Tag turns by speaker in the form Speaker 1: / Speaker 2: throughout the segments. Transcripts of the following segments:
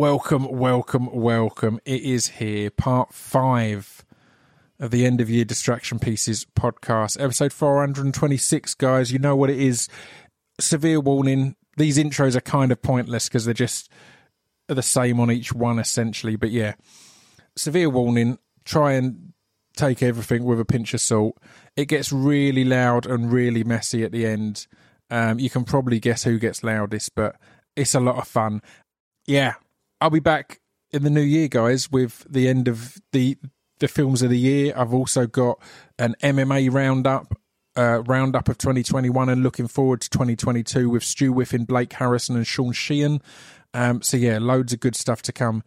Speaker 1: Welcome, welcome, welcome. It is here, part five of the End of Year Distraction Pieces podcast, episode 426, guys. You know what it is. Severe warning these intros are kind of pointless because they're just the same on each one, essentially. But yeah, severe warning try and take everything with a pinch of salt. It gets really loud and really messy at the end. Um, you can probably guess who gets loudest, but it's a lot of fun. Yeah, I'll be back in the new year, guys, with the end of the the films of the year. I've also got an MMA roundup, uh, roundup of 2021, and looking forward to 2022 with Stu Whiffin, Blake Harrison, and Sean Sheehan. Um, so yeah, loads of good stuff to come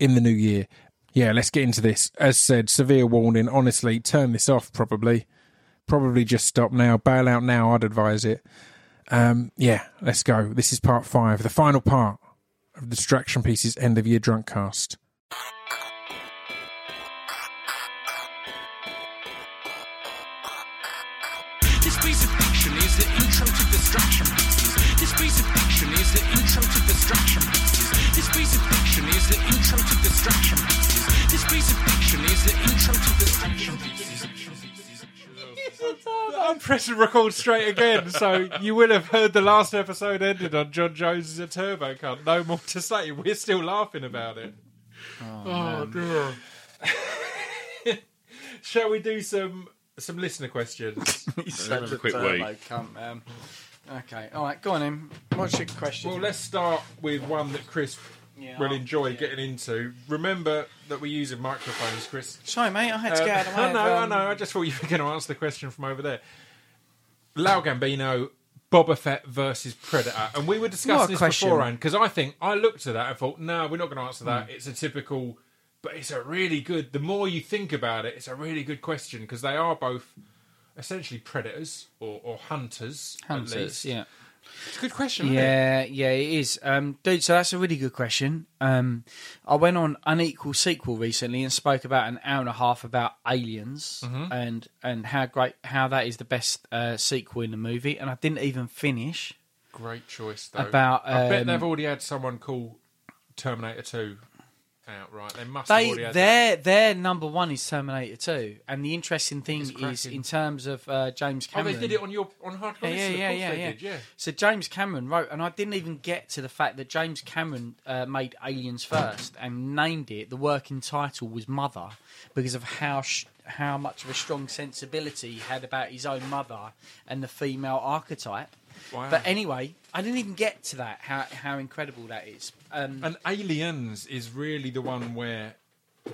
Speaker 1: in the new year. Yeah, let's get into this. As said, severe warning. Honestly, turn this off. Probably, probably just stop now. Bail out now. I'd advise it. Um, yeah, let's go. This is part five, the final part of Distraction Pieces End of Year Drunk Cast.
Speaker 2: This piece of fiction is the intro to distraction pieces. This piece of fiction is the intro to distraction pieces. This piece of fiction is the intro to distraction pieces. This piece of fiction is the intro to distraction pieces.
Speaker 1: I'm pressing record straight again, so you will have heard the last episode ended on John Jones as a turbo cunt. No more to say. We're still laughing about it. Oh, dear. Shall we do some some listener questions?
Speaker 3: Such a quick
Speaker 4: turbo
Speaker 3: wait.
Speaker 4: cunt, man. um, Okay, all right, go on in. What's your question?
Speaker 1: well, let's start with one that Chris
Speaker 4: Yeah.
Speaker 1: will enjoy getting into. Remember that we're using microphones, Chris.
Speaker 4: Sorry, mate, I had to get out
Speaker 1: Uh,
Speaker 4: of my.
Speaker 1: I know,
Speaker 4: um,
Speaker 1: I know. I just thought you were going to answer the question from over there. Lau Gambino, Boba Fett versus Predator, and we were
Speaker 4: What a
Speaker 1: discussing this
Speaker 4: question.
Speaker 1: beforehand because I think I looked at that and thought, no, we're not going to answer
Speaker 4: Hmm.
Speaker 1: that. It's a typical, but it's a really good. The more you think about it, it's a really good question because they are both essentially predators or, or hunters. at
Speaker 4: Hunters,
Speaker 1: least.
Speaker 4: yeah.
Speaker 1: It's a good question. isn't it?
Speaker 4: Yeah, yeah, it is. Um, dude, so that's a really good question. Um, I went on Unequal Sequel recently and spoke about an hour and a half about Aliens
Speaker 1: Mm-hmm.
Speaker 4: and and how great how that is the best uh, sequel in the movie, and I didn't even finish.
Speaker 1: great choice though.
Speaker 4: About,
Speaker 1: I bet
Speaker 4: um,
Speaker 1: they've already had someone call Terminator Two out. Right, they must. have
Speaker 4: They
Speaker 1: already had that.
Speaker 4: their their number one is Terminator Two, and the interesting thing is
Speaker 1: cracking.
Speaker 4: in terms of uh, James
Speaker 1: Oh,
Speaker 4: Cameron.
Speaker 1: they did it on your on hard
Speaker 4: Yeah,
Speaker 1: drive.
Speaker 4: yeah,
Speaker 1: of
Speaker 4: yeah,
Speaker 1: course
Speaker 4: yeah,
Speaker 1: they
Speaker 4: yeah.
Speaker 1: did, yeah.
Speaker 4: So James Cameron wrote, and I didn't even get to the fact that James Cameron uh, made Aliens first and named it. The working title was Mother because of how sh- how much of a strong sensibility he had about his own mother and the female archetype.
Speaker 1: Wow.
Speaker 4: But anyway, I didn't even get to that. How how incredible that is. Um,
Speaker 1: And Aliens is really the one where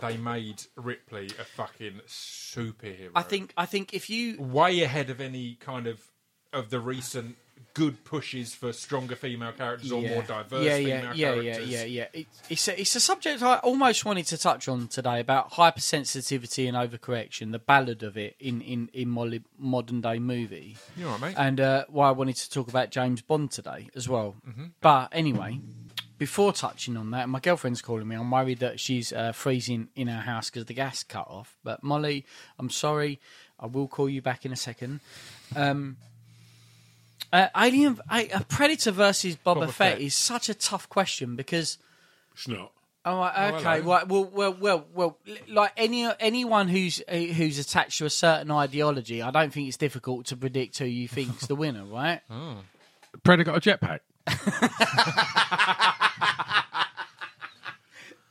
Speaker 1: they made Ripley a fucking superhero.
Speaker 4: I think I think if you
Speaker 1: way ahead of any kind of of the recent good pushes for stronger female characters or more diverse
Speaker 4: yeah, yeah,
Speaker 1: female
Speaker 4: yeah,
Speaker 1: characters.
Speaker 4: Yeah, yeah, yeah. It, it's, a, it's a subject I almost wanted to touch on today about hypersensitivity and overcorrection, the ballad of it in, in, in moli- modern day movie.
Speaker 1: You all right, mate?
Speaker 4: And uh, why I wanted to talk about James Bond today as well. But anyway, before touching on that, my girlfriend's calling me. I'm worried that she's uh, freezing in our house because the gas cut off. But Molly, I'm sorry. I will call you back in a second. Um, uh, Alien, I, a Predator versus Boba,
Speaker 1: Boba
Speaker 4: Fett,
Speaker 1: Fett.
Speaker 4: is such a tough question because.
Speaker 3: It's not.
Speaker 4: Oh, right, okay.
Speaker 1: hello.
Speaker 4: right. Well, well, well, well. l- Like any anyone who's uh, who's attached to a certain ideology, I don't think it's difficult to predict who you think's the winner, right?
Speaker 3: Predator got a jetpack.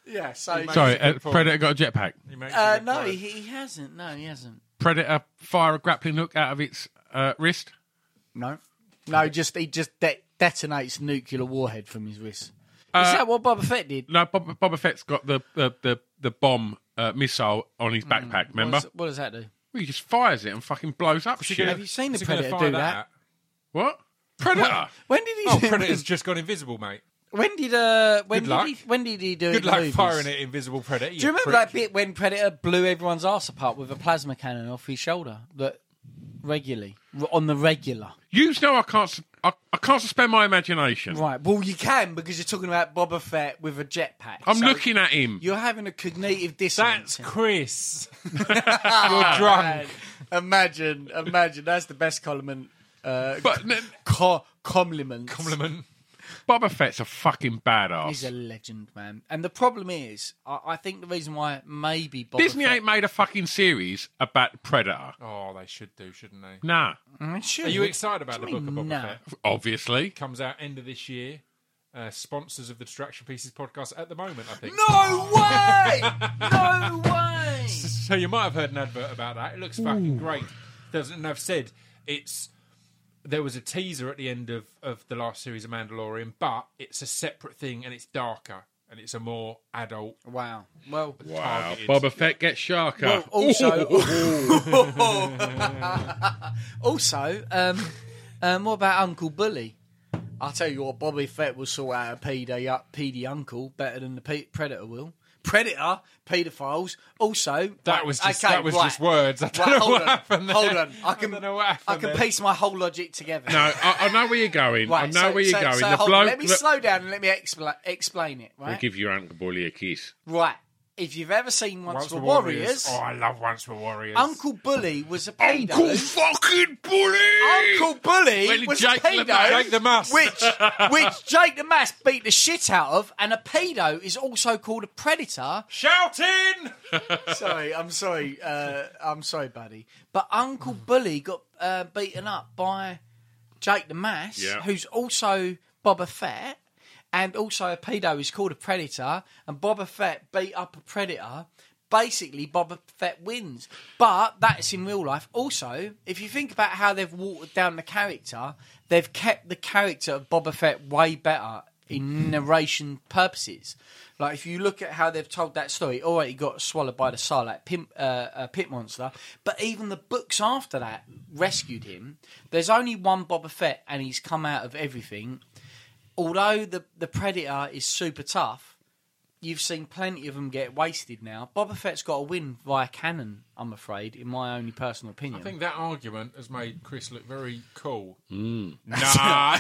Speaker 4: Yeah. So,
Speaker 1: Mate,
Speaker 3: Sorry,
Speaker 1: it's a
Speaker 3: uh,
Speaker 1: good point.
Speaker 3: Predator got a jetpack.
Speaker 1: You make a
Speaker 4: uh,
Speaker 1: good
Speaker 4: no,
Speaker 1: point.
Speaker 4: he, he hasn't. No, he hasn't.
Speaker 3: Predator fire a grappling hook out of its uh, wrist.
Speaker 4: No, no. Just he just de- detonates nuclear warhead from his wrist.
Speaker 1: Uh,
Speaker 4: Is that what Boba Fett did?
Speaker 3: No, Bob, Boba Fett's got the the the, the bomb uh, missile on
Speaker 4: Hmm.
Speaker 3: his backpack. Remember?
Speaker 4: What does, what does that do?
Speaker 3: Well, he just fires it and fucking blows up shit.
Speaker 4: Have you seen the
Speaker 1: Is he gonna
Speaker 4: Predator
Speaker 1: fire
Speaker 4: do that?
Speaker 1: at?
Speaker 3: What? Predator.
Speaker 4: When did he?
Speaker 1: Oh, Predator's just gone invisible, mate.
Speaker 4: when did uh? When
Speaker 1: Good
Speaker 4: did
Speaker 1: luck.
Speaker 4: he? When did he do? it
Speaker 1: Good
Speaker 4: in
Speaker 1: luck
Speaker 4: movies?
Speaker 1: firing at invisible Predator.
Speaker 4: Do you remember that bit when Predator blew everyone's ass apart with a plasma cannon off his shoulder? That regularly r- on the regular,
Speaker 3: You know I can't. s- I, I can't suspend my imagination.
Speaker 4: right? Well, you can because you're talking about Boba Fett with a jetpack.
Speaker 3: I'm
Speaker 4: So
Speaker 3: looking at him.
Speaker 4: You're having a cognitive dissonance.
Speaker 1: That's Chris.
Speaker 4: you're
Speaker 1: drunk.
Speaker 4: Imagine, imagine. That's the best compliment. Uh,
Speaker 3: But n-
Speaker 4: co- compliments.
Speaker 1: Compliment.
Speaker 3: Boba Fett's a fucking badass.
Speaker 4: He's a legend, man. And the problem is, I, I think the reason why maybe Boba
Speaker 3: Disney
Speaker 4: Fett-
Speaker 3: ain't made a fucking series about Predator.
Speaker 1: Oh, they should do, shouldn't they?
Speaker 3: Nah,
Speaker 4: Mm, sure.
Speaker 1: Are you excited about the
Speaker 4: What do
Speaker 1: book
Speaker 4: you
Speaker 1: of
Speaker 4: mean,
Speaker 1: Boba
Speaker 4: no?
Speaker 1: Fett?
Speaker 3: obviously.
Speaker 1: Comes out end of this year. Uh, sponsors of the Distraction Pieces podcast at the moment, I think.
Speaker 4: No way! no way!
Speaker 1: So you might have heard an advert about that. It looks fucking great. Doesn't have said it's. There was a teaser at the end of, of the last series of Mandalorian, but it's a separate thing and it's darker and it's a more adult.
Speaker 4: Wow. Well,
Speaker 3: Wow,
Speaker 1: Targeted.
Speaker 3: Boba Fett gets Sharker.
Speaker 4: well also, also, um, um, what about Uncle Bully? I'll tell you what, Bobby Fett will sort out a PD, up- PD uncle better than the P- Predator will. Predator, paedophiles. Also,
Speaker 1: That
Speaker 4: right,
Speaker 1: was just,
Speaker 4: okay,
Speaker 1: that was
Speaker 4: right.
Speaker 1: just words. I don't
Speaker 4: Right,
Speaker 1: know
Speaker 4: hold
Speaker 1: what
Speaker 4: on,
Speaker 1: happened there.
Speaker 4: hold on. I
Speaker 1: I
Speaker 4: can,
Speaker 1: don't know what happened
Speaker 4: I can
Speaker 1: there.
Speaker 4: piece my whole logic together.
Speaker 3: no, I, I know where you're going. I
Speaker 4: right,
Speaker 3: know
Speaker 4: so,
Speaker 3: where you're
Speaker 4: so-
Speaker 3: going.
Speaker 4: so
Speaker 3: the
Speaker 4: hold on,
Speaker 3: bloke.
Speaker 4: let me
Speaker 3: that-
Speaker 4: slow down and let me expla- explain it.
Speaker 3: I'll
Speaker 4: Right,
Speaker 3: give your Uncle Bully a kiss.
Speaker 4: right. If you've ever seen Once,
Speaker 1: Once
Speaker 4: for
Speaker 1: were
Speaker 4: Warriors,
Speaker 1: Oh, I love Once Were Warriors.
Speaker 4: Uncle Bully was a pedo.
Speaker 3: Uncle fucking Bully!
Speaker 4: Uncle Bully
Speaker 3: When
Speaker 4: was
Speaker 3: Jake
Speaker 4: a pedo,
Speaker 3: LaMass-
Speaker 1: Jake the Mass.
Speaker 4: which which Jake the Mass beat the shit out of, and a pedo is also called a predator.
Speaker 1: Shouting!
Speaker 4: Sorry, I'm sorry, uh, I'm sorry, buddy. But Uncle Bully got uh, beaten up by Jake the Mass,
Speaker 3: Yeah.
Speaker 4: who's also Boba Fett, and also a pedo is called a predator, and Boba Fett beat up a predator. Basically, Boba Fett wins, but that's in real life. Also, if you think about how they've watered down the character, they've kept the character of Boba Fett way better in narration purposes. Like if you look at how they've told that story, all right, he got swallowed by the Sarlacc pimp, uh, uh, pit monster, but even the books after that rescued him. There's only one Boba Fett, and he's come out of everything. Although the the Predator is super tough, you've seen plenty of them get wasted now. Boba Fett's got a win via cannon, I'm afraid, in my only personal opinion.
Speaker 1: I think that argument has made Chris look very cool.
Speaker 3: Mm.
Speaker 1: Nah.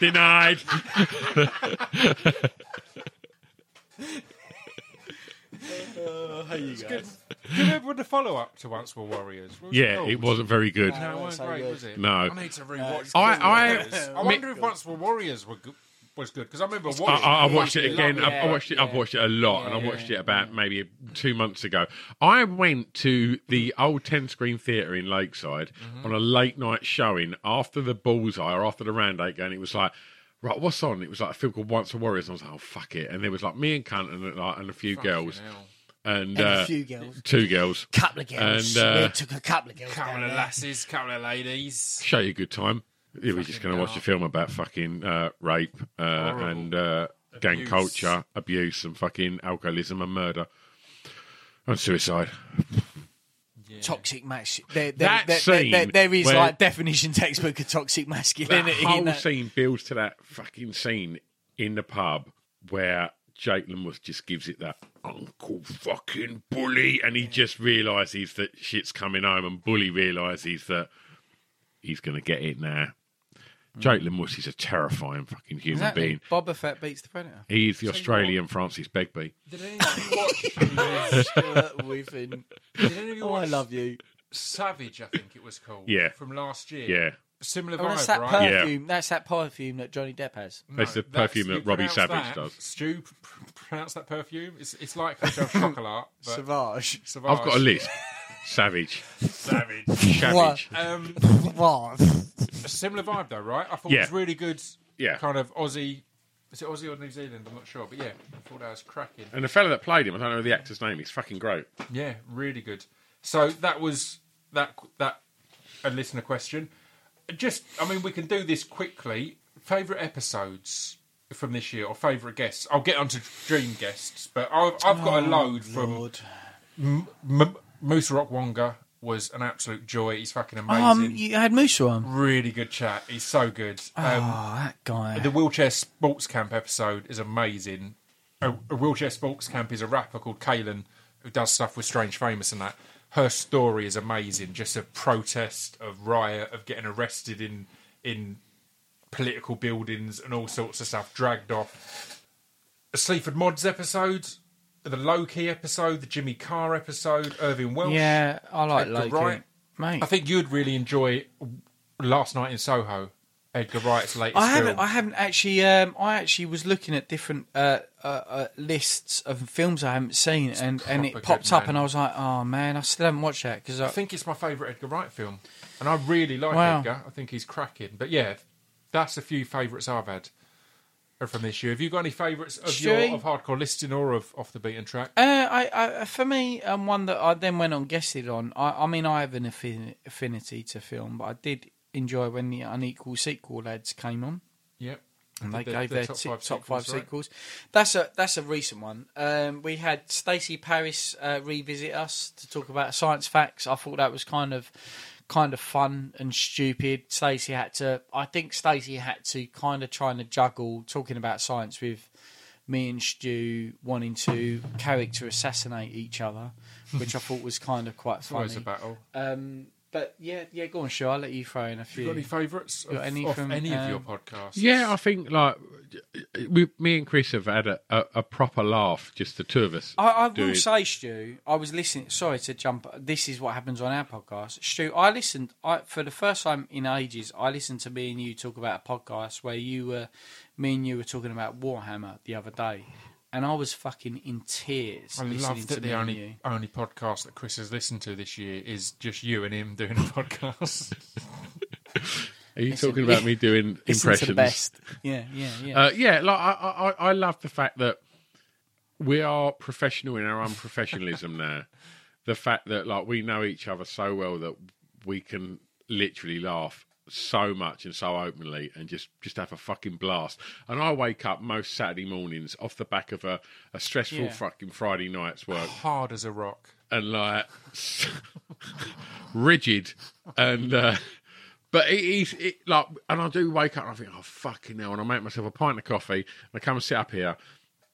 Speaker 3: Denied.
Speaker 1: Good. Good have with the follow up to Once Were Warriors. What was
Speaker 3: Yeah,
Speaker 1: called?
Speaker 3: it wasn't very good.
Speaker 1: No, it
Speaker 4: Oh,
Speaker 1: wasn't
Speaker 4: so
Speaker 1: great,
Speaker 4: good.
Speaker 1: was it? Uh,
Speaker 3: No.
Speaker 1: I need to rewatch.
Speaker 3: I-
Speaker 1: Once Were
Speaker 3: I-
Speaker 1: Warriors. I wonder if Once Were Warriors were good, was good because I remember watching.
Speaker 3: I, I, I watched it again.
Speaker 4: Yeah,
Speaker 3: I, I watched it. I've watched it a lot, and I watched
Speaker 4: yeah,
Speaker 3: it about maybe two months ago. I went to the old ten screen theatre in Lakeside on a late night showing after the Bullseye or after the Roundake, and it was like. Right, what's on? It was like a film called Once a Warriors, and I was like, "Oh fuck it!" And there was like me and cunt and, like, and a few girls,
Speaker 1: hell.
Speaker 3: and,
Speaker 4: And a
Speaker 3: uh,
Speaker 4: few girls.
Speaker 3: two girls,
Speaker 4: couple of girls.
Speaker 3: And, uh,
Speaker 4: Yeah, took a couple of girls. down
Speaker 1: Couple of
Speaker 4: there.
Speaker 1: lasses, couple of ladies.
Speaker 3: show you a good time. Yeah, we're just going to watch a film about fucking uh, rape uh, and uh, gang
Speaker 1: Abuse.
Speaker 3: culture, abuse, and fucking alcoholism and murder and suicide.
Speaker 4: toxic match. There, there,
Speaker 3: That
Speaker 4: there,
Speaker 3: scene
Speaker 4: there- there is
Speaker 3: where-
Speaker 4: like definition textbook of toxic
Speaker 3: That
Speaker 4: masculinity. in
Speaker 3: whole
Speaker 4: that.
Speaker 3: scene builds to that fucking scene in the pub where Jake Lamus just gives it that uncle fucking bully, and he just realizes that shit's coming home, and bully realizes that he's going to get it now.
Speaker 4: Mm.
Speaker 3: Jake Lamus is a terrifying fucking human
Speaker 4: Does that mean
Speaker 3: being.
Speaker 4: Boba Fett beats the Predator.
Speaker 3: He's the Australian Francis Begbie.
Speaker 1: Did any of you watch? did any of you
Speaker 4: Oh, I
Speaker 1: watch
Speaker 4: love you.
Speaker 1: Savage? I think it was called.
Speaker 3: Yeah.
Speaker 1: From last year.
Speaker 3: Yeah.
Speaker 1: Similar
Speaker 4: Oh, that's
Speaker 1: vibe,
Speaker 4: that
Speaker 1: right?
Speaker 3: Yeah.
Speaker 4: perfume. That's that perfume that Johnny Depp has.
Speaker 1: No,
Speaker 3: That's the perfume
Speaker 1: you
Speaker 3: that Robbie
Speaker 1: pronounce
Speaker 3: Savage
Speaker 1: that-
Speaker 3: does.
Speaker 1: Stu, pr- pr- pronounce that perfume. It's it's like Hotel Chocolat. But
Speaker 4: Savage.
Speaker 1: Savage.
Speaker 3: I've got a list. Savage.
Speaker 1: Savage.
Speaker 3: Savage.
Speaker 1: Um,
Speaker 4: Savage.
Speaker 1: a similar vibe though, right? I thought it
Speaker 3: Yeah.
Speaker 1: was really good.
Speaker 3: Yeah.
Speaker 1: Kind of Aussie. Is it Aussie or New Zealand? I'm not sure, but yeah, I thought that was cracking.
Speaker 3: And the fella that played him, I don't know the actor's name, he's fucking great.
Speaker 1: Yeah, really good. So that was that that a listener question. Just, I mean, we can do this quickly. Favorite episodes from this year or favorite guests? I'll get onto dream guests, but I've, I've got a load from
Speaker 4: Oh, Lord.
Speaker 1: M- Moose Rock Wonga was an absolute joy. He's fucking amazing.
Speaker 4: Um, you had Moose on.
Speaker 1: really good chat. He's so good. Um,
Speaker 4: Oh, that guy.
Speaker 1: The wheelchair sports camp episode is amazing. A, a wheelchair sports camp is a rapper called Kalen who does stuff with Strange Famous and that. Her story is amazing. Just of protest, of riot, of getting arrested in in political buildings and all sorts of stuff, dragged off. The Sleaford Mods episode, the Low Key episode, the Jimmy Carr episode, Irving Welsh.
Speaker 4: yeah, I like
Speaker 1: Edgar
Speaker 4: Loki.
Speaker 1: Wright.
Speaker 4: Mate,
Speaker 1: I think you'd really enjoy last night in Soho. Edgar Wright's latest
Speaker 4: I haven't.
Speaker 1: film.
Speaker 4: I haven't actually. Um, I actually was looking at different uh, uh, uh, lists of films I haven't seen, and, and
Speaker 1: proper
Speaker 4: it popped
Speaker 1: good,
Speaker 4: up,
Speaker 1: man.
Speaker 4: and I was like, "Oh man, I still haven't watched that." Because
Speaker 1: I
Speaker 4: I,
Speaker 1: think it's my favourite Edgar Wright film, and I really like
Speaker 4: Wow.
Speaker 1: Edgar. I think he's cracking. But yeah, that's a few favourites I've had from this year. Have you got any favourites of
Speaker 4: Stewie?
Speaker 1: your of hardcore listing or of off the beaten track?
Speaker 4: uh, I, I, for me, um, one that I then went on guessing on. I, I mean, I have an affin- affinity to film, but I did enjoy when the unequal sequel ads came on.
Speaker 1: Yep.
Speaker 4: And
Speaker 1: The-
Speaker 4: they
Speaker 1: the-
Speaker 4: gave
Speaker 1: the
Speaker 4: their ti- top, five, sequels,
Speaker 1: right?
Speaker 4: That's a that's a recent one. Um, we had Stacey Paris uh, revisit us to talk about science facts. I thought that was kind of kind of fun and stupid. Stacey had to. I think Stacey had to kind of trying to juggle talking about science with me and Stu wanting to character assassinate each other, which I thought was kind of quite
Speaker 1: Always
Speaker 4: funny.
Speaker 1: a battle.
Speaker 4: Um, but yeah, yeah, go on, Stu. I'll let you throw in a few.
Speaker 1: You got any favourites of,
Speaker 4: Got any
Speaker 1: of
Speaker 4: from,
Speaker 1: any of your
Speaker 4: um,
Speaker 1: podcasts?
Speaker 3: Yeah, I think like we, me and Chris have had a, a, a proper laugh, just the two of us.
Speaker 4: I, I
Speaker 3: doing-
Speaker 4: will say, Stu, I was listening. Sorry to jump. This is what happens on our podcast, Stu. I listened I, for the first time in ages. I listened to me and you talk about a podcast where you were, me and you were talking about Warhammer the other day, and I was fucking in tears.
Speaker 1: I
Speaker 4: listening
Speaker 1: love
Speaker 4: to
Speaker 1: that
Speaker 4: me
Speaker 1: the
Speaker 4: and
Speaker 1: only
Speaker 4: you.
Speaker 1: only podcast that Chris has listened to this year is just you and him doing a podcast.
Speaker 3: Are you
Speaker 4: Listen-
Speaker 3: talking about me doing
Speaker 4: Listen to
Speaker 3: impressions?
Speaker 4: the best. Yeah, yeah, yeah.
Speaker 3: Uh, yeah, like I, I, I love the fact that we are professional in our unprofessionalism now. The fact that like we know each other so well that we can literally laugh so much and so openly and just just have a fucking blast. And I wake up most Saturday mornings off the back of a, a stressful
Speaker 4: Yeah.
Speaker 3: fucking Friday night's work
Speaker 1: Hard as a rock.
Speaker 3: and like rigid and uh but it is it like and I do wake up and I think, oh fucking hell, and I make myself a pint of coffee and I come and sit up here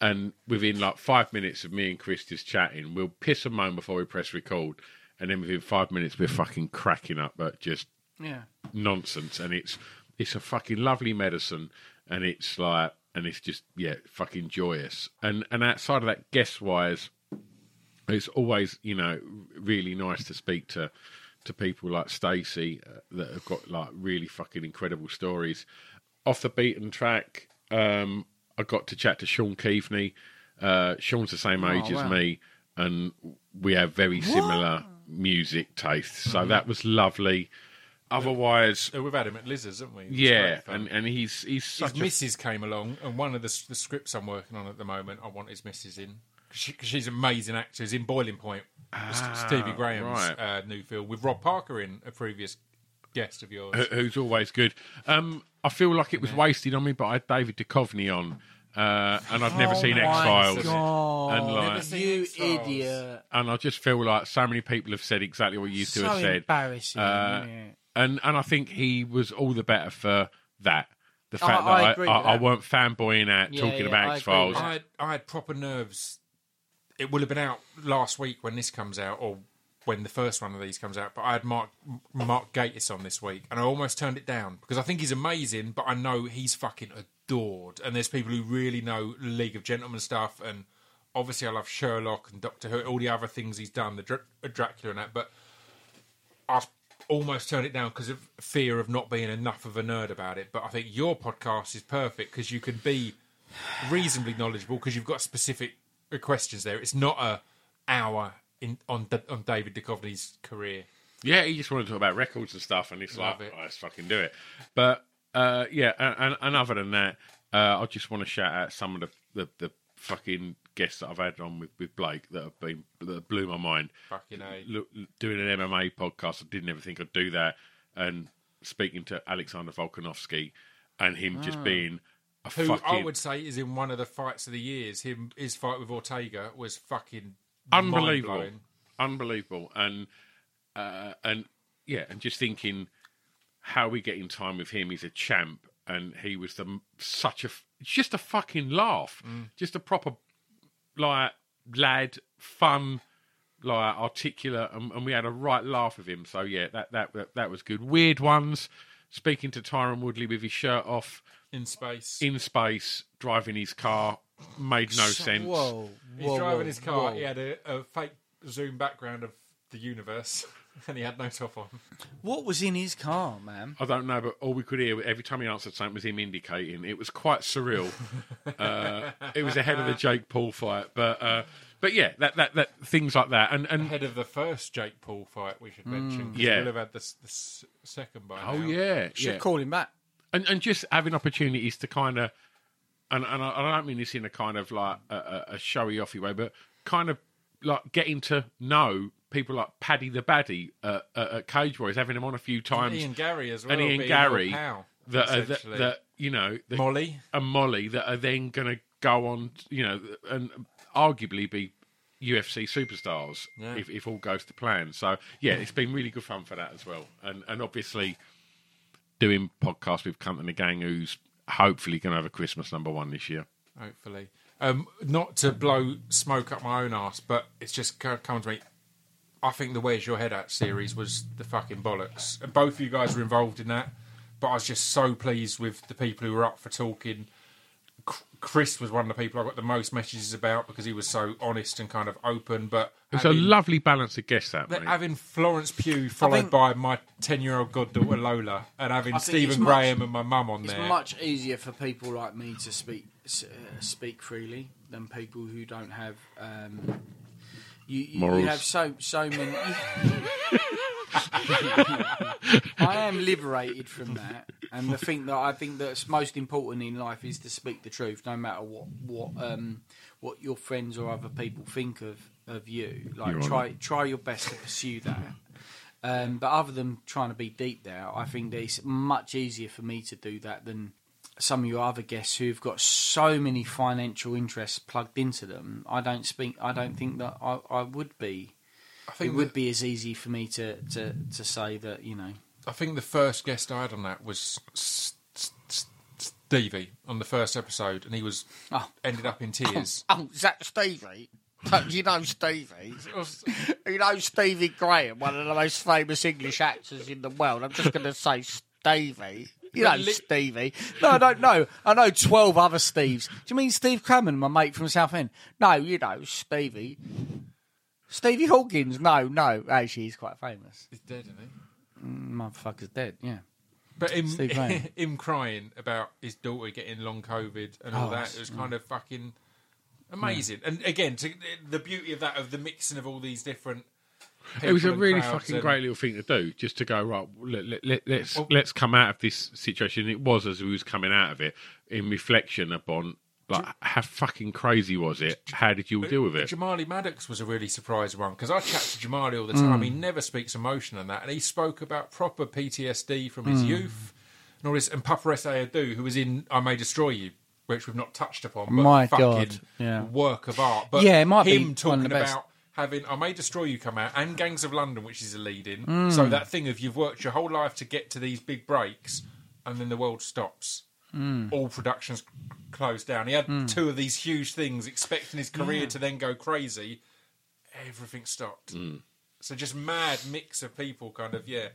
Speaker 3: and within like five minutes of me and Chris just chatting, we'll piss and moan before we press record and then within five minutes we're fucking cracking up at just
Speaker 4: yeah.
Speaker 3: nonsense and it's it's a fucking lovely medicine and it's like and it's just yeah fucking joyous and and outside of that guess wise it's always you know really nice to speak to to people like Stacey uh, that have got like really fucking incredible stories off the beaten track um I got to chat to Sean Keaveney uh Sean's the same age as
Speaker 4: wow.
Speaker 3: me and we have very similar music tastes
Speaker 4: Mm-hmm.
Speaker 3: so that was lovely otherwise
Speaker 1: Uh, We've had him at Liz's, haven't we? It was
Speaker 3: yeah
Speaker 1: great fun.
Speaker 3: and and he's he's
Speaker 1: his
Speaker 3: such a
Speaker 1: missus came along, and one of the, s- the scripts I'm working on at the moment, I want his missus in because she's an amazing actor. Is in Boiling Point, S- Stevie Graham's
Speaker 3: Ah, right.
Speaker 1: uh, new film with Rob Parker in a previous guest of yours.
Speaker 3: who- who's always good. Um, I feel like it was wasted on me, but I had David Duchovny on, uh, and I've never
Speaker 4: Oh
Speaker 3: seen
Speaker 4: my
Speaker 3: X Files,
Speaker 4: God.
Speaker 3: and like,
Speaker 1: Never seen
Speaker 4: You
Speaker 1: X-Files.
Speaker 4: idiot.
Speaker 3: and I just feel like so many people have said exactly what you two
Speaker 4: So
Speaker 3: have said,
Speaker 4: embarrassing.
Speaker 3: Uh,
Speaker 4: yeah.
Speaker 3: and and I think he was all the better for that. The
Speaker 4: I-
Speaker 3: fact
Speaker 4: Oh, I
Speaker 3: that I,
Speaker 4: agree with
Speaker 3: I, I
Speaker 4: that.
Speaker 3: weren't fanboying out
Speaker 4: Yeah,
Speaker 3: talking
Speaker 4: yeah, I
Speaker 3: about
Speaker 4: agree
Speaker 3: X Files.
Speaker 4: with that.
Speaker 1: I had, I had proper nerves. It will have been out last week when this comes out, or when the first one of these comes out. But I had Mark Mark Gatiss on this week, and I almost turned it down because I think he's amazing, but I know he's fucking adored. And there's people who really know League of Gentlemen stuff, and obviously I love Sherlock and Doctor Who, all the other things he's done, the Dr- Dracula and that. But I almost turned it down because of fear of not being enough of a nerd about it. But I think your podcast is perfect because you can be reasonably knowledgeable because you've got specific questions there. It's not a hour in on Da- on David Duchovny's career.
Speaker 3: Yeah, he just wanted to talk about records and stuff, and it's
Speaker 1: Love
Speaker 3: like,
Speaker 1: it.
Speaker 3: "Oh, let's fucking do it. But uh, yeah, and, and, and other than that, uh, I just want to shout out some of the, the, the fucking guests that I've had on with, with Blake that have been that blew my mind.
Speaker 1: Fucking A.
Speaker 3: Look, doing an MMA podcast, I didn't ever think I'd do that, and speaking to Alexander Volkanovsky and him just being a
Speaker 1: Ah. Who
Speaker 3: fucking
Speaker 1: I would say is in one of the fights of the years. Him his fight with Ortega was fucking
Speaker 3: unbelievable,
Speaker 1: mind-blowing.
Speaker 3: unbelievable, and uh, and yeah, and just thinking how we get in time with him. He's a champ, and he was the such a f- just a fucking laugh, just a proper like lad, fun, like articulate, and, and we had a right laugh with him. So yeah, that that that, that was good. Weird ones. Speaking to Tyron Woodley with his shirt off
Speaker 1: in space.
Speaker 3: in space, driving his car made no sense.
Speaker 4: Whoa,
Speaker 1: He's
Speaker 4: whoa,
Speaker 1: driving
Speaker 4: whoa,
Speaker 1: his car.
Speaker 4: whoa.
Speaker 1: He had a, a fake zoom background of the universe. and he had no top on.
Speaker 4: What was in his car, man?
Speaker 3: I don't know, but all we could hear every time he answered something was him indicating. It was quite surreal. uh, it was ahead of the Jake Paul fight, but uh, but yeah, that, that that things like that, and and
Speaker 1: Ahead of the first Jake Paul fight, we should mention. 'cause
Speaker 3: Mm, Yeah.
Speaker 1: we'll have had the, s- the s- second by
Speaker 3: oh
Speaker 1: now.
Speaker 3: yeah,
Speaker 4: Should
Speaker 3: yeah.
Speaker 4: call him back.
Speaker 3: and and just having opportunities to kind of, and and I, I don't mean this in a kind of like a, a, a showy offy way, but kind of like getting to know people like Paddy the Baddy uh, uh, at Cage Warriors, having him on a few times,
Speaker 1: Ian Gary as well.
Speaker 3: and Ian
Speaker 1: being
Speaker 3: Gary
Speaker 1: your pal,
Speaker 3: that, are, that
Speaker 1: essentially.
Speaker 3: that you know that-
Speaker 1: Molly.
Speaker 3: and Molly that are then going to go on, you know, and arguably be UFC superstars
Speaker 1: Yeah.
Speaker 3: if, if all goes to plan. So yeah, it's been really good fun for that as well, and and obviously doing podcasts with Cunt and the Gang, who's hopefully going to have a Christmas number one this year.
Speaker 1: hopefully. Um, not to blow smoke up my own arse, but it's just co- come to me. I think the Where's Your Head At series was the fucking bollocks. And Both of you guys were involved in that, but I was just so pleased with the people who were up for talking. C- Chris was one of the people I got the most messages about because he was so honest and kind of open. But
Speaker 3: It's a
Speaker 1: having-
Speaker 3: lovely balance of guests that
Speaker 1: that
Speaker 3: mate.
Speaker 1: having Florence Pugh followed
Speaker 4: think-
Speaker 1: by my ten-year-old goddaughter Lola, and having
Speaker 4: I think it's
Speaker 1: Stephen
Speaker 4: much-
Speaker 1: Graham and my mum on
Speaker 4: It's
Speaker 1: there,
Speaker 4: much easier for people like me to speak s- uh, speak freely than people who don't have. Um, you, you, you
Speaker 3: Morals.
Speaker 4: have so so many. I am liberated from that, and the thing that I think that's most important in life is to speak the truth, no matter what what um, what your friends or other people think of of you. Like
Speaker 3: You're on
Speaker 4: try try your best to pursue that. Um, but other than trying to be deep there, I think that it's much easier for me to do that than some of your other guests who've got so many financial interests plugged into them. I don't speak. I don't think that I, I would be.
Speaker 1: I think
Speaker 4: it
Speaker 1: that-
Speaker 4: would be as easy for me to, to, to say that you know.
Speaker 1: I think the first guest I had on that was S- S- S- Stevie on the first episode, and he was
Speaker 4: Oh.
Speaker 1: ended up in tears.
Speaker 4: Oh, is that Stevie? Don't you know Stevie? You know Stevie Graham, one of the most famous English actors in the world. I'm just going to say Stevie. You know Stevie. No, I don't know. I know 12 other Steves. Do you mean Steve Crammond, my mate from Southend? No, you know Stevie. Stevie Hawkins? No, no. Actually, he's quite famous.
Speaker 1: He's dead, isn't he?
Speaker 4: Motherfucker's dead, yeah.
Speaker 1: But him,
Speaker 4: Steve Graham.
Speaker 1: him crying about his daughter getting long COVID and all
Speaker 4: Oh,
Speaker 1: that,
Speaker 4: that's-
Speaker 1: it was kind of fucking amazing. And again, to, the beauty of that, of the mixing of all these different.
Speaker 3: it was
Speaker 1: people
Speaker 3: a
Speaker 1: and
Speaker 3: really
Speaker 1: crowds
Speaker 3: fucking
Speaker 1: and-
Speaker 3: great little thing to do, just to go right. Let, let, let, let's let's come out of this situation. It was as we was coming out of it in reflection upon like how fucking crazy was it? How did you all deal with it?
Speaker 1: Jamali Maddox was a really surprised one because I chat to Jamali all the time. He never speaks emotion and that, and he spoke about proper PTSD from his youth and all this. And Paparese Adu, who was in I May Destroy You, which we've not touched upon, but
Speaker 4: My
Speaker 1: fucking
Speaker 4: God, yeah.
Speaker 1: work of art. But
Speaker 4: Yeah, it might be
Speaker 1: him
Speaker 4: one of
Speaker 1: talking
Speaker 4: the best.
Speaker 1: about having I May Destroy You come out and Gangs of London, which is a lead in.
Speaker 4: Mm.
Speaker 1: So that thing of you've worked your whole life to get to these big breaks, and then the world stops.
Speaker 4: Mm.
Speaker 1: All productions closed down. He had two of these huge things, expecting his career to then go crazy. Everything stopped. So just mad mix of people, kind of yeah.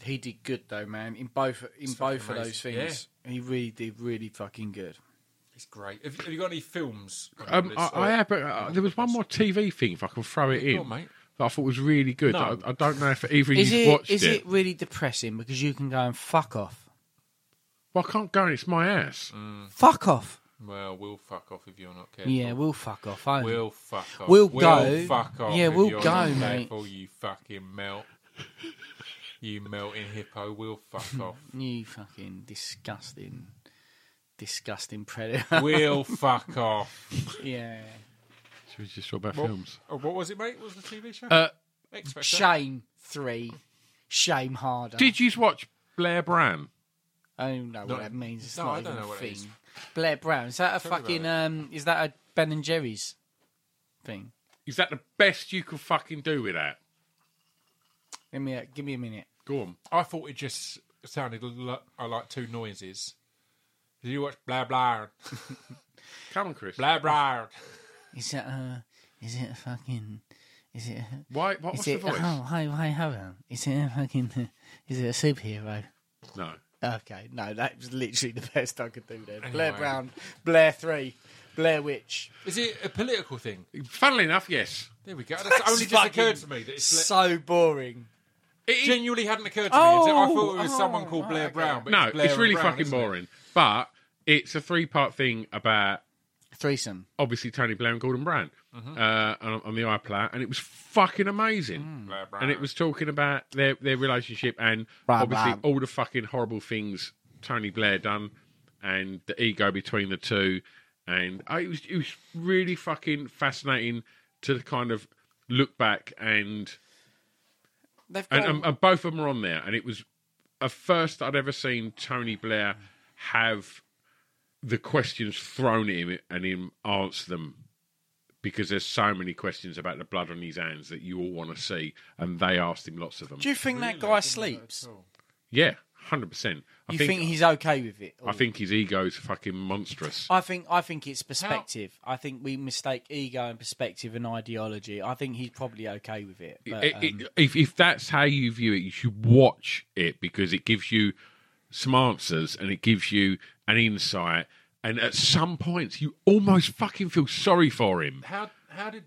Speaker 4: He did good though, man. In both in
Speaker 1: fucking
Speaker 4: both of those
Speaker 1: amazing.
Speaker 4: things, he really did really fucking good.
Speaker 1: It's great. Have, have you got any films? on your
Speaker 3: Um, I,
Speaker 1: list?
Speaker 3: I have, but uh, there was one more TV thing. If I can throw it in,
Speaker 1: on, mate.
Speaker 3: that I thought was really good.
Speaker 1: No.
Speaker 3: I, I don't know if either of
Speaker 4: Is
Speaker 3: you
Speaker 4: it
Speaker 3: watched
Speaker 4: is
Speaker 3: it.
Speaker 4: it really depressing because you can go and fuck off,
Speaker 3: Well, I can't go. It's my ass.
Speaker 1: Mm.
Speaker 4: fuck off?
Speaker 1: Well, we'll fuck off if you're not careful.
Speaker 4: Yeah, we'll fuck off. won't we?
Speaker 1: We'll fuck off.
Speaker 4: We'll go.
Speaker 1: fuck off.
Speaker 4: Yeah,
Speaker 1: if
Speaker 4: we'll
Speaker 1: you're
Speaker 4: go,
Speaker 1: not
Speaker 4: mate.
Speaker 1: Careful, you fucking melt. you melting hippo. We'll fuck off.
Speaker 4: You fucking disgusting, disgusting predator.
Speaker 1: We'll fuck off.
Speaker 4: yeah,
Speaker 3: Should we just talk about films?
Speaker 1: Oh, what was it, mate? What was the TV show?
Speaker 3: Uh,
Speaker 1: X Factor.
Speaker 4: shame three, shame harder.
Speaker 3: Did you watch Blair Brown?
Speaker 4: I don't know what that means. It's
Speaker 1: No,
Speaker 4: not
Speaker 1: I
Speaker 4: even
Speaker 1: don't know
Speaker 4: a
Speaker 1: what
Speaker 4: thing.
Speaker 1: it is.
Speaker 4: Blair Brown is that a
Speaker 1: about
Speaker 4: fucking
Speaker 1: it.
Speaker 4: um? Is that a Ben and Jerry's thing?
Speaker 3: Is that the best you could fucking do with that?
Speaker 4: Give me a, give me a minute.
Speaker 3: Go on. Oh,
Speaker 1: I thought it just sounded lo- uh, like two noises. Did you watch blah blah
Speaker 3: Come on, Chris.
Speaker 1: blah blah?
Speaker 4: Is that a? Is it a fucking? Is it? A,
Speaker 3: Why? What,
Speaker 4: is
Speaker 3: what's the
Speaker 4: it?
Speaker 3: voice?
Speaker 4: Oh, hi, hi, hold on. Is it a fucking? Is it a superhero?
Speaker 3: No.
Speaker 4: Okay, no, that was literally the best I could do there. Blair
Speaker 1: Anyway.
Speaker 4: Brown, Blair three, Blair Witch.
Speaker 1: Is it a political thing?
Speaker 3: Funnily enough, yes.
Speaker 1: There we go. That's only just occurred to me that it's
Speaker 4: so boring.
Speaker 1: it genuinely hadn't occurred to me. until I thought it was someone called Blair Brown, but
Speaker 3: No,
Speaker 1: it's, Blair
Speaker 3: it's
Speaker 1: and
Speaker 3: really
Speaker 1: Brown,
Speaker 3: fucking
Speaker 1: isn't it?
Speaker 3: boring. But it's a three part thing about
Speaker 4: Threesome.
Speaker 3: obviously Tony Blair and Gordon Brown uh, on, on the iPlayer, and it was fucking amazing.
Speaker 1: Blair Brown.
Speaker 3: And it was talking about their their relationship and
Speaker 4: Brown,
Speaker 3: obviously
Speaker 4: Brown.
Speaker 3: all the fucking horrible things Tony Blair done and the ego between the two, and uh, it was it was really fucking fascinating to kind of look back and
Speaker 4: They've got
Speaker 3: and, um, and, and both of them are on there. And it was a first I'd ever seen Tony Blair have the questions thrown at him and him answer them because there's so many questions about the blood on his hands that you all want to see, and they asked him lots of them.
Speaker 4: Do you think that guy sleeps?
Speaker 3: yeah, hundred percent. I
Speaker 4: You
Speaker 3: think,
Speaker 4: think, he's okay with it?
Speaker 3: I think his ego's fucking monstrous.
Speaker 4: I think I think it's perspective. I think we mistake ego and perspective and ideology. I think he's probably okay with it. But,
Speaker 3: It-
Speaker 4: um,
Speaker 3: it- if if that's how you view it, you should watch it because it gives you some answers and it gives you an insight. And at some points, you almost fucking feel sorry for him.
Speaker 1: How how did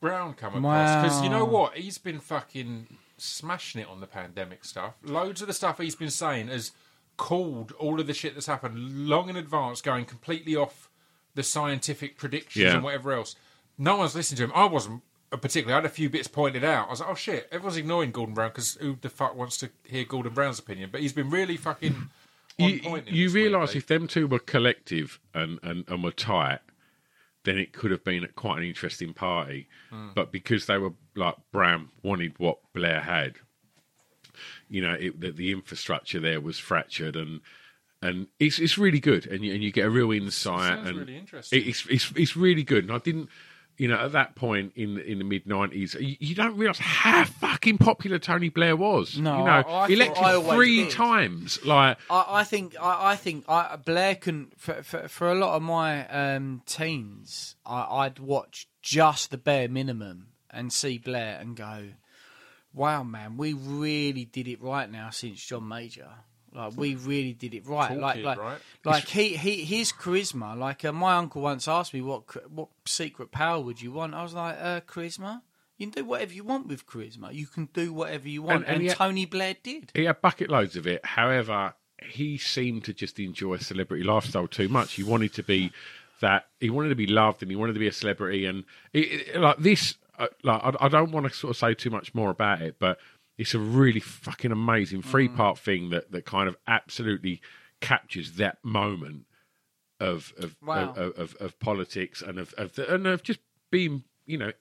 Speaker 1: Brown come across? Because you know
Speaker 4: Wow.
Speaker 1: what, he's been fucking smashing it on the pandemic stuff. Loads of the stuff he's been saying has called all of the shit that's happened long in advance, going completely off the scientific predictions
Speaker 3: Yeah.
Speaker 1: and whatever else. No one's listened to him. I wasn't uh, particularly. I had a few bits pointed out. I was like, oh shit, everyone's ignoring Gordon Brown because who the fuck wants to hear Gordon Brown's opinion? But he's been really fucking. On
Speaker 3: You,
Speaker 1: point in
Speaker 3: you
Speaker 1: this
Speaker 3: realise
Speaker 1: weirdly.
Speaker 3: if them two were collective and, and, and were tight, then it could have been quite an interesting party.
Speaker 1: Hmm.
Speaker 3: But because they were like Brown wanted what Blair had, you know, it, the, the infrastructure there was fractured and. And it's it's really good, and you, and you get a real insight.
Speaker 1: sounds
Speaker 3: and
Speaker 1: really interesting.
Speaker 3: it- it's it's it's really good. And I didn't, you know, at that point in in the mid nineties, you, you don't realize how fucking popular Tony Blair was.
Speaker 4: No, I-
Speaker 3: you
Speaker 4: I
Speaker 3: know,
Speaker 4: thought-
Speaker 3: elected
Speaker 4: I always
Speaker 3: three
Speaker 4: did.
Speaker 3: times. Like
Speaker 4: I, I think I, I think I, Blair can for, for for a lot of my um, teens, I, I'd watch just the bare minimum and see Blair and go, "Wow, man, we really did it right now since John Major." Like we really did it right.
Speaker 1: Tool
Speaker 4: like
Speaker 1: kid,
Speaker 4: like
Speaker 1: right?
Speaker 4: like he, he his charisma. Like uh, my uncle once asked me what ch- what secret power would you want. I was like, uh, charisma. You can do whatever you want with charisma. You can do whatever you want,
Speaker 3: And- and
Speaker 4: and
Speaker 3: yet-
Speaker 4: Tony Blair did.
Speaker 3: He had bucket loads of it. However, he seemed to just enjoy celebrity lifestyle too much. He wanted to be that. He wanted to be loved, and he wanted to be a celebrity. And it, it- like this, uh, like I, I don't want to sort of say too much more about it, but it's a really fucking amazing three part thing that that kind of absolutely captures that moment of of
Speaker 4: Wow.
Speaker 3: of, of, of politics and of of the, and of just being you know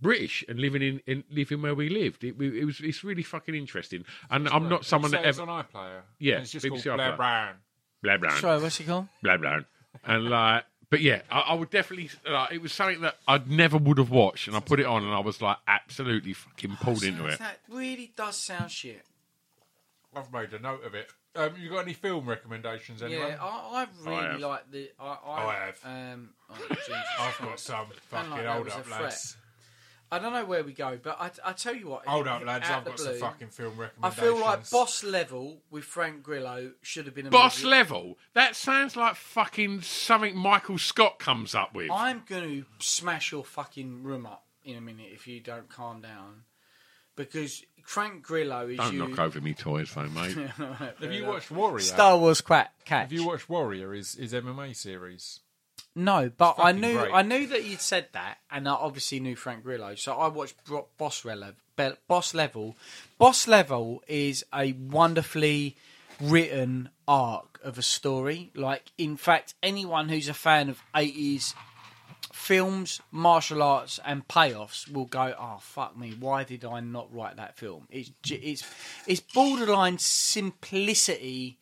Speaker 3: British and living in, in living where we lived. It, it was it's really fucking interesting. And I'm not someone
Speaker 1: So
Speaker 3: that
Speaker 1: it's
Speaker 3: ever
Speaker 1: on iPlayer.
Speaker 3: Yeah,
Speaker 1: And it's just
Speaker 3: BBC
Speaker 1: called Blair
Speaker 3: iPlayer.
Speaker 1: Brown.
Speaker 3: blah blah
Speaker 4: Sorry, what's he called?
Speaker 3: blah blah. And like, but yeah, I, I would definitely. Like, it was something that I never would have watched, and I put it on, and I was like absolutely fucking pulled into
Speaker 4: Sounds-
Speaker 3: it.
Speaker 4: That really does sound shit.
Speaker 1: I've made a note of it. Um, you got any film recommendations, anyone?
Speaker 4: Yeah, I, I
Speaker 3: I
Speaker 4: really
Speaker 3: have.
Speaker 4: like the. I, I,
Speaker 1: I have.
Speaker 4: Um, oh, Jesus.
Speaker 1: I've got some fucking
Speaker 4: like that
Speaker 1: hold
Speaker 4: was a
Speaker 1: up,
Speaker 4: threat.
Speaker 1: lads.
Speaker 4: I don't know where we go, but I, I tell you what.
Speaker 1: Hold
Speaker 4: out
Speaker 1: up, lads.
Speaker 4: of
Speaker 1: I've
Speaker 4: the
Speaker 1: got some
Speaker 4: blue,
Speaker 1: fucking film
Speaker 4: I
Speaker 1: recommendations.
Speaker 4: feel like Boss Level with Frank Grillo should have been a
Speaker 3: Boss
Speaker 4: movie.
Speaker 3: level. That sounds like fucking something Michael Scott comes up with.
Speaker 4: I'm going to smash your fucking room up in a minute if you don't calm down, because Frank Grillo is
Speaker 3: Don't
Speaker 4: you.
Speaker 3: knock over me toys, though, mate.
Speaker 1: Have you watched Warrior?
Speaker 4: Star Wars quack catch.
Speaker 1: Have you watched Warrior? Is his MMA series?
Speaker 4: No, but I
Speaker 1: fucking
Speaker 4: knew
Speaker 1: great.
Speaker 4: I knew that you'd said that, and I obviously knew Frank Grillo. So I watched Bro- Boss Rele- Be- Boss Level. Boss Level is a wonderfully written arc of a story. Like, in fact, anyone who's a fan of eighties films, martial arts, and payoffs will go, "Oh fuck me! Why did I not write that film?" It's ge- it's it's borderline simplicity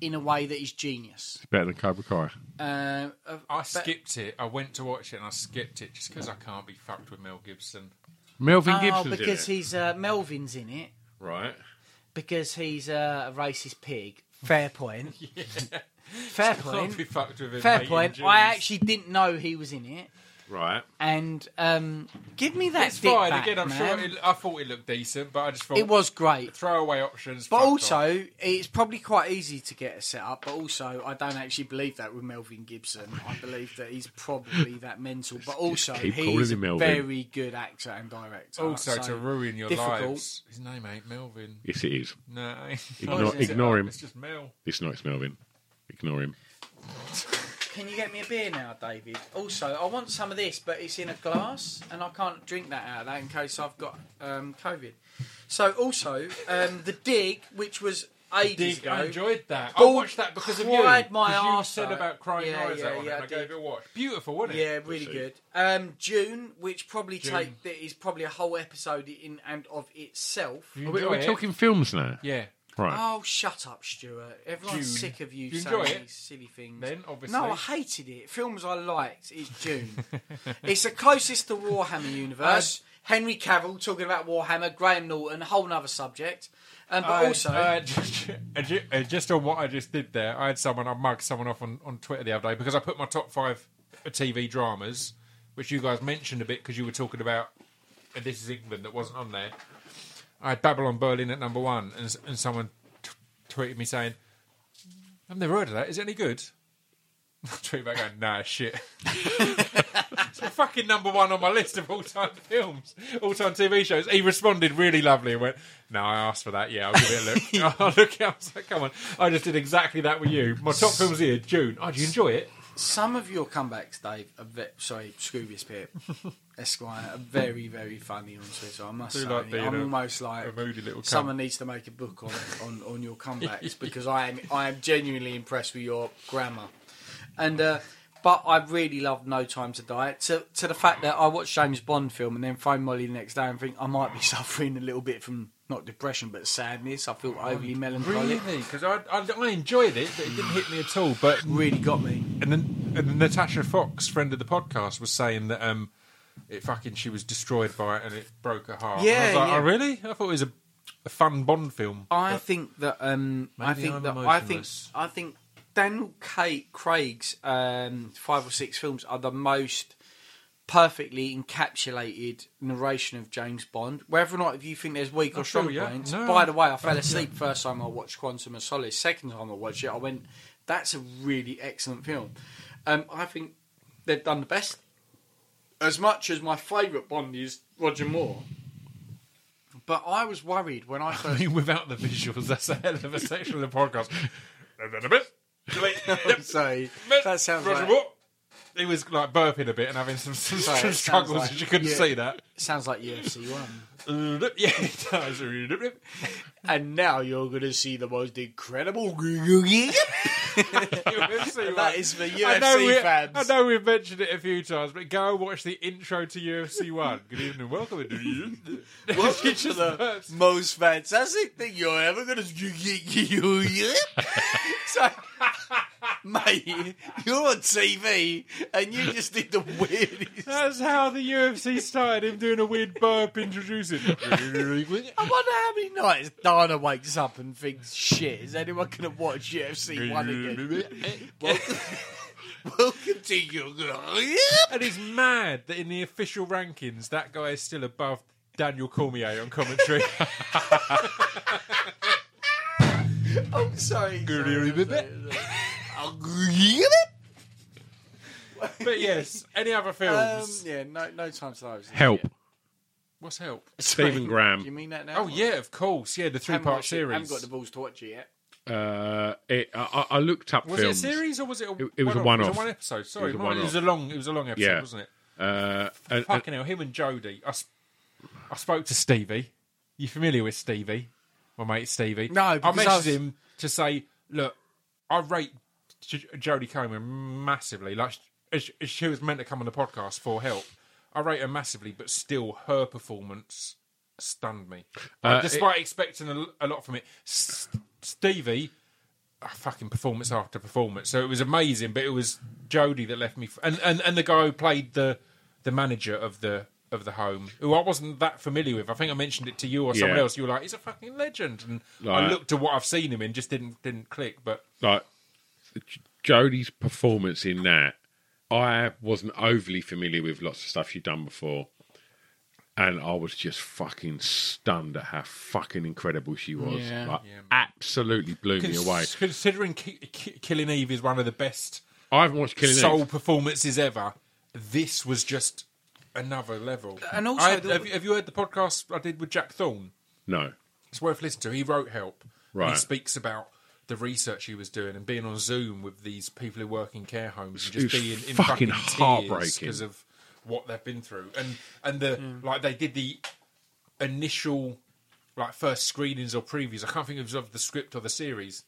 Speaker 4: in a way that is genius.
Speaker 3: Better than Cobra Kai.
Speaker 4: Uh, of-
Speaker 1: I
Speaker 4: but-
Speaker 1: skipped it. I went to watch it and I skipped it just because I can't be fucked with Mel Gibson.
Speaker 3: Melvin
Speaker 4: Oh,
Speaker 3: Gibson's
Speaker 4: because
Speaker 3: in it.
Speaker 4: he's uh, Melvin's in it
Speaker 3: right.
Speaker 4: because he's uh, a racist pig. Fair point. Fair
Speaker 1: Can't
Speaker 4: point.
Speaker 1: be fucked with him.
Speaker 4: Fair
Speaker 1: mate,
Speaker 4: point.
Speaker 1: injuries.
Speaker 4: I actually didn't know he was in it.
Speaker 3: Right.
Speaker 4: and um, give me that.
Speaker 1: It's
Speaker 4: dick
Speaker 1: fine.
Speaker 4: back,
Speaker 1: Again, I'm
Speaker 4: man.
Speaker 1: sure. It, I thought it looked decent, but I just thought
Speaker 4: it was great.
Speaker 1: throwaway options.
Speaker 4: But
Speaker 1: fuck
Speaker 4: also,
Speaker 1: off.
Speaker 4: it's probably quite easy to get a setup. But also, I don't actually believe that with Melvin Gibson. I believe that he's probably that mental. But also,
Speaker 3: keep calling
Speaker 4: he's a
Speaker 3: him Melvin.
Speaker 4: very good actor and director.
Speaker 1: also
Speaker 4: so
Speaker 1: to ruin your
Speaker 4: Oh, difficult.
Speaker 1: lives. His name ain't Melvin.
Speaker 3: Yes, it is.
Speaker 1: No,
Speaker 3: Ignore- ignore him.
Speaker 1: It's just Mel.
Speaker 3: It's not. It's Melvin. Ignore him.
Speaker 4: Can you get me a beer now, David? Also, I want some of this, but it's in a glass, and I can't drink that out of that in case I've got um, COVID. So, also, um, the dig, which was ages
Speaker 1: Dig, I
Speaker 4: ago.
Speaker 1: enjoyed that. I
Speaker 4: Bald
Speaker 1: watched that because of you.
Speaker 4: cried my
Speaker 1: 'cause you
Speaker 4: arse
Speaker 1: said
Speaker 4: out.
Speaker 1: about crying
Speaker 4: Yeah,
Speaker 1: eyes
Speaker 4: yeah,
Speaker 1: out on it,
Speaker 4: yeah,
Speaker 1: and
Speaker 4: I
Speaker 1: I gave
Speaker 4: did.
Speaker 1: it a watch. Beautiful, wasn't it?
Speaker 4: Yeah, really good. Um, June, which probably
Speaker 1: June.
Speaker 4: take that is probably a whole episode in and of itself.
Speaker 1: You
Speaker 3: Are we, are
Speaker 1: enjoy
Speaker 3: we
Speaker 1: it?
Speaker 3: talking films now?
Speaker 1: Yeah.
Speaker 3: Right.
Speaker 4: Oh, shut up, Stuart! Everyone's
Speaker 1: June.
Speaker 4: sick of you,
Speaker 1: You
Speaker 4: saying
Speaker 1: enjoy it?
Speaker 4: these silly things.
Speaker 1: Then, obviously.
Speaker 4: no, I hated it. Films I liked is June. it's the closest to Warhammer universe.
Speaker 1: Uh,
Speaker 4: Henry Cavill talking about Warhammer, Graham Norton, whole nother subject. Um, but
Speaker 1: I-
Speaker 4: also,
Speaker 1: I just, I ju- uh, just on what I just did there, I had someone, I mugged someone off on, on Twitter the other day because I put my top five TV dramas, which you guys mentioned a bit because you were talking about uh, This Is England that wasn't on there. I had Babylon Berlin at number one, and, s- and someone t- tweeted me saying, I've never heard of that. Is it any good? I tweeted back going, nah, shit. it's the fucking number one on my list of all time films, all time TV shows. He responded really lovely and went, no, I asked for that. Yeah, I'll give it a look. I'll look it up. I was like, come on. I just did exactly that with you. My top films here, June. Oh, do you enjoy it?
Speaker 4: some of your comebacks, Dave, are ve- sorry, Scroobius Pip, Esquire, are very, very funny on Twitter. I must
Speaker 1: Do
Speaker 4: say,
Speaker 1: like being
Speaker 4: I'm
Speaker 1: a-
Speaker 4: almost like
Speaker 1: a moody little cunt.
Speaker 4: someone needs to make a book on, on, on your comebacks because I am I am genuinely impressed with your grammar, and uh, but I really love No Time to Die to to the fact that I watch James Bond film and then phone Molly the next day and think I might be suffering a little bit from not depression but sadness. I feel overly melancholic.
Speaker 1: Because I, I, I enjoyed it, but it didn't hit me at all. But
Speaker 4: Really got me.
Speaker 1: and then and then Natasha Fox, friend of the podcast, was saying that um, it fucking she was destroyed by it and it broke her heart. And I
Speaker 4: Yeah,
Speaker 1: was like,
Speaker 4: yeah.
Speaker 1: oh really? I thought it was a, a fun Bond film.
Speaker 4: I think that um, I
Speaker 1: Maybe
Speaker 4: think
Speaker 1: I'm
Speaker 4: that I think
Speaker 1: emotionless.
Speaker 4: I think Daniel Kate Craig's um, five or six films are the most perfectly encapsulated narration of James Bond. Whether or not if you think there's weak or strong
Speaker 1: sure, yeah.
Speaker 4: points.
Speaker 1: No.
Speaker 4: By the way, I fell asleep first time I watched Quantum of Solace. Second time I watched it, I went, "That's a really excellent film." Um, I think they've done the best. As much as my favourite Bond is Roger Moore, but I was worried when I first
Speaker 1: I mean, without the visuals, that's a hell of a section of the podcast. And then a bit. Yep.
Speaker 4: Sorry, that sounds
Speaker 1: Roger
Speaker 4: like
Speaker 1: Moore. He was like burping a bit and having some, some,
Speaker 4: Sorry,
Speaker 1: some
Speaker 4: it sounds
Speaker 1: struggles
Speaker 4: like-
Speaker 1: as you couldn't
Speaker 4: yeah.
Speaker 1: see that.
Speaker 4: sounds like UFC one.
Speaker 1: Yeah, it does.
Speaker 4: And now you're gonna see the most incredible.
Speaker 1: that
Speaker 4: is for
Speaker 1: I know,
Speaker 4: UFC
Speaker 1: we,
Speaker 4: fans.
Speaker 1: I know we've mentioned it a few times, but go and watch the intro to UFC 1. Good evening, welcome to UFC.
Speaker 4: Welcome to the most fantastic thing you're ever gonna so, mate, you're on TV and you just did the weirdest.
Speaker 1: That's how the UFC started, him doing a weird burp introducing.
Speaker 4: I wonder how many nights Dana wakes up and thinks, "Shit, is anyone gonna watch UFC one again?" welcome, welcome to your.
Speaker 1: and it's mad that in the official rankings, that guy is still above Daniel Cormier on commentary.
Speaker 4: I'm sorry. sorry, I'm sorry.
Speaker 1: Oh. but yes, any other
Speaker 4: Um,
Speaker 1: films?
Speaker 4: yeah, no, no time to those.
Speaker 3: Help.
Speaker 1: What's help?
Speaker 3: Stephen
Speaker 4: Do you
Speaker 3: Graham.
Speaker 4: mean that now?
Speaker 1: Oh, yeah, of course. Yeah, the three
Speaker 4: Haven't
Speaker 1: part
Speaker 4: watched it-
Speaker 1: series.
Speaker 4: haven't got the balls to watch it yet.
Speaker 3: Uh, it, I, I I looked up
Speaker 1: Was
Speaker 3: films.
Speaker 1: it a series or was it a
Speaker 3: It- it was a
Speaker 1: It
Speaker 3: one-off.
Speaker 1: was a one episode. Sorry,
Speaker 3: was a
Speaker 1: mine- it was a,
Speaker 3: one-off.
Speaker 1: long. It was a long episode,
Speaker 3: Yeah.
Speaker 1: wasn't it?
Speaker 3: Uh, and- and-
Speaker 1: Fucking hell, him and Jodie. I, sp- I spoke to Stevie. You familiar with Stevie? My mate Stevie.
Speaker 4: No,
Speaker 1: I
Speaker 4: because
Speaker 1: messaged
Speaker 4: I was-
Speaker 1: him to say, look, I rate J- Jodie Comer massively. Like sh- sh- she was meant to come on the podcast for help. I rate her massively, but still, her performance stunned me. Like,
Speaker 3: Uh,
Speaker 1: despite expecting a, l- a lot from it, S- Stevie oh, fucking performance after performance. So it was amazing, but it was Jodie that left me. F- and, and and the guy who played the the manager of the of the home, who I wasn't that familiar with. I think I mentioned it to you or someone
Speaker 3: Yeah.
Speaker 1: else. You were like, "He's a fucking legend," and I
Speaker 3: Right.
Speaker 1: looked at what I've seen him in, just didn't didn't click. But
Speaker 3: like J- Jodie's performance in that I wasn't overly familiar with lots of stuff you'd done before, and I was just fucking stunned at how fucking incredible she was.
Speaker 4: Yeah.
Speaker 3: like, absolutely blew me away.
Speaker 1: Cons- Considering Ki- Ki- Killing Eve is one of the best
Speaker 3: I haven't watched Killing
Speaker 1: soul
Speaker 3: Eve.
Speaker 1: performances ever, this was just another level.
Speaker 4: And also
Speaker 1: I had-
Speaker 4: the-
Speaker 1: have, you- have you heard the podcast I did with Jack Thorne?
Speaker 3: No,
Speaker 1: It's worth listening to. He wrote Help. and
Speaker 3: Right.
Speaker 1: he speaks about the research he was doing and being on Zoom with these people who work in care homes and
Speaker 3: It
Speaker 1: just
Speaker 3: was
Speaker 1: being in
Speaker 3: fucking
Speaker 1: fucking,
Speaker 3: heartbreaking.
Speaker 1: because of what they've been through. And and the
Speaker 4: Mm.
Speaker 1: like, they did the initial like first screenings or previews. I can't think if it was of the script or the series.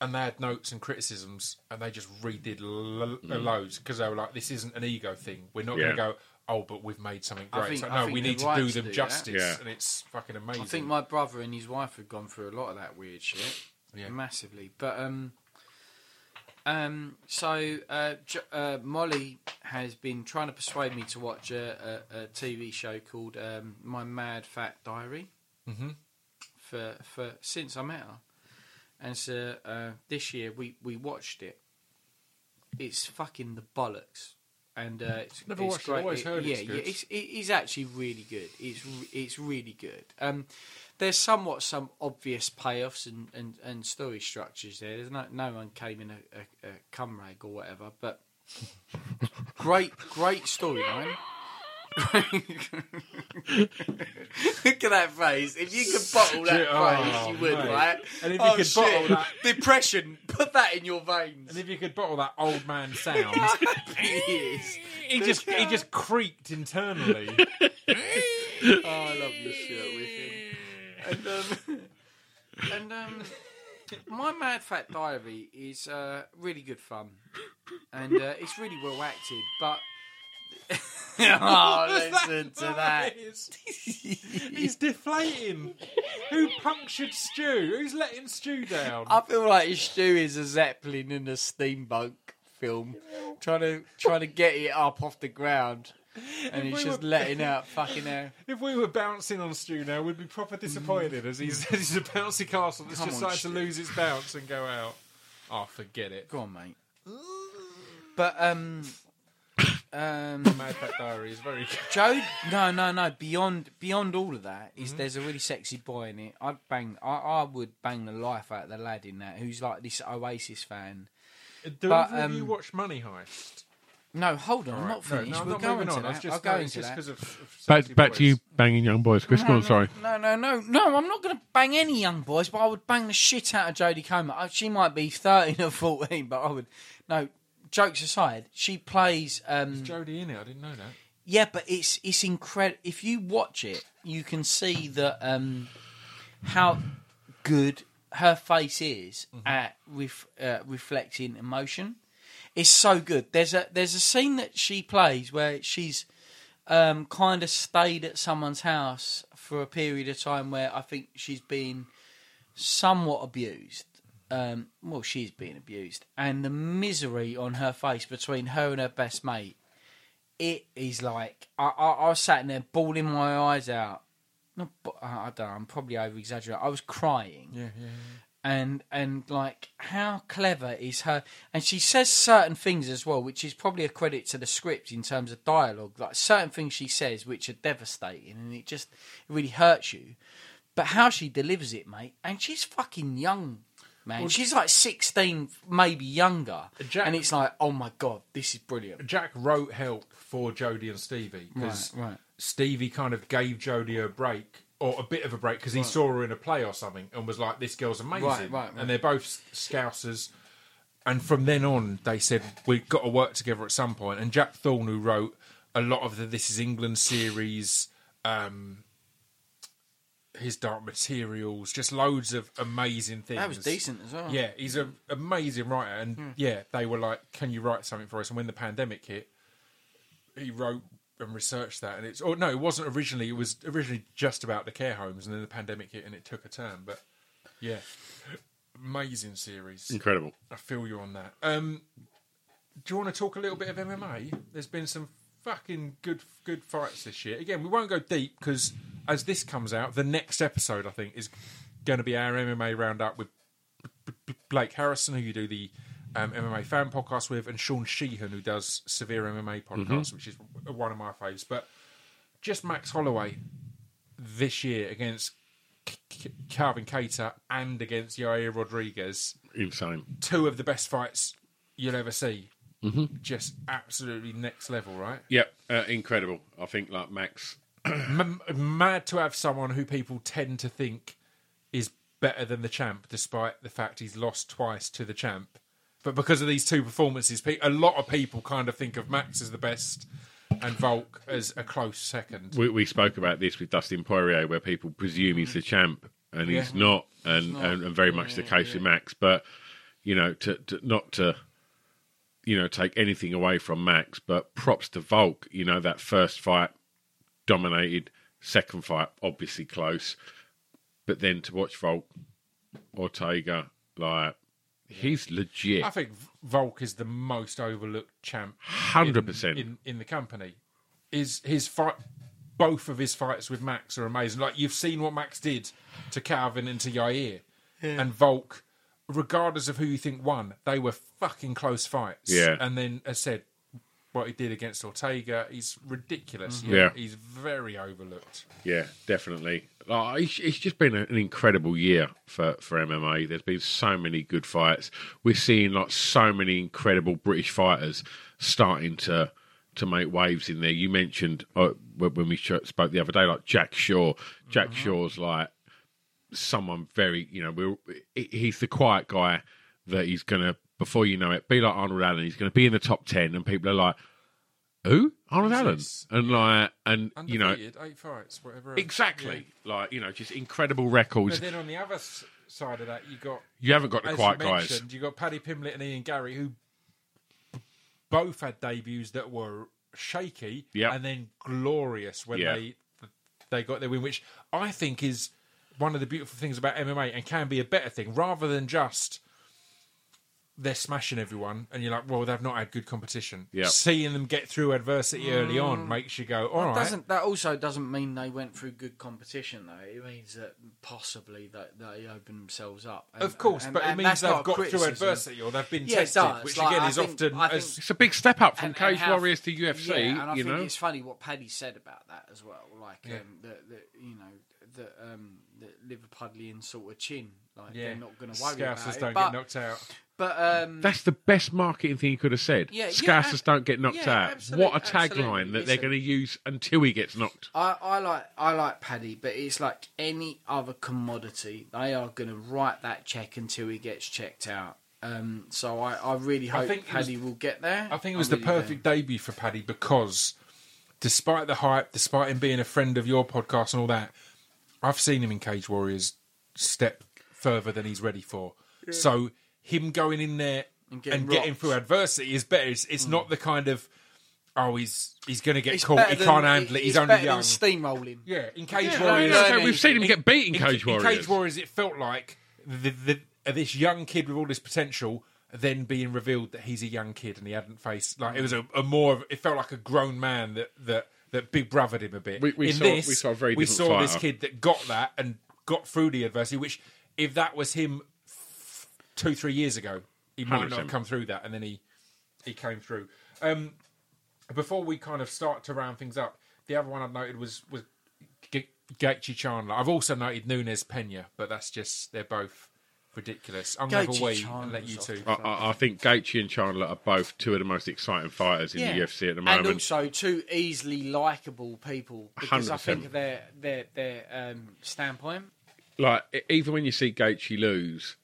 Speaker 1: And they had notes and criticisms, and they just redid lo- loads because they were like, "This isn't an ego thing. We're not
Speaker 3: Mm. Yeah.
Speaker 1: going to go, oh, but we've made something
Speaker 4: I
Speaker 1: great.
Speaker 4: think-
Speaker 1: It's like,
Speaker 4: I
Speaker 1: no,
Speaker 4: think
Speaker 1: we
Speaker 4: they're
Speaker 1: need to
Speaker 4: right
Speaker 1: do
Speaker 4: to
Speaker 1: them
Speaker 4: do that.
Speaker 1: justice,
Speaker 3: Yeah.
Speaker 1: and it's fucking amazing."
Speaker 4: I think my brother and his wife had gone through a lot of that weird shit,
Speaker 1: Yeah.
Speaker 4: massively. But um, um, so uh, J- uh, Molly has been trying to persuade me to watch a, a, a TV show called um, My Mad Fat Diary.
Speaker 1: Mm-hmm.
Speaker 4: For for since I met her, and so uh, this year we we watched it. It's fucking the bollocks. And uh, it's,
Speaker 1: Never
Speaker 4: it's
Speaker 1: watched it,
Speaker 4: great.
Speaker 1: always heard
Speaker 4: yeah,
Speaker 1: it's good.
Speaker 4: yeah, it's it is actually really good. It's re- it's really good. Um, there's somewhat some obvious payoffs and, and, and story structures there. There's no no one came in a, a, a cum rag or whatever, but great great storyline. Look at that phrase. If you could bottle that
Speaker 1: Oh,
Speaker 4: phrase, you would,
Speaker 1: mate.
Speaker 4: right?
Speaker 1: And if you
Speaker 4: Oh,
Speaker 1: could bottle that-
Speaker 4: depression, put that in your veins.
Speaker 1: And if you could bottle that old man sound,
Speaker 4: It is.
Speaker 1: he just he just creaked internally.
Speaker 4: Oh, I love your shirt with him. And um, and um, my Mad Fat Diary is uh, really good fun, and uh, it's really well acted. But oh, listen to that.
Speaker 1: He's deflating. Who punctured Stew? Who's letting Stew down?
Speaker 4: I feel like Stu is a Zeppelin in a steamboat film, trying to trying to get it up off the ground, and he's
Speaker 1: we
Speaker 4: just
Speaker 1: were-
Speaker 4: letting out fucking air.
Speaker 1: If we were bouncing on Stew now, we'd be proper disappointed as he's, as he's a bouncy castle that's
Speaker 4: Come
Speaker 1: just
Speaker 4: on,
Speaker 1: started to
Speaker 4: Stu.
Speaker 1: lose its bounce and go out. Oh, forget it.
Speaker 4: Go on, mate. But um, um.
Speaker 1: Mad Fat Diary is very good.
Speaker 4: Joe, no, no, no. Beyond beyond all of that
Speaker 1: Mm-hmm.
Speaker 4: is there's a really sexy boy in it. I'd bang, I, I would bang the life out of the lad in that who's like this Oasis fan.
Speaker 1: Do
Speaker 4: But,
Speaker 1: either of you
Speaker 4: um,
Speaker 1: watch Money Heist?
Speaker 4: No, hold on, I'm
Speaker 1: Right,
Speaker 4: not finished.
Speaker 1: No, no, I'm
Speaker 4: we'll
Speaker 1: not
Speaker 4: go
Speaker 1: moving
Speaker 4: into
Speaker 1: on. I was
Speaker 4: that.
Speaker 1: just,
Speaker 4: I'll go
Speaker 1: no, it's
Speaker 4: into
Speaker 1: just
Speaker 4: that.
Speaker 1: 'cause of, of
Speaker 3: back
Speaker 1: sexy
Speaker 3: back to
Speaker 1: boys.
Speaker 3: you, banging young boys. Chris, go on. Sorry.
Speaker 4: No, no, no, no. I'm not going to bang any young boys, but I would bang the shit out of Jodie Comer. Uh, She might be 13 or 14, but I would. No, jokes aside, she plays. Um,
Speaker 1: Jodie in it. I didn't know that.
Speaker 4: Yeah, but it's it's incredible. If you watch it, you can see that um, how good her face is at ref, uh, reflecting emotion. It's so good. There's a there's a scene that she plays where she's um, kind of stayed at someone's house for a period of time where I think she's been somewhat abused. Um, well, she's being abused, and the misery on her face between her and her best mate it is like I, I, I was sat in there bawling my eyes out. Not, ba- I I don't know. I'm probably over exaggerating. I was crying. Yeah, yeah, And and like, how clever is her? And she says certain things as well, which is probably a credit to the script in terms of dialogue. Like certain things she says, which are devastating, and it just it really hurts you. But how she delivers it, mate, and she's fucking young, man. she's like sixteen, maybe younger,
Speaker 1: Jack-
Speaker 4: and it's like, oh my god, this is brilliant.
Speaker 1: Jack wrote help for Jodie and Stevie because
Speaker 4: Right, right.
Speaker 1: Stevie kind of gave Jodie a break or a bit of a break because he saw her in a play or something and was like, "This girl's amazing."
Speaker 4: Right, right, right.
Speaker 1: And they're both s- Scousers. And from then on, they said we've got to work together at some point. And Jack Thorne, who wrote a lot of the This Is England series, um, his Dark Materials, just loads of amazing things.
Speaker 4: That was decent as well.
Speaker 1: Yeah, he's an amazing writer, and yeah, they were like, "Can you write something for us?" And when the pandemic hit, he wrote and researched that, and it's oh no, it wasn't originally. It was originally just about the care homes, and then the pandemic hit, and it took a turn. But yeah, amazing series.
Speaker 3: Incredible.
Speaker 1: I feel you on that. Um, do you want to talk a little bit of MMA? There's been some fucking good good fights this year. Again, we won't go deep because as this comes out, the next episode I think is going to be our MMA roundup with B- B- Blake Harrison, who you do the um, MMA fan podcast with, and Sean Sheehan, who does Severe MMA podcast, which is one of my faves. But just Max Holloway this year against K- K- Calvin Cater and against Yair Rodriguez,
Speaker 3: Insane.
Speaker 1: two of the best fights you'll ever see. Just absolutely next level, right?
Speaker 3: Yep, uh, incredible. I think like Max.
Speaker 1: M- mad to have someone who people tend to think is better than the champ, despite the fact he's lost twice to the champ. But because of these two performances, pe- a lot of people kind of think of Max as the best and Volk as a close second.
Speaker 3: We, we spoke about this with Dustin Poirier, where people presume he's the champ, and he's not, and, and, and very much the case with Max. But you know, to, to not to you know take anything away from Max, but props to Volk. You know that first fight dominated, second fight obviously close, but then to watch Volk Ortega like he's legit,
Speaker 1: I think Volk is the most overlooked champ
Speaker 3: hundred percent.
Speaker 1: in, in the company. Is his fight? Both of his fights with Max are amazing. Like you've seen what Max did to Calvin and to Yair and Volk. Regardless of who you think won, they were fucking close fights.
Speaker 3: Yeah.
Speaker 1: And then, as said, what he did against Ortega, he's ridiculous.
Speaker 3: Mm-hmm. Yeah.
Speaker 1: He's very overlooked.
Speaker 3: Yeah, definitely. Like, it's, it's just been an incredible year for, for MMA. There's been so many good fights. We're seeing like so many incredible British fighters starting to to make waves in there. You mentioned uh, when when we sh- spoke the other day, like Jack Shaw. Jack Shaw's like someone very, you know, we're, he- he's the quiet guy that he's gonna before you know it be like Arnold Allen. He's gonna be in the top ten, and people are like, "Who Arnold Allen?"
Speaker 1: this?
Speaker 3: And like, and you know,
Speaker 1: Undefeated, eight fights, whatever.
Speaker 3: Exactly. Like, you know, just incredible
Speaker 1: But
Speaker 3: records.
Speaker 1: then on the other s- side of that, you got
Speaker 3: You haven't got the
Speaker 1: as
Speaker 3: quiet
Speaker 1: you
Speaker 3: guys.
Speaker 1: You got Paddy Pimblett and Ian Gary, who b- both had debuts that were shaky,
Speaker 3: Yep.
Speaker 1: and then glorious when
Speaker 3: Yeah.
Speaker 1: they they got their win, which I think is one of the beautiful things about MMA and can be a better thing rather than just they're smashing everyone and you're like, well, they've not had good competition.
Speaker 3: Yep.
Speaker 1: Seeing them get through adversity early on makes you go, all right.
Speaker 4: Doesn't Mm. that also doesn't mean they went through good competition though? It means that possibly that they opened themselves up. And-
Speaker 1: of course,
Speaker 4: and-
Speaker 1: but
Speaker 4: and
Speaker 1: it
Speaker 4: that's
Speaker 1: means they've
Speaker 4: not a
Speaker 1: got through
Speaker 4: criticism.
Speaker 1: adversity or they've been
Speaker 4: Yeah, it
Speaker 1: tested,
Speaker 4: does.
Speaker 1: which
Speaker 4: Like,
Speaker 1: again
Speaker 4: I
Speaker 1: is
Speaker 4: think-
Speaker 1: often
Speaker 4: I
Speaker 1: as
Speaker 4: think
Speaker 3: It's a big step up from
Speaker 4: And-
Speaker 3: Cage
Speaker 4: and how-
Speaker 3: Warriors to UFC,
Speaker 4: Yeah, and I
Speaker 3: you
Speaker 4: think
Speaker 3: know.
Speaker 4: it's funny what Paddy said about that as well. Like, um, the, the, you know, the, um, the Liverpudlian sort of chin. Like,
Speaker 1: yeah,
Speaker 4: they're not going to worry
Speaker 1: Scousers
Speaker 4: about
Speaker 1: don't
Speaker 4: it. But,
Speaker 1: get knocked out.
Speaker 4: but um,
Speaker 3: That's the best marketing thing he could have said.
Speaker 4: Yeah, yeah,
Speaker 3: Scousers
Speaker 4: ab-
Speaker 3: don't get knocked
Speaker 4: yeah,
Speaker 3: out.
Speaker 4: absolute-
Speaker 3: what a
Speaker 4: absolutely.
Speaker 3: tagline that they're
Speaker 4: Listen.
Speaker 3: going to use until he gets knocked.
Speaker 4: I, I like I like Paddy, but it's like any other commodity. They are going to write that check until he gets checked out. Um, so I, I really hope
Speaker 1: think it was-
Speaker 4: Paddy will get there.
Speaker 1: I think it was the
Speaker 4: really do.
Speaker 1: perfect debut for Paddy because, despite the hype, despite him being a friend of your podcast and all that, I've seen him in Cage Warriors step further than he's ready for. So him going in there and
Speaker 4: getting
Speaker 1: getting,
Speaker 4: rocked. Mm.
Speaker 1: through adversity is better. It's, it's not the kind of oh he's he's going to get
Speaker 4: It's
Speaker 1: caught.
Speaker 4: better
Speaker 1: He
Speaker 4: than-
Speaker 1: can't handle it.
Speaker 4: it's
Speaker 1: He's only
Speaker 4: better than
Speaker 1: young.
Speaker 4: steamrolling.
Speaker 1: yeah, in Cage
Speaker 4: Yeah,
Speaker 3: I mean,
Speaker 1: Warriors,
Speaker 4: no,
Speaker 3: so
Speaker 4: no,
Speaker 3: we've seen him get beat in Cage
Speaker 1: in
Speaker 3: Warriors.
Speaker 1: Cage Warriors, it felt like the, the, uh, this young kid with all this potential then being revealed that he's a young kid and he hadn't faced like it was a, a more of, it felt like a grown man that that that big brothered him a bit.
Speaker 3: We- we
Speaker 1: in
Speaker 3: saw-
Speaker 1: this,
Speaker 3: we saw a very
Speaker 1: we
Speaker 3: different
Speaker 1: saw this
Speaker 3: fighter.
Speaker 1: kid that got that and got through the adversity. Which, if that was him f- two three years ago, he might not
Speaker 3: 100%.
Speaker 1: have come through that, and then he he came through. Um, before we kind of start to round things up, the other one I've noted was was G- Gaethje Chandler. I've also noted Nunes Pena, but that's just they're both ridiculous. I'm going to have a
Speaker 4: Gaethje
Speaker 1: wee and let you
Speaker 4: Chandler's
Speaker 1: two.
Speaker 3: I, I, I think Gaethje and Chandler are both two of the most exciting fighters in the UFC at the moment.
Speaker 4: And also two easily likable people because I
Speaker 3: 100%.
Speaker 4: think of their their their um, standpoint.
Speaker 3: like e- even when you see Gaethje lose,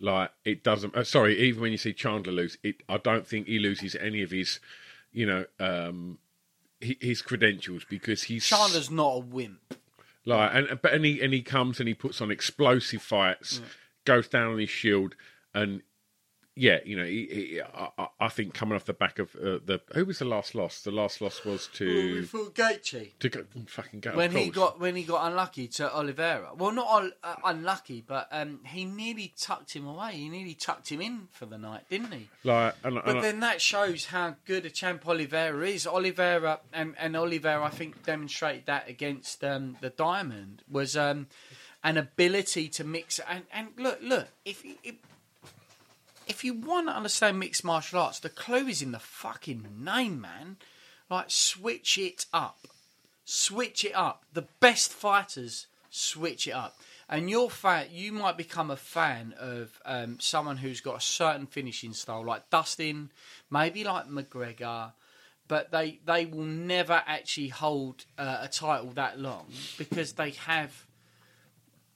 Speaker 3: like it doesn't. Uh, sorry, even when you see Chandler lose, it I don't think he loses any of his, you know, um, hi- his credentials because he's
Speaker 4: Chandler's not a wimp.
Speaker 3: like and but and he and he comes and he puts on explosive fights, goes down on his shield, and yeah, you know, he, he, I, I- I think coming off the back of uh, the who was the last loss? The last loss was to
Speaker 4: thought Gaethje.
Speaker 3: to go, fucking go. of
Speaker 4: when he
Speaker 3: course.
Speaker 4: got when he got unlucky to Oliveira. Well, not un- uh, unlucky, but um, he nearly tucked him away. He nearly tucked him in for the night, didn't he?
Speaker 3: like and, and
Speaker 4: But
Speaker 3: I-
Speaker 4: then that shows how good a champ Oliveira is. Oliveira and, and Oliveira, I think, demonstrated that against um, the Diamond was um, an ability to mix. And, and look, look, if, if if you want to understand mixed martial arts, the clue is in the fucking name, man. Like, switch it up. Switch it up. The best fighters switch it up. And you're fan, you might become a fan of um, someone who's got a certain finishing style, like Dustin, maybe like McGregor, but they, they will never actually hold uh, a title that long because they have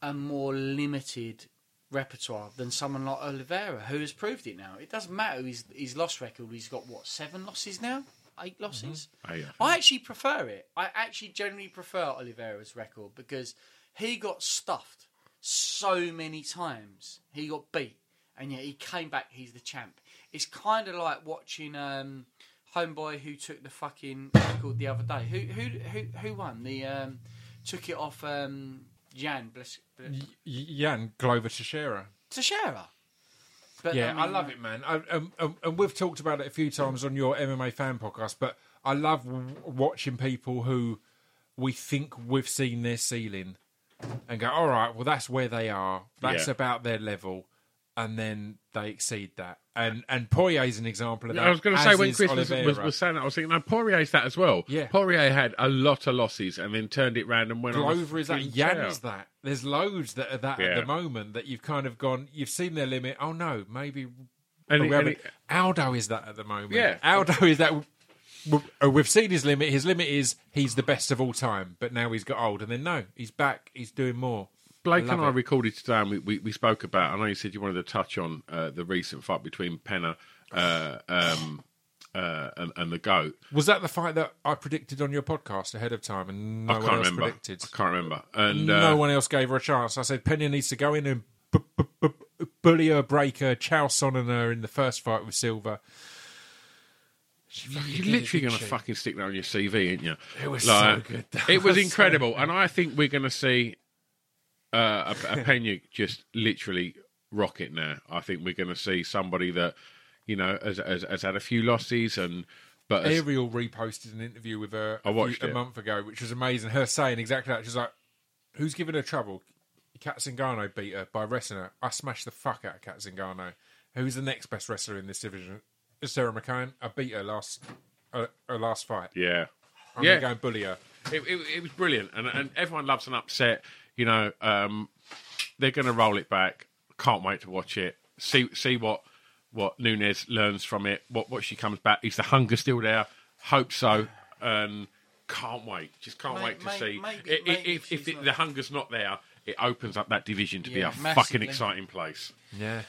Speaker 4: a more limited repertoire than someone like Oliveira, who has proved it now. It doesn't matter his, his loss record. He's got what seven losses now, eight losses.
Speaker 3: Eight, I think.
Speaker 4: I actually prefer it. I actually generally prefer Oliveira's record because he got stuffed so many times. He got beat, and yet he came back. He's the champ. It's kind of like watching um, homeboy who took the fucking record the other day. Who who who who won the um, took it off um, Jan Blas- Blas-
Speaker 1: Y- y- Jan Glover Teixeira.
Speaker 4: Teixeira. But um,
Speaker 1: Yeah, I,
Speaker 4: mean,
Speaker 1: love it, man. I, um, um, and we've talked about it a few times on your MMA fan podcast, but I love w- watching people who we think we've seen their ceiling and go, all right, well, that's where they are. That's
Speaker 3: Yeah.
Speaker 1: about their level. And then they exceed that. And and Poirier is an example of that.
Speaker 3: I was going to
Speaker 1: as
Speaker 3: say when
Speaker 1: is
Speaker 3: Chris was, was,
Speaker 1: Oliveira.
Speaker 3: was saying that, I was thinking, no, Poirier's that as well.
Speaker 1: Yeah.
Speaker 3: Poirier had a lot of losses and then turned it round and went on. a
Speaker 1: Glover is that,
Speaker 3: fucking
Speaker 1: Yan
Speaker 3: tear.
Speaker 1: is that. There's loads that are that at
Speaker 3: Yeah.
Speaker 1: the moment that you've kind of gone, you've seen their limit. Oh no, maybe.
Speaker 3: And
Speaker 1: we
Speaker 3: it-
Speaker 1: haven't-
Speaker 3: and it-
Speaker 1: Aldo is that at the moment.
Speaker 3: Yeah.
Speaker 1: Aldo is that. w- uh, We've seen his limit. His limit is he's the best of all time, but now he's got old. And then no, he's back. He's doing more.
Speaker 3: Blake
Speaker 1: love
Speaker 3: and I
Speaker 1: it.
Speaker 3: recorded today, and we, we, we spoke about. I know you said you wanted to touch on uh, the recent fight between Penner uh, um, uh, and, and the goat.
Speaker 1: Was that the fight that I predicted on your podcast ahead of time, and no
Speaker 3: I
Speaker 1: one
Speaker 3: can't
Speaker 1: else
Speaker 3: remember.
Speaker 1: predicted?
Speaker 3: I can't remember. And uh,
Speaker 1: no one else gave her a chance. I said Penny needs to go in and b- b- b- bully her, break her, chouse on her in the first fight with Silver.
Speaker 3: You're literally going to fucking stick that on your CV, aren't you?
Speaker 1: It was so good. That
Speaker 3: It
Speaker 1: was
Speaker 3: was,
Speaker 1: so
Speaker 3: incredible, and I think we're going to see uh, a, a Pena just literally rock it now. I think we're going to see somebody that you know has, has, has had a few losses, and but has-
Speaker 1: Ariel reposted an interview with her a
Speaker 3: I watched
Speaker 1: few- a
Speaker 3: it.
Speaker 1: month ago, which was amazing. Her saying exactly that. She's like, "Who's giving her trouble? Kat Zingano beat her by wrestling her. I smashed the fuck out of Kat Zingano. Who's the next best wrestler in this division? Sarah McCann. I beat her last uh, her last fight.
Speaker 3: yeah,
Speaker 1: I'm
Speaker 3: yeah,
Speaker 1: gonna go and bully her.
Speaker 3: it, it, it was brilliant, and, and everyone loves an upset. You know, um, they're going to roll it back. Can't wait to watch it. See see what what Nunez learns from it. What what she comes back. Is the hunger still there? Hope so. And can't wait. Just can't
Speaker 4: May-
Speaker 3: wait to
Speaker 4: may-
Speaker 3: see.
Speaker 4: maybe-
Speaker 3: I- I-
Speaker 4: maybe
Speaker 3: if if
Speaker 4: she's
Speaker 3: it,
Speaker 4: not-
Speaker 3: the hunger's not there, it opens up that division to be
Speaker 4: Yeah,
Speaker 3: a fucking
Speaker 4: massively.
Speaker 3: exciting place.
Speaker 1: Yeah,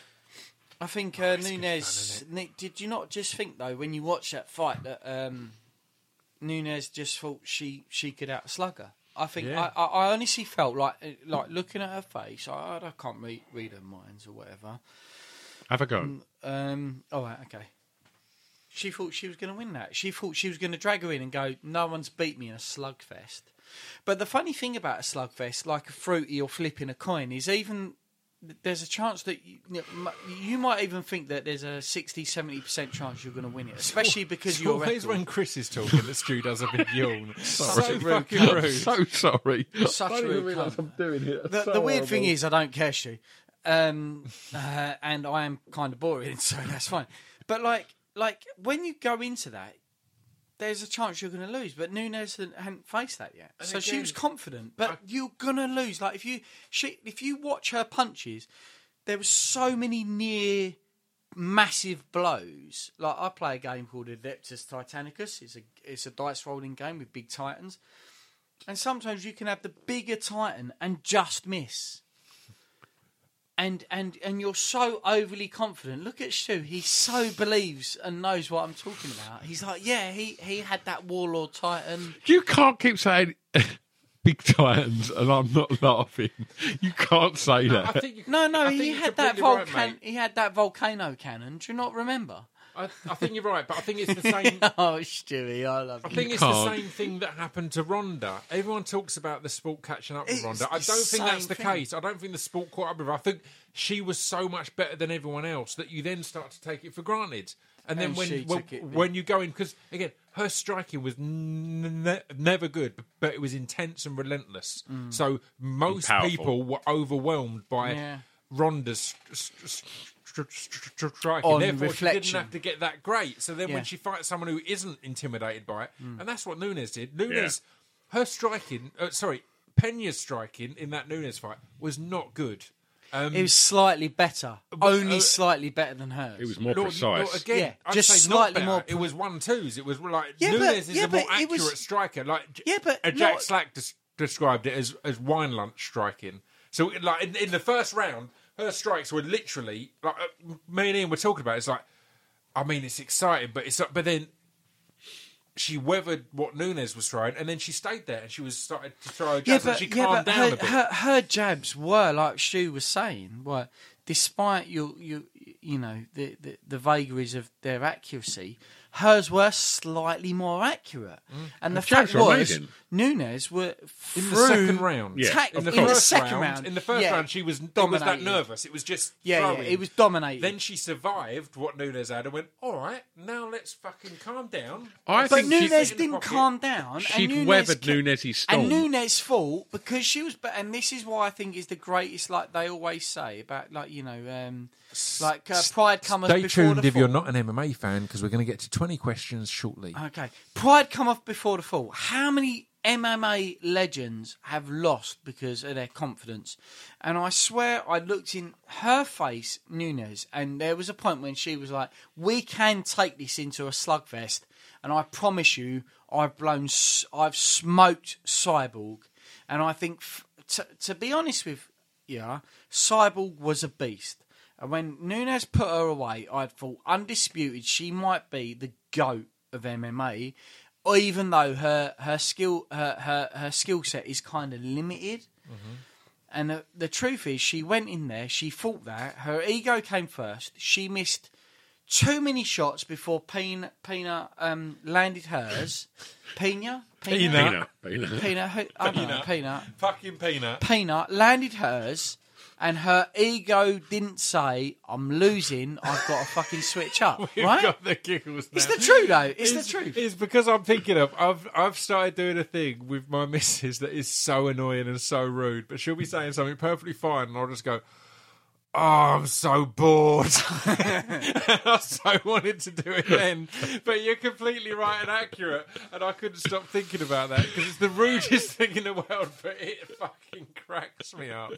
Speaker 4: I
Speaker 1: Oh,
Speaker 4: think uh, Nunez. Nick, did you not just think though when you watched that fight that um, Nunez just thought she she could outslug her? I think
Speaker 1: Yeah.
Speaker 4: I, I, I honestly felt like like looking at her face. I, I can't read read her minds or whatever.
Speaker 3: Have a go.
Speaker 4: Um, all right, okay. She thought she was going to win that. She thought she was going to drag her in and go, no one's beat me in a slugfest. But the funny thing about a slugfest, like a fruity or flipping a coin, is even there's a chance that you, you know, m- you might even think that there's a 60 70% chance you're going to win it, especially because you're.
Speaker 1: always when Chris is talking that Stu does a big yawn. so fucking
Speaker 3: I'm
Speaker 4: Mm.
Speaker 1: rude.
Speaker 3: so sorry.
Speaker 4: Such
Speaker 3: I didn't
Speaker 4: rude
Speaker 3: realise
Speaker 4: cunt.
Speaker 3: I'm doing it.
Speaker 4: the, the weird thing is, I don't care, Stu, um, uh, and I am kind of boring, so that's fine. But like, like when you go into that, there's a chance you're going to lose. But Nunes hadn't- hadn't faced that yet, so she was confident. But you're going to lose. Like if you she, if you watch her punches, there were so many near massive blows. Like I play a game called Adeptus Titanicus. It's a it's a dice rolling game with big titans. And sometimes you can have the bigger titan and just miss. And and and you're so overly confident. Look at Stu; he so believes and knows what I'm talking about. He's like, yeah, he he had that warlord titan.
Speaker 3: You can't keep saying big titans and I'm not laughing. You can't say that.
Speaker 1: I think you,
Speaker 4: No, no,
Speaker 1: I think
Speaker 4: he
Speaker 1: you're
Speaker 4: had that
Speaker 1: completely right,
Speaker 4: volcan.
Speaker 1: mate.
Speaker 4: he had that volcano cannon. Do you not remember?
Speaker 1: I, I think you're right, but I think it's the same.
Speaker 4: Oh, Stewie, I love
Speaker 1: I
Speaker 4: you.
Speaker 1: think it's the
Speaker 3: can't.
Speaker 1: same thing that happened to Ronda. Everyone talks about the sport catching up with
Speaker 4: It's
Speaker 1: Ronda. I
Speaker 4: the
Speaker 1: don't think that's
Speaker 4: same
Speaker 1: the
Speaker 4: thing.
Speaker 1: case. I don't think the sport caught up with her. I think she was so much better than everyone else that you then start to take it for granted. And then
Speaker 4: And
Speaker 1: when
Speaker 4: she
Speaker 1: when,
Speaker 4: took it-
Speaker 1: when you go in, because again, her striking was n- ne- never good, b- but it was intense and relentless.
Speaker 4: Mm.
Speaker 1: So most
Speaker 3: powerful.
Speaker 1: people were overwhelmed by
Speaker 4: Yeah.
Speaker 1: Ronda's st- st- st- stri- stri- stri- striking.
Speaker 4: On
Speaker 1: Therefore, she
Speaker 4: reflection.
Speaker 1: didn't have to get that great. So then,
Speaker 4: Yeah.
Speaker 1: when she fights someone who isn't intimidated by it, and that's what Nunes did. Nunes, her striking, uh, sorry, Pena's striking in that Nunes fight was not good. Um,
Speaker 4: It was slightly better, only
Speaker 1: uh,
Speaker 4: slightly better than hers.
Speaker 3: It was more
Speaker 1: Lord,
Speaker 3: precise.
Speaker 1: Lord, again,
Speaker 4: Yeah,
Speaker 1: I'd
Speaker 4: just
Speaker 1: say
Speaker 4: slightly
Speaker 1: not better.
Speaker 4: more-
Speaker 1: It was one twos. It was like
Speaker 4: Yeah, but-
Speaker 1: Nunes is
Speaker 4: yeah,
Speaker 1: a more
Speaker 4: but it
Speaker 1: accurate
Speaker 4: was-
Speaker 1: striker. Like J-
Speaker 4: Yeah, but
Speaker 1: uh, Jack
Speaker 4: not-
Speaker 1: Slack des- described it as as wine lunch striking. So it- like in, in the first round, her strikes were literally like uh, me and Ian were talking about. It, it's like, I mean, it's exciting, but it's not- but then. She weathered what Nunes was trying, and then she stayed there, and she was started to throw jabs, and she calmed down
Speaker 4: her,
Speaker 1: a bit.
Speaker 4: Her, her jabs were like Stu was saying, were despite you you you know the, the the vagaries of their accuracy, hers were slightly more accurate.
Speaker 1: Mm.
Speaker 4: And the
Speaker 3: jabs
Speaker 4: fact
Speaker 3: were
Speaker 4: was,
Speaker 3: amazing.
Speaker 4: Nunes were
Speaker 1: in the
Speaker 4: through-
Speaker 1: second round.
Speaker 3: Yeah,
Speaker 4: tac-
Speaker 3: of
Speaker 4: in the
Speaker 3: course.
Speaker 4: second round,
Speaker 1: in the first
Speaker 4: yeah,
Speaker 1: round, she was it was that
Speaker 4: dominated.
Speaker 1: nervous. It was just
Speaker 4: Yeah, yeah,
Speaker 1: throwing.
Speaker 4: it was dominated.
Speaker 1: Then she survived what Nunes had and went. All right, now let's fucking calm down.
Speaker 3: I
Speaker 4: But
Speaker 3: think she-
Speaker 4: Nunes
Speaker 1: in the
Speaker 4: didn't
Speaker 1: pocket.
Speaker 4: calm down.
Speaker 3: She'd
Speaker 4: and Nunes
Speaker 3: weathered
Speaker 4: ca-
Speaker 3: Nunes'
Speaker 4: And
Speaker 3: storm.
Speaker 4: Nunes' fault because she was. But and this is why I think is the greatest. Like they always say about, like you know, um, like uh, pride cometh
Speaker 1: Stay
Speaker 4: before
Speaker 1: tuned
Speaker 4: the
Speaker 1: if you're
Speaker 4: fall.
Speaker 1: not an MMA fan because we're going to get to 20 questions shortly.
Speaker 4: Okay, pride cometh before the fall. How many MMA legends have lost because of their confidence? And I swear, I looked in her face, Nunes, and there was a point when she was like, "We can take this into a slugfest," and I promise you, I've blown, s- I've smoked Cyborg, and I think, f- to, to be honest with you, Cyborg was a beast. And when Nunes put her away, I'd thought undisputed she might be the goat of MMA, even though her her skill her her, her skill set is kind of limited. And the, the truth is, she went in there, she thought that her ego came first. She missed too many shots before Pina Pina um, landed hers. Pina Pina
Speaker 3: Peanut, peanut.
Speaker 4: Pina who, I don't know, Pina
Speaker 1: Fucking peanut.
Speaker 4: Peanut landed hers, and her ego didn't say, "I'm losing. I've got to fucking switch up." right?
Speaker 1: Got the giggles
Speaker 4: it's
Speaker 1: now.
Speaker 4: the truth, though. It's, the truth.
Speaker 1: It's because I'm thinking of I've I've started doing a thing with my missus that is so annoying and so rude, but she'll be saying something perfectly fine, and I'll just go, "Oh, I'm so bored." and I so wanted to do it then, but you're completely right and accurate, and I couldn't stop thinking about that because it's the rudest thing in the world, but it fucking cracks me up.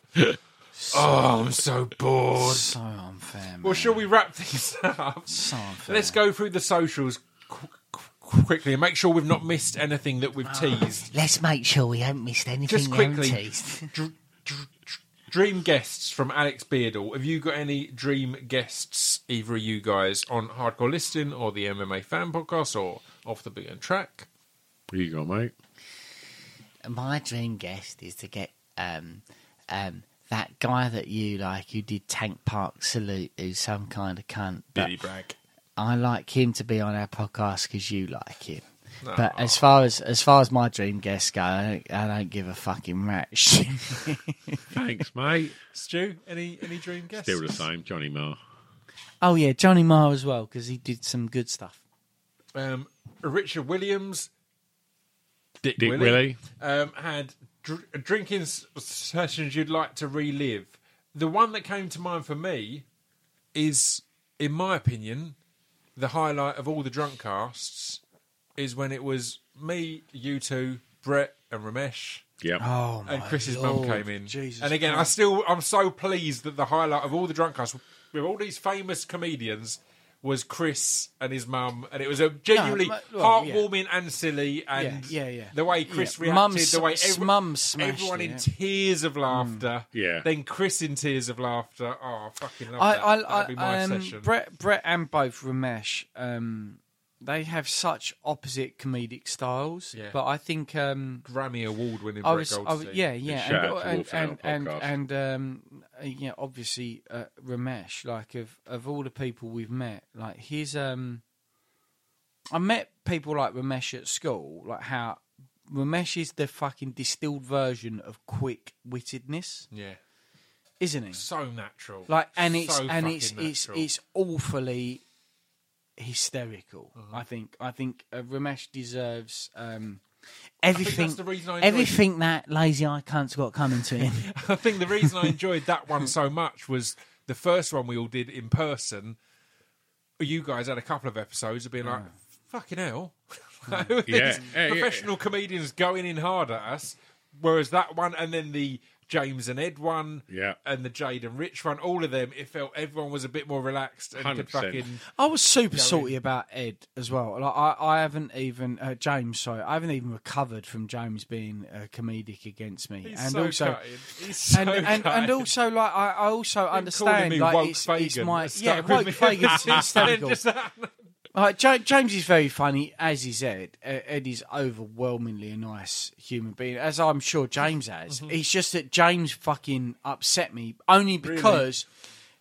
Speaker 1: oh, I'm so bored.
Speaker 4: so unfair. Man.
Speaker 1: Well, shall we wrap things up?
Speaker 4: so unfair.
Speaker 1: Let's go through the socials qu- qu- quickly and make sure we've not missed anything that we've teased.
Speaker 5: Ah. Let's make sure we haven't missed anything.
Speaker 1: Just
Speaker 5: we haven't
Speaker 1: quickly.
Speaker 5: teased.
Speaker 1: Dr- dr- dr- dream guests from Alex Beardall. Have you got any dream guests, either of you guys, on Hardcore Listing or the MMA Fan Podcast or Off the Beaten Track?
Speaker 3: Here you go, mate.
Speaker 5: My dream guest is to get um, um, that guy that you like, who did Tank Park Salute, who's some kind of cunt. But
Speaker 1: Bragg.
Speaker 5: I like him to be on our podcast because you like him. But as far as as far as my dream guests go, I don't, I don't give a fucking rat shit.
Speaker 3: Thanks, mate.
Speaker 1: Stu, any, any dream guests?
Speaker 3: Still the same, Johnny Marr.
Speaker 5: oh yeah, Johnny Marr as well because he did some good stuff.
Speaker 1: um, Richard Williams, Dick,
Speaker 3: Dick
Speaker 1: Willie,
Speaker 3: Willie.
Speaker 1: Um, had dr- drinking s- sessions you'd like to relive. The one that came to mind for me is, in my opinion, the highlight of all the drunk casts is when it was me, you two, Brett, and Ramesh
Speaker 3: Yep.
Speaker 4: Oh my
Speaker 1: and Chris's mum
Speaker 4: Lord.
Speaker 1: came in.
Speaker 4: Jesus.
Speaker 1: and again, I still I'm so pleased that the highlight of all the drunk cast with all these famous comedians was Chris and his mum, and it was a genuinely
Speaker 4: but- well, yeah.
Speaker 1: heartwarming and silly, and
Speaker 4: Yeah, yeah, yeah.
Speaker 1: the way Chris
Speaker 4: Yeah.
Speaker 1: reacted,
Speaker 4: Mum
Speaker 1: the way
Speaker 4: s-
Speaker 1: every-
Speaker 4: mum smashed
Speaker 1: everyone in
Speaker 4: it. Mm.
Speaker 1: tears of laughter,
Speaker 3: Yeah.
Speaker 1: then Chris in tears of laughter. Oh, I fucking love
Speaker 4: I,
Speaker 1: that.
Speaker 4: I,
Speaker 1: That'd be
Speaker 4: I
Speaker 1: my
Speaker 4: um,
Speaker 1: session.
Speaker 4: Brett, Brett, and both Ramesh, um, they have such opposite comedic styles.
Speaker 1: Yeah.
Speaker 4: But I think um,
Speaker 1: Grammy award winning
Speaker 4: I
Speaker 1: Brett
Speaker 4: was, I was,
Speaker 1: Goldstein.
Speaker 4: yeah, yeah,
Speaker 3: shout out to
Speaker 4: and
Speaker 3: Wolf
Speaker 4: and
Speaker 3: Hound
Speaker 4: and,
Speaker 3: podcast.
Speaker 4: and, um, uh, yeah, obviously uh, Ramesh. Like of of all the people we've met, like he's um, I met people like Ramesh at school. Like how Ramesh is the fucking distilled version of quick wittedness,
Speaker 1: Yeah.
Speaker 4: isn't he?
Speaker 1: so natural.
Speaker 4: Like and it's
Speaker 1: So
Speaker 4: and it's
Speaker 1: fucking
Speaker 4: it's
Speaker 1: natural.
Speaker 4: it's awfully hysterical.
Speaker 1: Mm-hmm.
Speaker 4: I think I think uh, Ramesh deserves. Um,
Speaker 1: that's
Speaker 5: Everything,
Speaker 1: the reason I enjoyed
Speaker 5: everything that lazy eye cunt's got coming to him.
Speaker 1: I think the reason I enjoyed that one so much was The first one we all did in person. You guys had a couple of episodes of being like, "Fucking hell!" Like, who are
Speaker 3: Mm. Yeah.
Speaker 1: these
Speaker 3: Yeah, yeah.
Speaker 1: professional comedians going in hard at us. Whereas that one, and then the James and Ed one,
Speaker 3: Yeah.
Speaker 1: and the Jade and Rich one, all of them, it felt everyone was a bit more relaxed and could
Speaker 3: 100%.
Speaker 1: fucking.
Speaker 4: I was super salty about Ed as well. Like I, I haven't even uh, James. Sorry, I haven't even recovered from James being uh, comedic against me,
Speaker 1: He's
Speaker 4: and
Speaker 1: so
Speaker 4: also.
Speaker 1: cutting. He's so
Speaker 4: and, and, and
Speaker 1: cutting.
Speaker 4: also like I, I also understand
Speaker 1: me
Speaker 4: like
Speaker 1: woke
Speaker 4: it's, it's
Speaker 1: Fagin
Speaker 4: my
Speaker 1: has
Speaker 4: yeah
Speaker 1: stuck with
Speaker 4: woke
Speaker 1: me.
Speaker 4: Fagin's hysterical.
Speaker 1: Just that.
Speaker 4: Like, Ja- James is very funny as is Ed. Uh, Ed is overwhelmingly a nice human being, as I'm sure James has. It's just that James fucking upset me only because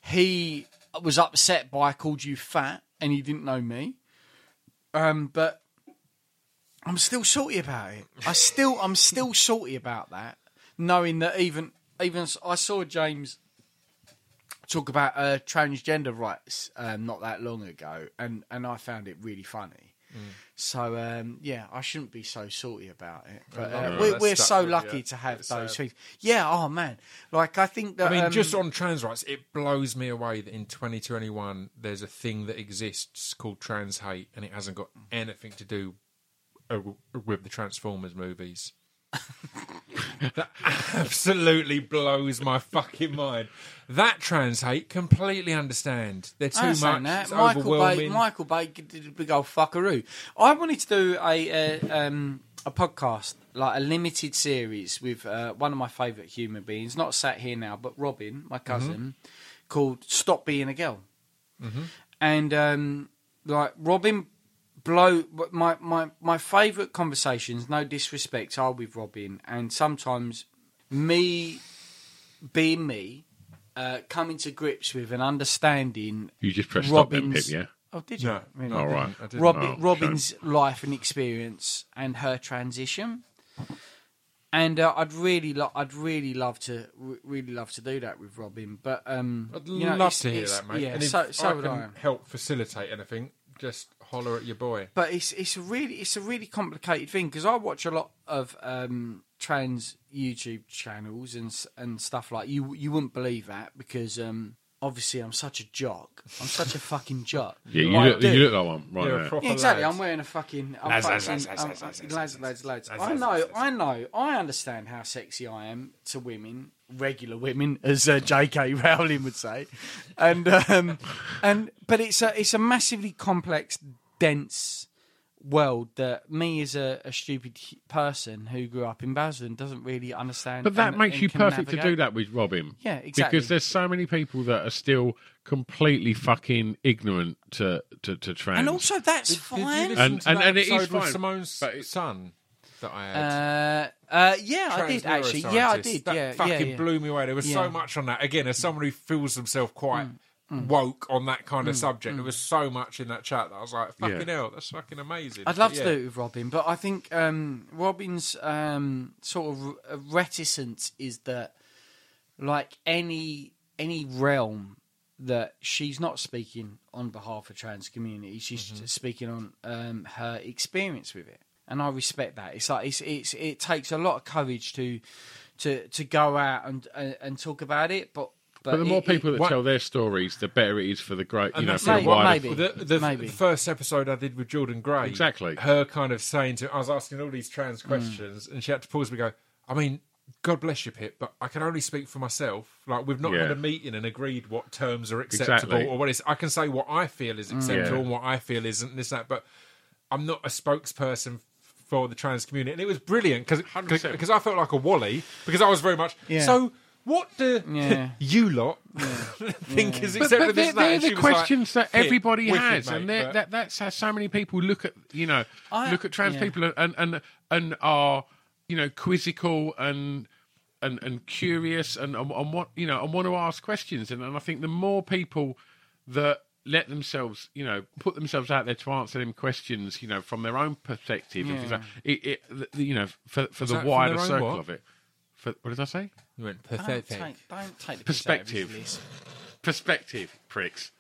Speaker 4: he was upset by I called you fat and he didn't know me. Um, but I'm still salty about it. I still I'm still salty about that, knowing that even even s- I saw James talk about uh, transgender rights um, not that long ago, and and I found it really funny.
Speaker 1: Mm.
Speaker 4: So um, yeah, I shouldn't be so salty about it. But uh,
Speaker 1: no,
Speaker 4: we're,
Speaker 1: that's
Speaker 4: we're so
Speaker 1: stuck with
Speaker 4: lucky
Speaker 1: you.
Speaker 4: to have
Speaker 1: It's uh,
Speaker 4: those
Speaker 1: sad.
Speaker 4: things. Yeah. Oh man, like I think
Speaker 1: I
Speaker 4: that
Speaker 1: mean,
Speaker 4: um,
Speaker 1: just on trans rights, it blows me away that in 2021 there's a thing that exists called trans hate, and it hasn't got anything to do uh, with the Transformers movies. that absolutely blows my fucking mind. That trans hate, completely understand. They're too
Speaker 4: I ain't
Speaker 1: much.
Speaker 4: saying that.
Speaker 1: It's
Speaker 4: Michael Bay,
Speaker 1: overwhelming.
Speaker 4: Michael Bay did a big old fuckaroo. I wanted to do a uh, um, a podcast, like a limited series with uh, one of my favourite human beings, not sat here now, but Robin,
Speaker 1: Mm-hmm.
Speaker 4: my cousin, called "Stop Being a Girl,"
Speaker 1: Mm-hmm.
Speaker 4: and um, like Robin blow my my my favourite conversations. No disrespect, are with Robin, and sometimes me being me. Uh, coming to grips with an understanding
Speaker 3: You just press
Speaker 4: Robin's-
Speaker 3: stop then, Pip,
Speaker 4: Oh, did you?
Speaker 1: No.
Speaker 4: Really?
Speaker 3: yeah? All right.
Speaker 1: I didn't.
Speaker 4: Robin,
Speaker 3: Oh, shame.
Speaker 4: Robin's life and experience and her transition. And uh, I'd really, lo- I'd really love to, re- really love to do that with Robin. But um,
Speaker 1: I'd
Speaker 4: you know,
Speaker 1: love
Speaker 4: it's-
Speaker 1: to hear
Speaker 4: it's-
Speaker 1: that, mate.
Speaker 4: Yeah,
Speaker 1: and if
Speaker 4: so, so
Speaker 1: I
Speaker 4: would
Speaker 1: can
Speaker 4: I.
Speaker 1: help facilitate anything, just holler at your boy.
Speaker 4: But it's it's a really it's a really complicated thing because I watch a lot of um, trans YouTube channels and s- and stuff like you. You wouldn't believe that because um, obviously I'm such a jock. I'm such a fucking jock.
Speaker 3: Yeah, you,
Speaker 4: What I
Speaker 3: look,
Speaker 4: do-
Speaker 3: you look like one right
Speaker 1: You're a
Speaker 3: now.
Speaker 1: proper
Speaker 4: Yeah, exactly.
Speaker 1: lad.
Speaker 4: I'm wearing a fucking. I'm
Speaker 1: Lads, lads,
Speaker 4: fucking
Speaker 1: lads, lads,
Speaker 4: I'm-
Speaker 1: lads, lads,
Speaker 4: I'm-
Speaker 1: lads,
Speaker 4: lads, lads,
Speaker 1: lads,
Speaker 4: lads. I
Speaker 1: lads,
Speaker 4: know,
Speaker 1: lads,
Speaker 4: I know, I understand how sexy I am to women, regular women, as uh, J.K. Rowling would say, and um, and but it's a it's a massively complex, dense world that me as a, a stupid h- person who grew up in Basel doesn't really understand.
Speaker 3: But that
Speaker 4: and-
Speaker 3: makes
Speaker 4: and
Speaker 3: you
Speaker 4: can
Speaker 3: perfect to
Speaker 4: navigate.
Speaker 3: do that with Robin.
Speaker 4: Yeah, exactly.
Speaker 3: Because there's so many people that are still completely fucking ignorant to to, to trans.
Speaker 4: And also, that's
Speaker 1: Did you
Speaker 4: fine.
Speaker 1: listen
Speaker 3: And-
Speaker 1: to
Speaker 3: and-
Speaker 1: that
Speaker 3: and it is
Speaker 1: episode with
Speaker 3: fine,
Speaker 1: Simone's
Speaker 3: but it-
Speaker 1: son that I had.
Speaker 4: Uh, uh, yeah, I
Speaker 1: Trans
Speaker 4: did actually. Yeah, I
Speaker 1: neuroscientist.
Speaker 4: did.
Speaker 1: That
Speaker 4: yeah,
Speaker 1: fucking
Speaker 4: yeah, yeah.
Speaker 1: blew me away. There was
Speaker 4: Yeah. Mm,
Speaker 1: so much on that. Again, as someone who feels themselves quite woke on that kind of subject, there was so much in that chat that I was like, "Fucking hell, that's fucking amazing."
Speaker 4: I'd love
Speaker 1: Yeah.
Speaker 4: to do it with Robin, but I think um, Robin's um, sort of r- reticence is that, like any any realm, that she's not speaking on behalf of trans community. She's
Speaker 3: Mm-hmm.
Speaker 4: just speaking on um, her experience with it, and I respect that. It's like it's, it's it takes a lot of courage to to to go out and and, and talk about it, but but,
Speaker 3: But the more
Speaker 4: it- it-
Speaker 3: people that
Speaker 1: what-
Speaker 3: tell their stories, the better it is for the great, you know,
Speaker 1: that's
Speaker 3: for the
Speaker 4: maybe-
Speaker 3: wider.
Speaker 4: maybe.
Speaker 1: Well, the, the
Speaker 4: Maybe.
Speaker 1: first episode I did with Jordan Gray,
Speaker 3: Exactly.
Speaker 1: her kind of saying to, I was asking all these trans
Speaker 4: Mm.
Speaker 1: questions, and she had to pause me and go, I mean, God bless you, Pip, but I can only speak for myself. Like we've not had
Speaker 3: Yeah.
Speaker 1: a meeting and agreed what terms are acceptable
Speaker 3: Exactly.
Speaker 1: or what is. I can say what I feel
Speaker 4: Mm.
Speaker 1: is acceptable
Speaker 3: Yeah.
Speaker 1: and what I feel isn't. This that, but I'm not a spokesperson for the trans community, and it was brilliant because
Speaker 3: 100%.
Speaker 1: I felt like a Wally because I was very much
Speaker 4: Yeah.
Speaker 1: so. What do
Speaker 4: Yeah.
Speaker 1: you lot think is
Speaker 3: But,
Speaker 1: acceptable? this
Speaker 3: but they're,
Speaker 1: and that?
Speaker 3: they're
Speaker 1: And she
Speaker 3: the
Speaker 1: was like,
Speaker 3: questions that
Speaker 1: "Pip,
Speaker 3: everybody
Speaker 1: wicked,
Speaker 3: has, and
Speaker 1: mate,
Speaker 3: they're-
Speaker 1: but-
Speaker 3: that, that's how so many people look at you know
Speaker 4: I-
Speaker 3: look at trans
Speaker 4: yeah.
Speaker 3: people and, and and are you know quizzical and and and curious and and, and what you know and want to ask questions, and, and I think the more people that let themselves you know put themselves out there to answer them questions you know from their own perspective, and things like, it, it the- the- you know for for
Speaker 1: that
Speaker 3: the
Speaker 1: from
Speaker 3: wider
Speaker 1: their own
Speaker 3: circle
Speaker 1: what?
Speaker 3: of it. For, what did I say?
Speaker 1: You went
Speaker 4: Don't
Speaker 1: pathetic.
Speaker 4: take, don't take the piss out of his
Speaker 3: Perspective.
Speaker 4: list.
Speaker 3: Perspective, pricks.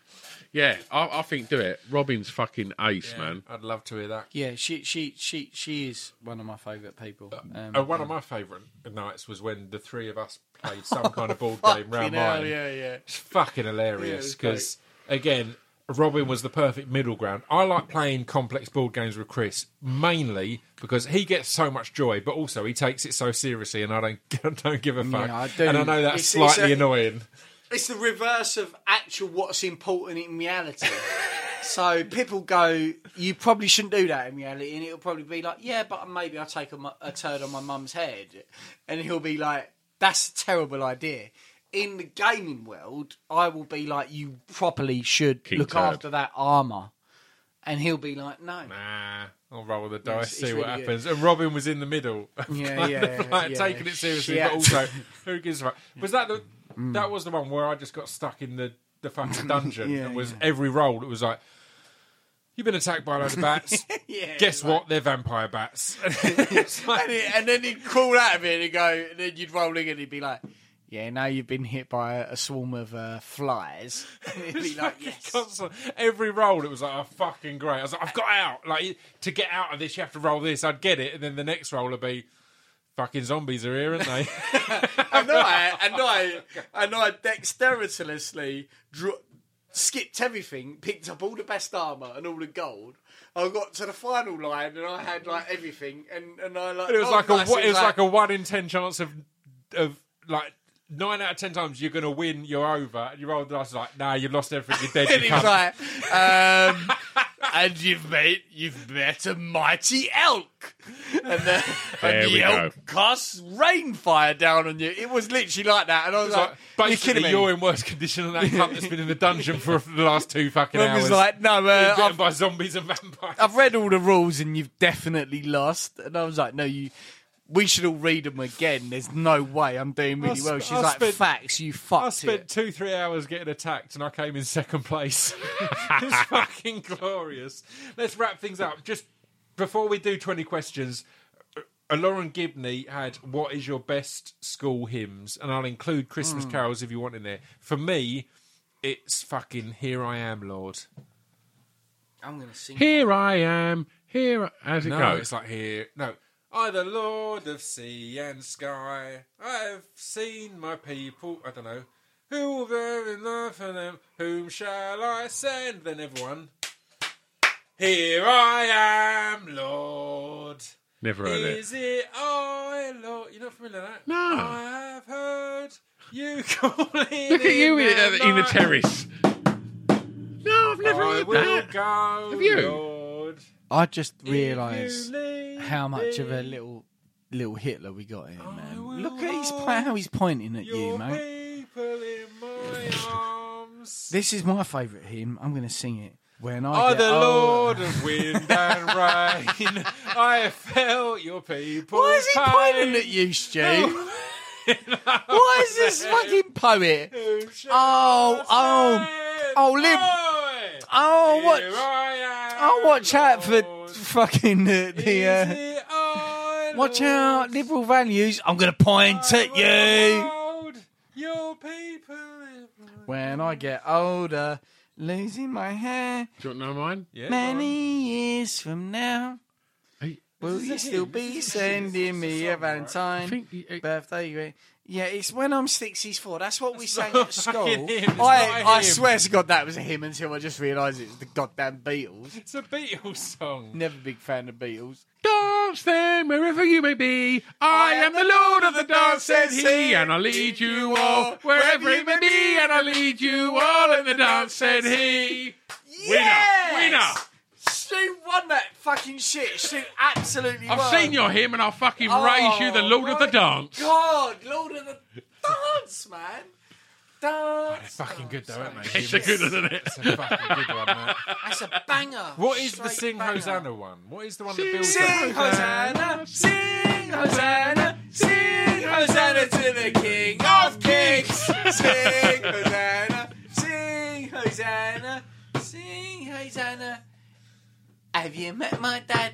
Speaker 3: Yeah, I, I think do it. Robin's fucking ace, man.
Speaker 1: I'd love to hear that.
Speaker 4: Yeah, she she she she is one of my favourite people. Um,
Speaker 1: Uh, one of my favourite nights was when the three of us played
Speaker 3: Oh,
Speaker 1: some kind of board game round
Speaker 4: hell,
Speaker 1: mine.
Speaker 4: yeah, yeah.
Speaker 1: It's fucking hilarious because again, Robin was the perfect middle ground. I like playing complex board games with Chris mainly because he gets so much joy, but also he takes it so seriously, and I don't don't give a fuck.
Speaker 4: I do.
Speaker 1: And I know that's
Speaker 4: It's- it's
Speaker 1: slightly
Speaker 4: a-
Speaker 1: annoying.
Speaker 4: It's the reverse of actual what's important in reality. so people go, you probably shouldn't do that in reality, and it'll probably be like, yeah, but maybe I'll take a, mu- a turd on my mum's head, and he'll be like, that's a terrible idea. In the gaming world, I will be like, you properly should
Speaker 3: King
Speaker 4: look
Speaker 3: turd.
Speaker 4: after that armor, and he'll be like, no.
Speaker 1: Nah, I'll roll the dice,
Speaker 4: it's
Speaker 1: see what
Speaker 4: really good.
Speaker 1: happens. And Robin was in the middle,
Speaker 4: Yeah,
Speaker 1: kind of
Speaker 4: yeah,
Speaker 1: like
Speaker 4: yeah.
Speaker 1: taking it seriously,
Speaker 4: She
Speaker 1: but
Speaker 4: had
Speaker 1: also who gives a fuck? Was that the
Speaker 4: Mm.
Speaker 1: that was the one where I just got stuck in the the fucking dungeon?
Speaker 4: Yeah,
Speaker 1: and was
Speaker 4: yeah.
Speaker 1: every roll it was like. You've been attacked by a load of bats.
Speaker 4: Yeah,
Speaker 1: Guess
Speaker 4: like-
Speaker 1: what? They're vampire bats. It's like-
Speaker 4: and, it- and then he'd crawl out of it and he'd go, and then you'd roll in and he'd be like, yeah, now you've been hit by a, a swarm of uh, flies. And he'd be like, yes.
Speaker 1: constant- Every roll, it was like, oh, fucking great. I was like, I've got out. Like, to get out of this, you have to roll this. I'd get it. And then the next roll would be, fucking zombies are here, aren't they?
Speaker 4: And I,
Speaker 1: Oh
Speaker 4: and I, and I dexterously dro- skipped everything, picked up all the best armour and all the gold. I got to the final line and I had like everything and, and I like
Speaker 1: But it was
Speaker 4: oh,
Speaker 1: like
Speaker 4: nice.
Speaker 1: a it was like a one in ten chance of of like nine out of ten times you're gonna win. You're over. And you roll the dice like, nah, you lost everything. You're dead.
Speaker 4: and
Speaker 1: you
Speaker 4: he was
Speaker 1: can't.
Speaker 4: like, um, and you've made you've met a mighty elk, and the,
Speaker 3: There
Speaker 4: and
Speaker 3: we
Speaker 4: the elk casts rain fire down on you. It was literally like that, and I was
Speaker 1: It's
Speaker 4: like,
Speaker 1: like,
Speaker 4: "You're
Speaker 1: basically,
Speaker 4: kidding me."
Speaker 1: you're in worse condition than that cunt that's been in the dungeon for the last two fucking
Speaker 4: I
Speaker 1: hours.
Speaker 4: was like, "No, uh,
Speaker 1: Bitten
Speaker 4: I've,
Speaker 1: by zombies and vampires.
Speaker 4: I've read all the rules, and you've definitely lost." And I was like, "No, you." We should all read them again. There's no way I'm doing really
Speaker 1: I
Speaker 4: well.
Speaker 1: sp-
Speaker 4: She's
Speaker 1: I
Speaker 4: like,
Speaker 1: spent-
Speaker 4: "Facts, you
Speaker 1: I
Speaker 4: fucked
Speaker 1: spent
Speaker 4: it."
Speaker 1: two, three hours getting attacked and I came in second place. it's fucking glorious. Let's wrap things up. Just before we do 20 questions, uh, Lauren Gibney had What is your best school hymns? And I'll include Christmas carols if you want in there. For me, it's fucking Here I Am, Lord.
Speaker 4: I'm gonna sing.
Speaker 3: Here I am. Here, I- how's it
Speaker 1: No,
Speaker 3: go?
Speaker 1: it's like here. No. I, the Lord of sea and sky, I have seen my people, I don't know, who will bear in love for them, whom shall I send? Then everyone, here I am, Lord.
Speaker 3: Never heard it.
Speaker 1: Is it I, Lord? You're not familiar with that?
Speaker 3: No.
Speaker 1: I have heard you calling
Speaker 3: Look at you uh,
Speaker 1: in,
Speaker 3: in,
Speaker 1: the
Speaker 3: in the
Speaker 1: night.
Speaker 3: terrace. No, I've never
Speaker 1: I
Speaker 3: heard
Speaker 1: will
Speaker 3: that.
Speaker 1: go,
Speaker 3: Have you?
Speaker 1: Lord.
Speaker 4: I just
Speaker 1: if you
Speaker 4: realised
Speaker 1: leave
Speaker 4: how much of a
Speaker 1: me.
Speaker 4: little little Hitler we got here,
Speaker 1: I will
Speaker 4: man. Look at his
Speaker 1: hold
Speaker 4: pla- how he's pointing at you,
Speaker 1: Oh, Your
Speaker 4: mate.
Speaker 1: people in my arms.
Speaker 4: This oh. is my favourite hymn. I'm going to sing it when I
Speaker 1: Are
Speaker 4: get
Speaker 1: Oh, the
Speaker 4: old.
Speaker 1: Lord of wind and rain. I have felt your people.
Speaker 4: Why is he pointing at you, Stu? Why is this fucking poet? Oh, oh, oh, live. Oh,
Speaker 1: Here
Speaker 4: watch,
Speaker 1: I am,
Speaker 4: oh, watch out for
Speaker 1: Lord.
Speaker 4: fucking the. the uh,
Speaker 1: Easy, I,
Speaker 4: watch
Speaker 1: Lord.
Speaker 4: out, liberal values. I'm going to point
Speaker 1: I
Speaker 4: at
Speaker 1: will
Speaker 4: you.
Speaker 1: hold Your people. in my-
Speaker 4: When I get older, losing my hair.
Speaker 3: Do you want to know mine?
Speaker 1: Yeah,
Speaker 4: Many years from now,
Speaker 3: Hey.
Speaker 4: will you still be sending me a
Speaker 3: I
Speaker 4: Valentine
Speaker 3: think you- uh,
Speaker 4: birthday? ring? Yeah, it's when I'm 64. That's what we sang at school.
Speaker 1: fucking hymn. It's
Speaker 4: I,
Speaker 1: not a
Speaker 4: I
Speaker 1: hymn.
Speaker 4: swear to God, that was a hymn until I just realised it was the goddamn Beatles.
Speaker 1: It's a Beatles song.
Speaker 4: Never big fan of Beatles.
Speaker 3: Dance then, wherever you may be. I am the Lord of the dance, says he, and I lead you all, wherever it may be, and I lead you all in the dance, said he.
Speaker 4: Yes!
Speaker 3: Winner! Winner!
Speaker 4: Stu won that fucking shit. Stu absolutely
Speaker 3: I've
Speaker 4: won.
Speaker 3: seen your hymn, and I'll fucking
Speaker 4: Oh,
Speaker 3: raise you the Lord of the
Speaker 4: my
Speaker 3: dance.
Speaker 4: God, Lord of the Dance, man. Dance.
Speaker 1: Fucking good though, aren't they?
Speaker 3: It's a good, isn't it?
Speaker 1: It's a fucking good one, mate.
Speaker 4: That's a banger.
Speaker 1: What is the
Speaker 4: Straight
Speaker 1: Sing
Speaker 4: banger.
Speaker 1: Hosanna one? What is the one that builds
Speaker 4: Sing
Speaker 1: up?
Speaker 4: Hosanna, sing Hosanna, sing Hosanna to the King of Kings. Sing Hosanna, sing Hosanna, sing Hosanna. Have you met my dad?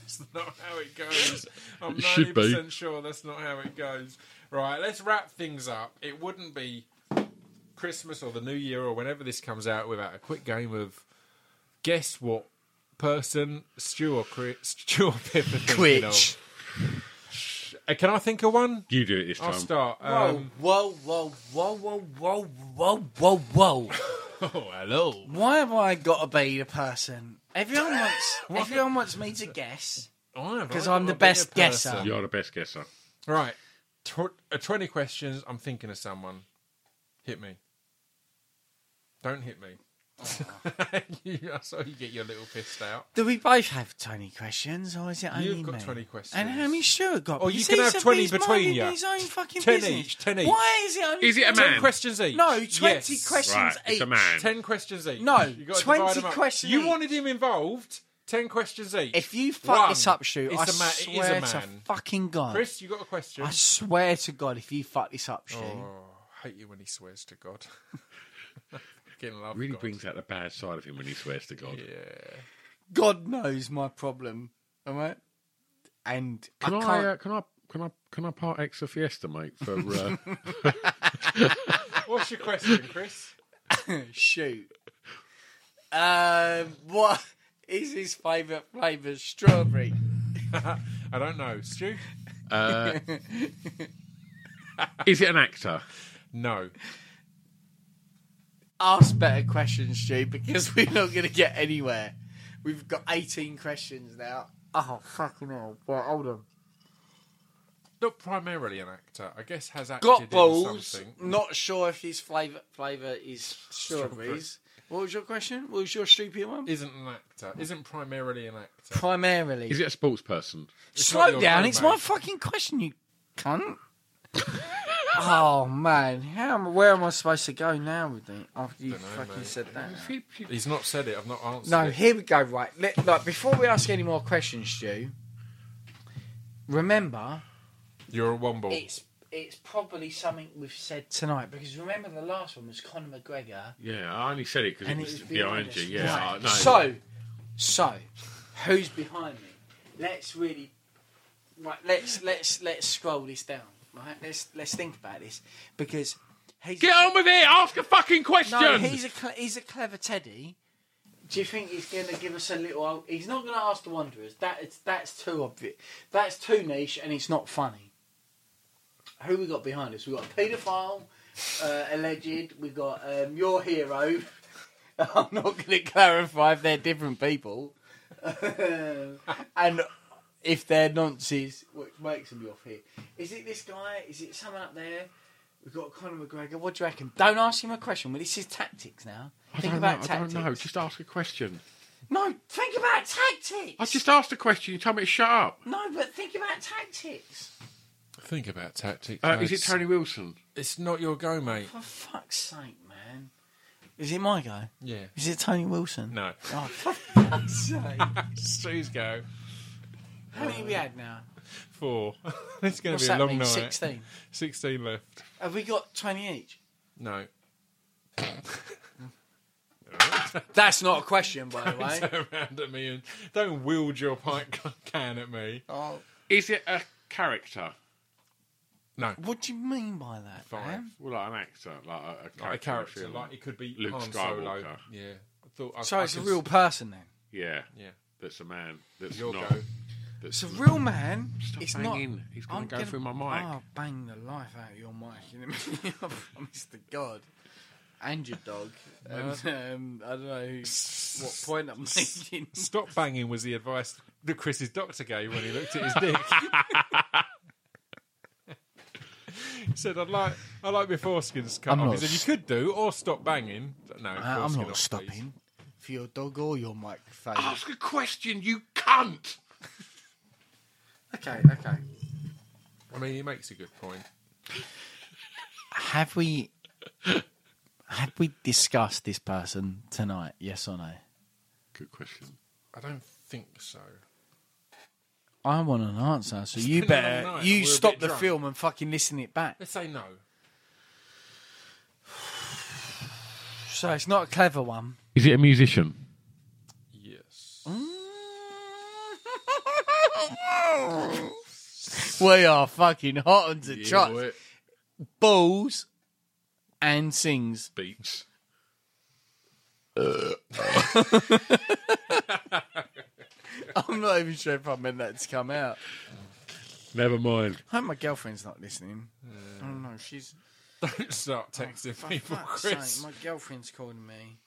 Speaker 1: That's not how it goes. I'm
Speaker 3: It should be.
Speaker 1: 90% sure that's not how it goes. Right, let's wrap things up. It wouldn't be Christmas or the New Year or whenever this comes out without a quick game of guess what person Stu or Chris, Stu or Pip are thinking
Speaker 5: Twitch.
Speaker 1: of. Uh, Can I think of one?
Speaker 3: You do it this
Speaker 1: I'll
Speaker 3: time.
Speaker 1: start.
Speaker 4: Whoa,
Speaker 1: Um,
Speaker 4: Oh, whoa, whoa, whoa, whoa, whoa, whoa, whoa, whoa.
Speaker 1: oh, hello.
Speaker 4: Why have I got to be the person? Everyone wants. everyone wants me to guess.
Speaker 1: Because
Speaker 4: 'Cause I'm the best guesser.
Speaker 3: You're the best guesser.
Speaker 1: Right. Tw- uh, 20 questions. I'm thinking of someone. Hit me. Don't hit me. You- I saw you get your little fist out.
Speaker 4: Do we both have twenty questions, or is it only
Speaker 1: You've got
Speaker 4: me?
Speaker 1: 20 questions.
Speaker 4: And how many Stuart got?
Speaker 1: Or you
Speaker 4: Because
Speaker 1: can
Speaker 4: he's
Speaker 1: have
Speaker 4: a-
Speaker 1: 20
Speaker 4: he's
Speaker 1: between
Speaker 4: minding
Speaker 1: you.
Speaker 4: His own fucking
Speaker 1: 10
Speaker 4: business.
Speaker 1: each, 10 each.
Speaker 4: Why is it only?
Speaker 3: Is it a
Speaker 1: 10
Speaker 3: man?
Speaker 1: questions each.
Speaker 4: No, twenty
Speaker 1: Yes.
Speaker 4: questions
Speaker 3: Right,
Speaker 4: each.
Speaker 3: it's a man.
Speaker 1: 10 questions each.
Speaker 4: No,
Speaker 1: You gotta
Speaker 4: 20
Speaker 1: divide 'em up.
Speaker 4: questions
Speaker 1: You
Speaker 4: each.
Speaker 1: wanted him involved. 10 questions each.
Speaker 4: If you fuck
Speaker 1: One.
Speaker 4: this up, shoot,
Speaker 1: It's
Speaker 4: I
Speaker 1: a ma- it is
Speaker 4: swear
Speaker 1: a
Speaker 4: to
Speaker 1: man.
Speaker 4: fucking God.
Speaker 1: Chris, you got a question.
Speaker 4: I swear to God, if you fuck this up, shoot.
Speaker 1: Oh, I hate you when he swears to God. Fucking love
Speaker 3: Really
Speaker 1: God.
Speaker 3: brings out the bad side of him when he swears to God.
Speaker 4: God knows my problem. All right? And
Speaker 3: Can
Speaker 4: I
Speaker 3: I,
Speaker 4: can't.
Speaker 3: uh, can I can I can I part X a Fiesta, mate? For uh,
Speaker 1: What's your question, Chris?
Speaker 3: uh,
Speaker 4: Shoot. Um, what is his favourite flavour? Strawberry.
Speaker 1: I don't know. Stu?
Speaker 3: is it an actor?
Speaker 1: No.
Speaker 4: Ask better questions, Stu, because we're not going to get anywhere. We've got 18 questions now. Oh, fucking hell. Well, hold on.
Speaker 1: Not primarily an actor, I guess has acted
Speaker 4: Got
Speaker 1: in
Speaker 4: balls.
Speaker 1: something.
Speaker 4: Not sure if his flavour flavour is strawberries. What was your question? What was your stupid one?
Speaker 1: Isn't an actor. Isn't primarily an actor.
Speaker 4: Primarily.
Speaker 3: Is it a sports person?
Speaker 1: not
Speaker 4: Slow
Speaker 1: your
Speaker 4: down.
Speaker 1: phone,
Speaker 4: It's
Speaker 1: mate.
Speaker 4: my fucking question, you cunt. oh man, how am, where am I supposed to go now with it after you fucking said that?
Speaker 1: He's not said it. I've not answered.
Speaker 4: No,
Speaker 1: it.
Speaker 4: here we go. Right, Let, like before we ask any more questions, Stu. Remember,
Speaker 1: you're a womble.
Speaker 4: it's it's probably something we've said tonight because remember the last one was Conor McGregor
Speaker 3: Yeah, I only said it because it
Speaker 4: and
Speaker 3: was
Speaker 4: it was
Speaker 3: behind,
Speaker 4: us.
Speaker 3: you. Yeah,
Speaker 4: Right.
Speaker 3: I- no.
Speaker 4: So, so who's behind me? Let's really right. Let's let's let's scroll this down. Right. Let's let's think about this because he's
Speaker 3: get on with it. Ask a fucking question.
Speaker 4: no, he's a cle he's a clever Teddy. Do you think he's going to give us a little? He's not going to ask the Wanderers. That is that's too obvious. That's too niche, and it's not funny. Who we got behind us? We got a paedophile, uh, alleged. We got um, your hero. I'm not going to clarify if they're different people, and if they're nonces, which makes them off here. Is it this guy? Is it someone up there? We've got Conor McGregor. What do you reckon? Don't ask him a question. Well, this is tactics now.
Speaker 3: I
Speaker 4: think
Speaker 3: don't know.
Speaker 4: about
Speaker 3: I
Speaker 4: tactics.
Speaker 3: don't know. Just ask a question.
Speaker 4: No, think about tactics.
Speaker 3: I just asked a question. You told me to shut up.
Speaker 4: No, but think about tactics.
Speaker 1: Think about tactics.
Speaker 3: Uh,
Speaker 1: mate.
Speaker 3: is it Tony Wilson?
Speaker 1: It's not your go, mate.
Speaker 4: For fuck's sake, man. Is it my go?
Speaker 1: Yeah.
Speaker 4: Is it Tony Wilson?
Speaker 1: No.
Speaker 4: Oh, for fuck's sake.
Speaker 1: Stu's go.
Speaker 4: How many we had now?
Speaker 1: Four. it's going to
Speaker 4: What's
Speaker 1: be a
Speaker 4: that
Speaker 1: long
Speaker 4: mean?
Speaker 1: night.
Speaker 4: 16.
Speaker 1: 16 left.
Speaker 4: Have we got 20 each?
Speaker 1: No.
Speaker 4: That's not a question, by the way.
Speaker 1: Turn around at me and don't wield your pint can at me.
Speaker 4: oh,
Speaker 3: Is it a character?
Speaker 1: No.
Speaker 4: what do you mean by that,
Speaker 1: Five.
Speaker 4: man?
Speaker 3: Well, like an actor, like a, a character.
Speaker 1: Like a character.
Speaker 3: film.
Speaker 1: Like it could be
Speaker 3: Luke
Speaker 1: Han Solo.
Speaker 3: Skywalker.
Speaker 1: Yeah. I thought I,
Speaker 4: So
Speaker 1: I
Speaker 4: it's a
Speaker 1: could-
Speaker 4: real person then.
Speaker 3: yeah,
Speaker 1: Yeah.
Speaker 3: that's a man. That's
Speaker 1: Your
Speaker 3: not.
Speaker 1: go.
Speaker 4: It's a real man.
Speaker 3: Mm. Stop
Speaker 4: it's
Speaker 3: banging.
Speaker 4: not.
Speaker 3: He's gonna go through my mic.
Speaker 4: I'll bang the life out of your mic. You know what I mean? I promise to God. And your dog. And, um, I don't know who, what point I'm making.
Speaker 1: Stop banging was the advice that Chris's doctor gave when he looked at his dick. he said, "I'd like, I like my foreskins cut
Speaker 4: I'm
Speaker 1: off."
Speaker 4: not
Speaker 1: He said, "You
Speaker 4: s-
Speaker 1: could do or stop banging." No, of
Speaker 4: I- I'm
Speaker 1: course
Speaker 4: not
Speaker 1: not,
Speaker 4: stopping
Speaker 1: please.
Speaker 4: for your dog or your microphone.
Speaker 3: Ask a question, you cunt.
Speaker 4: Okay, okay.
Speaker 1: I mean, he makes a good point.
Speaker 4: Have we. Have we discussed this person tonight? Yes or no?
Speaker 3: Good question.
Speaker 1: I don't think so.
Speaker 4: I want an answer, so you
Speaker 1: been a long
Speaker 4: better
Speaker 1: night,
Speaker 4: you
Speaker 1: we're a
Speaker 4: stop
Speaker 1: bit
Speaker 4: the
Speaker 1: drunk.
Speaker 4: film and fucking listen it back.
Speaker 1: Let's say no.
Speaker 4: So it's not a clever one.
Speaker 3: Is it a musician?
Speaker 1: Yes.
Speaker 4: We are fucking hot on the
Speaker 1: Yeah,
Speaker 4: trot.
Speaker 1: boy.
Speaker 4: Balls. and sings.
Speaker 3: beats.
Speaker 4: I'm not even sure if I meant that to come out.
Speaker 3: Never mind.
Speaker 4: I hope my girlfriend's not listening. I don't know. She's
Speaker 1: Don't start texting
Speaker 4: Oh, for
Speaker 1: people,
Speaker 4: fuck's
Speaker 1: Chris.
Speaker 4: sake, my girlfriend's calling me.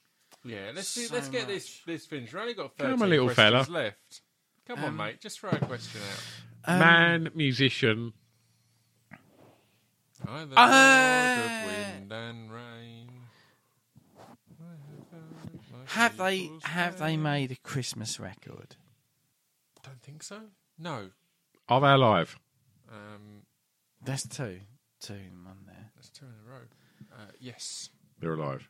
Speaker 1: Yeah, let's see,
Speaker 4: So
Speaker 1: let's get this this finished. We've only got
Speaker 3: Come on,
Speaker 1: thirteen
Speaker 3: little
Speaker 1: questions
Speaker 3: fella.
Speaker 1: left. Come
Speaker 4: Um,
Speaker 1: on, mate, just throw a question out.
Speaker 3: Man, musician.
Speaker 1: By the Lord of wind and rain.
Speaker 4: Have they have they made a Christmas record?
Speaker 1: Don't think so. No.
Speaker 3: Are they alive?
Speaker 1: Um,
Speaker 4: That's two, two in one there,
Speaker 1: that's two in a row. Uh, yes.
Speaker 3: They're alive.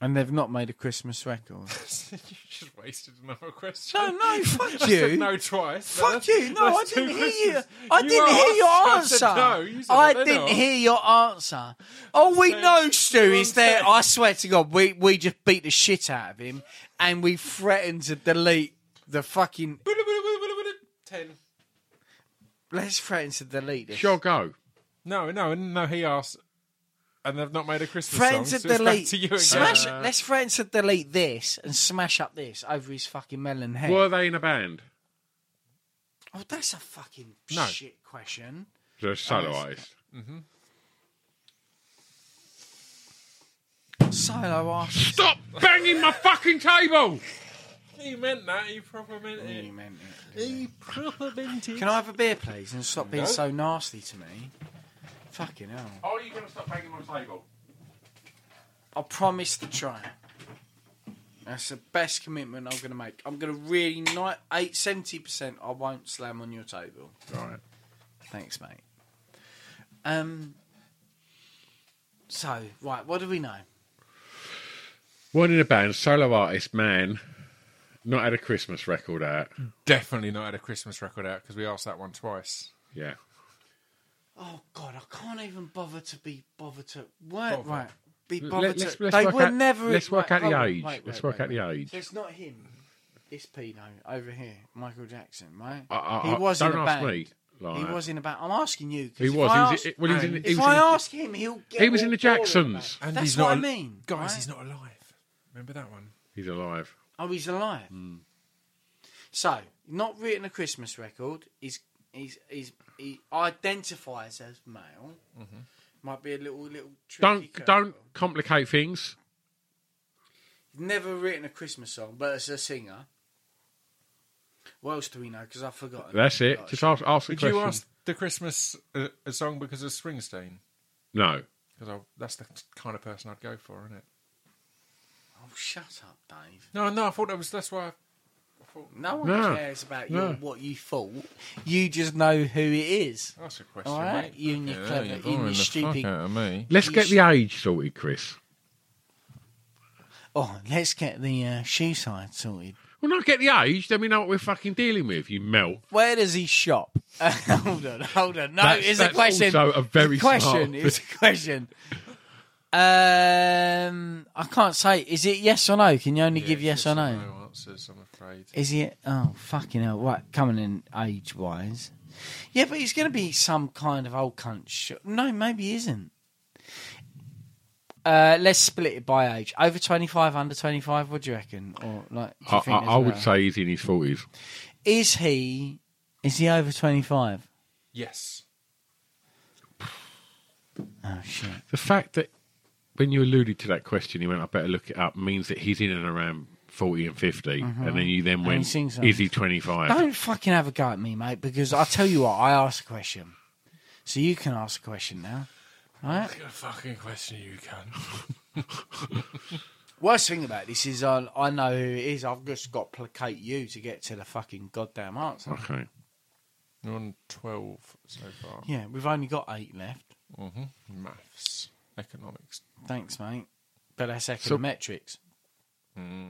Speaker 4: and they've not made a Christmas record.
Speaker 1: you just wasted another question.
Speaker 4: no, no,
Speaker 1: I
Speaker 4: fuck
Speaker 1: said
Speaker 4: you.
Speaker 1: no twice.
Speaker 4: Fuck you! No, I
Speaker 1: That's two
Speaker 4: didn't hear you.
Speaker 1: questions.
Speaker 4: I
Speaker 1: You
Speaker 4: didn't hear your
Speaker 1: asked. I
Speaker 4: answer.
Speaker 1: said no. You said
Speaker 4: I
Speaker 1: they're
Speaker 4: didn't
Speaker 1: not.
Speaker 4: hear your answer. All we know, Stu, is that I swear to God, we we just beat the shit out of him, and we threatened to delete the fucking.
Speaker 1: Ten.
Speaker 4: Let's threaten to delete this.
Speaker 3: Sure, go.
Speaker 1: No, no, no. He asked, and they've not made a Christmas song.
Speaker 4: Threaten to
Speaker 1: so it's back
Speaker 4: delete.
Speaker 1: to you again. Uh,
Speaker 4: Smash. Let's threaten to delete this and smash up this over his fucking melon head.
Speaker 3: Were they in a band?
Speaker 4: Oh, that's a fucking
Speaker 1: No.
Speaker 4: shit question.
Speaker 3: They're solo artists.
Speaker 4: Solo artist.
Speaker 3: Stop banging my fucking table!
Speaker 1: He meant that. He probably meant it. He probably meant it.
Speaker 4: Can I have a beer, please, and stop being so nasty to me? Fucking hell.
Speaker 3: Are you going to stop banging my table?
Speaker 4: I promise to try. That's the best commitment I'm going to make. I'm going to really not eight seventy percent. I won't slam on your table.
Speaker 3: Right.
Speaker 4: Thanks, mate. Um. So right, what do we know?
Speaker 3: One in a band, solo artist, man. Not had a Christmas record out.
Speaker 1: Definitely not had a Christmas record out because we asked that one twice.
Speaker 3: Yeah.
Speaker 4: Oh God, I can't even bother to be bothered to work.
Speaker 1: Bother.
Speaker 4: Right, be
Speaker 3: Let-
Speaker 4: bothered
Speaker 3: let's-
Speaker 4: to.
Speaker 3: let's
Speaker 4: they
Speaker 3: work
Speaker 4: were
Speaker 3: out-
Speaker 4: never.
Speaker 3: let's work
Speaker 4: right,
Speaker 3: out the
Speaker 4: hold on,
Speaker 3: age.
Speaker 4: wait,
Speaker 3: Let's
Speaker 4: wait,
Speaker 3: work
Speaker 4: wait,
Speaker 3: out the
Speaker 4: wait.
Speaker 3: age.
Speaker 4: So it's not him. It's Pino over here, Michael Jackson, right?
Speaker 3: I- I-
Speaker 4: he
Speaker 3: I-
Speaker 4: was
Speaker 3: don't
Speaker 4: in a
Speaker 3: ask
Speaker 4: band.
Speaker 3: me,
Speaker 4: He
Speaker 3: like-
Speaker 4: was in a band. I'm asking you. 'cause
Speaker 3: He
Speaker 4: if
Speaker 3: was.
Speaker 4: I
Speaker 3: He was
Speaker 4: ask-
Speaker 3: in- well, he was in- he
Speaker 4: if
Speaker 3: was
Speaker 4: I
Speaker 3: in-
Speaker 4: ask him, he'll get.
Speaker 3: He was in
Speaker 4: all
Speaker 3: the
Speaker 4: bored about
Speaker 3: Jacksons.
Speaker 4: it. That's what I mean,
Speaker 1: guys.
Speaker 4: right?
Speaker 1: He's not alive. Remember that one?
Speaker 3: He's alive.
Speaker 4: Oh, he's alive.
Speaker 3: Hmm.
Speaker 4: So, not written a Christmas record. He's he's, he's he identifies as male. Might be a little little. Tricky
Speaker 3: Mm-hmm. Don't don't
Speaker 4: curveball.
Speaker 3: complicate things.
Speaker 4: Never written a Christmas song, but as a singer. What else do we know? Because I've forgotten.
Speaker 3: That's it.
Speaker 4: Gosh.
Speaker 3: Just ask ask the
Speaker 1: Did
Speaker 3: question.
Speaker 1: you ask the Christmas uh, a song because of Springsteen?
Speaker 3: No.
Speaker 1: Because that's the kind of person I'd go for, isn't it?
Speaker 4: Oh, shut up, Dave.
Speaker 1: No, no. I thought that was that's why. I,
Speaker 4: No one
Speaker 3: No.
Speaker 4: cares about
Speaker 3: No.
Speaker 4: you, what you thought. You just know who it is.
Speaker 1: that's a question.
Speaker 4: All right, you and your clever, you and your stupid.
Speaker 1: me.
Speaker 3: Let's
Speaker 4: You
Speaker 3: get
Speaker 4: sh-
Speaker 3: the age sorted, Chris.
Speaker 4: Oh, let's get the uh, shoe side sorted.
Speaker 3: Well, not get the age, then we know what we're fucking dealing with. You melt.
Speaker 4: Where does he shop? hold on, hold on. No,
Speaker 3: That's-
Speaker 4: it's a
Speaker 3: that's
Speaker 4: question.
Speaker 3: also a very
Speaker 4: It's question.
Speaker 3: smart-
Speaker 4: It's a question. Um, I can't say. Is it yes or no? Can you only give yes or no?
Speaker 1: No answers, I'm afraid.
Speaker 4: Is he? Oh, fucking hell! Right, coming in age wise. Yeah, but he's going to be some kind of old cunt. Sh- no, maybe he isn't. Uh, let's split it by age. Over twenty five, under twenty five. What do you reckon? Or like, do you
Speaker 3: I, I,
Speaker 4: think
Speaker 3: I
Speaker 4: there's
Speaker 3: would
Speaker 4: better?
Speaker 3: say he's in his forties.
Speaker 4: is he? Is he over twenty five?
Speaker 1: Yes.
Speaker 4: Oh shit!
Speaker 3: The fact that when you alluded to that question, he went, "I better look it up," means that he's in and around forty and 50 Mm-hmm. and then you then
Speaker 4: he
Speaker 3: went,
Speaker 4: sings songs.
Speaker 3: "Is he 25?
Speaker 4: Don't fucking have a go at me, mate. Because I tell you what, I asked a question, so you can ask a question now. Right?
Speaker 1: Good fucking question, you can.
Speaker 4: Worst thing about this is I, I know who it is. I've just got to placate you to get to the fucking goddamn answer.
Speaker 3: Okay.
Speaker 1: You're on twelve so far.
Speaker 4: Yeah, we've only got eight left.
Speaker 1: Mm-hmm. Maths, economics.
Speaker 4: Thanks, mate. But that's econometrics.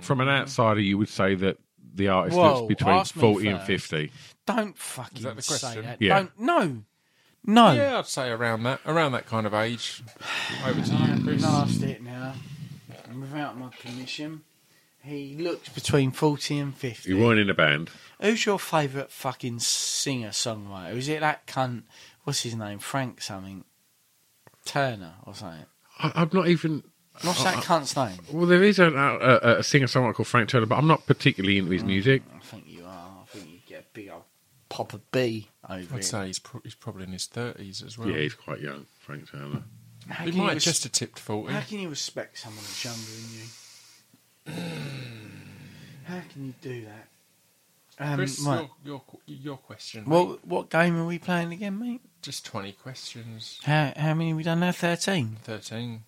Speaker 3: From an outsider, you would say that the artist
Speaker 4: Whoa,
Speaker 3: looks between
Speaker 4: ask me
Speaker 3: forty and
Speaker 4: first.
Speaker 3: fifty.
Speaker 4: Don't fucking
Speaker 1: Is that the
Speaker 4: say
Speaker 1: question?
Speaker 4: that.
Speaker 3: Yeah.
Speaker 4: Don't. No. No.
Speaker 1: Yeah, I'd say around that, around that kind of age. Over to you, Chris.
Speaker 4: We've asked it now. And Without my permission. He looks between 40 and 50.
Speaker 3: You weren't in a band.
Speaker 4: Who's your favourite fucking singer songwriter? Is it that cunt? What's his name? Frank something. Turner or something.
Speaker 3: I, I'm not even.
Speaker 4: What's that cunt's name?
Speaker 3: Well, there is an, uh, a, a singer-songwriter called Frank Turner, but I'm not particularly into his music.
Speaker 4: I think you are. I think you get a big old pop of B over
Speaker 1: I'd
Speaker 4: it.
Speaker 1: say he's, pro- he's probably in his thirties as well.
Speaker 3: Yeah, he's quite young, Frank Turner.
Speaker 4: How
Speaker 1: he
Speaker 4: can you
Speaker 1: might have
Speaker 4: res-
Speaker 1: just have tipped forty.
Speaker 4: How can you respect someone who's younger than you? How can you do that? Um,
Speaker 1: Chris,
Speaker 4: right.
Speaker 1: your, your your question.
Speaker 4: Well, what game are we playing again, mate?
Speaker 1: just twenty questions.
Speaker 4: How, how many have we done now? 13?
Speaker 1: Thirteen.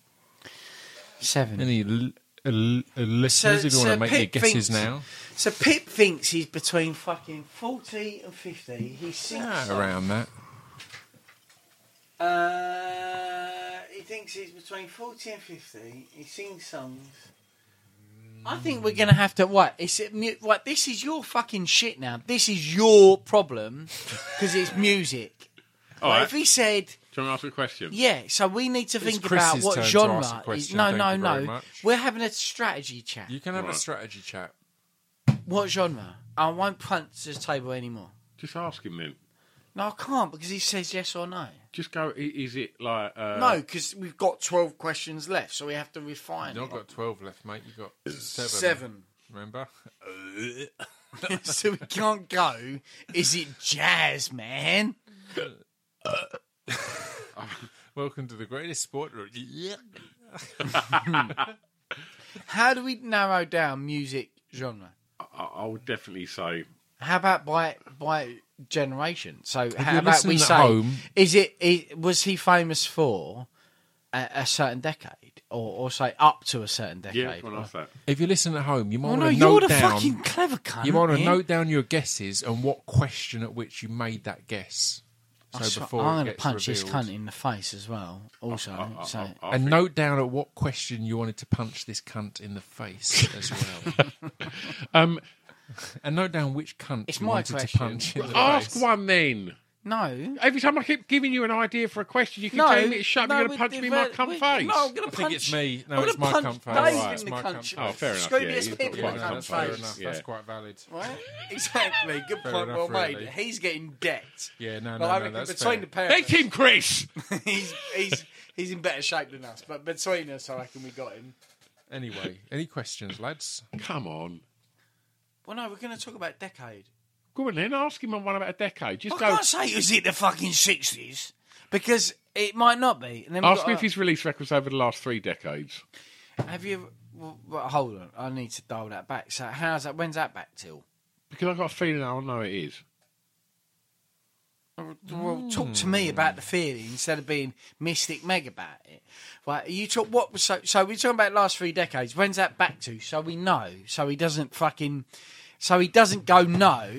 Speaker 4: Seven.
Speaker 1: Any l- l- l- listeners,
Speaker 4: So-
Speaker 1: if you want
Speaker 4: so
Speaker 1: to make your
Speaker 4: Pip
Speaker 1: guesses
Speaker 4: thinks-
Speaker 1: now,
Speaker 4: So Pip thinks he's between fucking 40 and 50. He sinks.
Speaker 1: Ah, around that.
Speaker 4: Uh, he thinks he's between 40 and 50. He sings songs. I think we're going to have to. What? It's, a mu- what? This is your fucking shit now. This is your problem because it's music.
Speaker 3: All
Speaker 4: Like,
Speaker 3: right.
Speaker 4: If he said,
Speaker 3: Do you want me to ask you a question?
Speaker 4: yeah, so we need to think about
Speaker 1: Chris's
Speaker 4: what
Speaker 1: turn to
Speaker 4: genre.
Speaker 1: ask a
Speaker 4: is-
Speaker 1: question,
Speaker 4: No,
Speaker 1: thank
Speaker 4: no,
Speaker 1: you very
Speaker 4: no.
Speaker 1: much.
Speaker 4: We're having a strategy chat.
Speaker 1: You can have
Speaker 3: Right.
Speaker 1: a strategy chat.
Speaker 4: What genre? I won't punch this table anymore.
Speaker 3: Just ask him then.
Speaker 4: No, I can't because he says yes or no.
Speaker 3: Just go. i- Is it like? Uh,
Speaker 4: No, because we've got 12 questions left, so we have to refine
Speaker 1: You've not got
Speaker 4: it.
Speaker 1: twelve left, mate. You have got seven.
Speaker 4: Seven.
Speaker 1: Remember?
Speaker 4: so we can't go. Is it jazz, man?
Speaker 1: Welcome to the greatest sport.
Speaker 4: How do we narrow down music genre?
Speaker 3: I, I would definitely say.
Speaker 4: How about by by generation? So how
Speaker 1: you're
Speaker 4: about we
Speaker 1: listening at
Speaker 4: say,
Speaker 1: home-
Speaker 4: is it i was he famous for a, a certain decade, or, or say up to a certain decade?
Speaker 3: Yeah, go and ask that.
Speaker 1: If you listen at home, you might
Speaker 4: Well,
Speaker 1: want
Speaker 4: Oh, no,
Speaker 1: to note
Speaker 4: you're the
Speaker 1: down.
Speaker 4: fucking clever cunt.
Speaker 1: You want to
Speaker 4: man.
Speaker 1: note down your guesses and what question at which you made that guess. So
Speaker 4: I swear-
Speaker 1: before it
Speaker 4: Oh, I'm gonna
Speaker 1: gets
Speaker 4: punch this
Speaker 1: revealed.
Speaker 4: cunt in the face as well. Also,
Speaker 3: I-
Speaker 4: so
Speaker 3: I- I
Speaker 1: And
Speaker 3: think-
Speaker 1: note down at what question you wanted to punch this cunt in the face as well.
Speaker 3: Um,
Speaker 1: and note down which cunt
Speaker 4: It's
Speaker 1: you
Speaker 4: my
Speaker 1: wanted
Speaker 4: question.
Speaker 1: to punch in the
Speaker 3: ask
Speaker 1: face.
Speaker 3: one then.
Speaker 4: no,
Speaker 3: Every time I keep giving you an idea for a question, you keep
Speaker 4: no,
Speaker 3: telling me to shut up.
Speaker 4: no,
Speaker 3: You're going
Speaker 4: we-
Speaker 3: to punch me in my
Speaker 4: we-
Speaker 3: cum
Speaker 4: we-
Speaker 3: face.
Speaker 4: No, I'm gonna
Speaker 1: I think
Speaker 4: punch-
Speaker 1: it's me. No,
Speaker 4: I'm
Speaker 1: it's
Speaker 4: gonna
Speaker 1: my
Speaker 4: punch
Speaker 1: cunt face.
Speaker 4: Dave
Speaker 1: Right,
Speaker 4: in
Speaker 1: it's
Speaker 4: the
Speaker 1: my cunt
Speaker 4: cunt face.
Speaker 3: Oh, fair enough.
Speaker 4: Screw
Speaker 3: yeah,
Speaker 4: this
Speaker 3: you've
Speaker 4: pig
Speaker 3: got
Speaker 4: in
Speaker 1: Yeah,
Speaker 4: the
Speaker 3: quite
Speaker 1: no,
Speaker 3: a
Speaker 1: that's
Speaker 3: cunt
Speaker 1: fair
Speaker 3: face,
Speaker 1: enough.
Speaker 3: yeah.
Speaker 1: That's quite valid.
Speaker 4: Right? Exactly. Good
Speaker 1: Fair
Speaker 4: point.
Speaker 1: enough,
Speaker 4: well made.
Speaker 1: really.
Speaker 4: He's getting decked.
Speaker 1: Yeah, no,
Speaker 4: But
Speaker 1: no, no,
Speaker 4: I reckon
Speaker 1: that's
Speaker 4: between the
Speaker 1: fair.
Speaker 4: pair,
Speaker 3: Thank
Speaker 4: of
Speaker 3: him, Chris.
Speaker 4: us, he's he's he's in better shape than us. But between us, I reckon we got him.
Speaker 1: Anyway, any questions, lads?
Speaker 3: Come on.
Speaker 4: Well, no, we're going to talk about decade.
Speaker 3: Go on then. Ask him on one about a decade. Just
Speaker 4: I
Speaker 3: go.
Speaker 4: can't say is it the fucking sixties because it might not be. And then we've
Speaker 3: Ask
Speaker 4: got
Speaker 3: me
Speaker 4: a-
Speaker 3: if he's released records over the last three decades.
Speaker 4: Have you? Well, well, hold on, I need to dial that back. So how's that? When's that back till?
Speaker 3: Because I've got a feeling I know it is.
Speaker 4: Well, talk to
Speaker 3: Mm.
Speaker 4: me about the feeling instead of being mystic meg about it. Right? You talk what? So, so we're talking about last three decades. When's that back to? So we know. So he doesn't fucking. So he doesn't go no.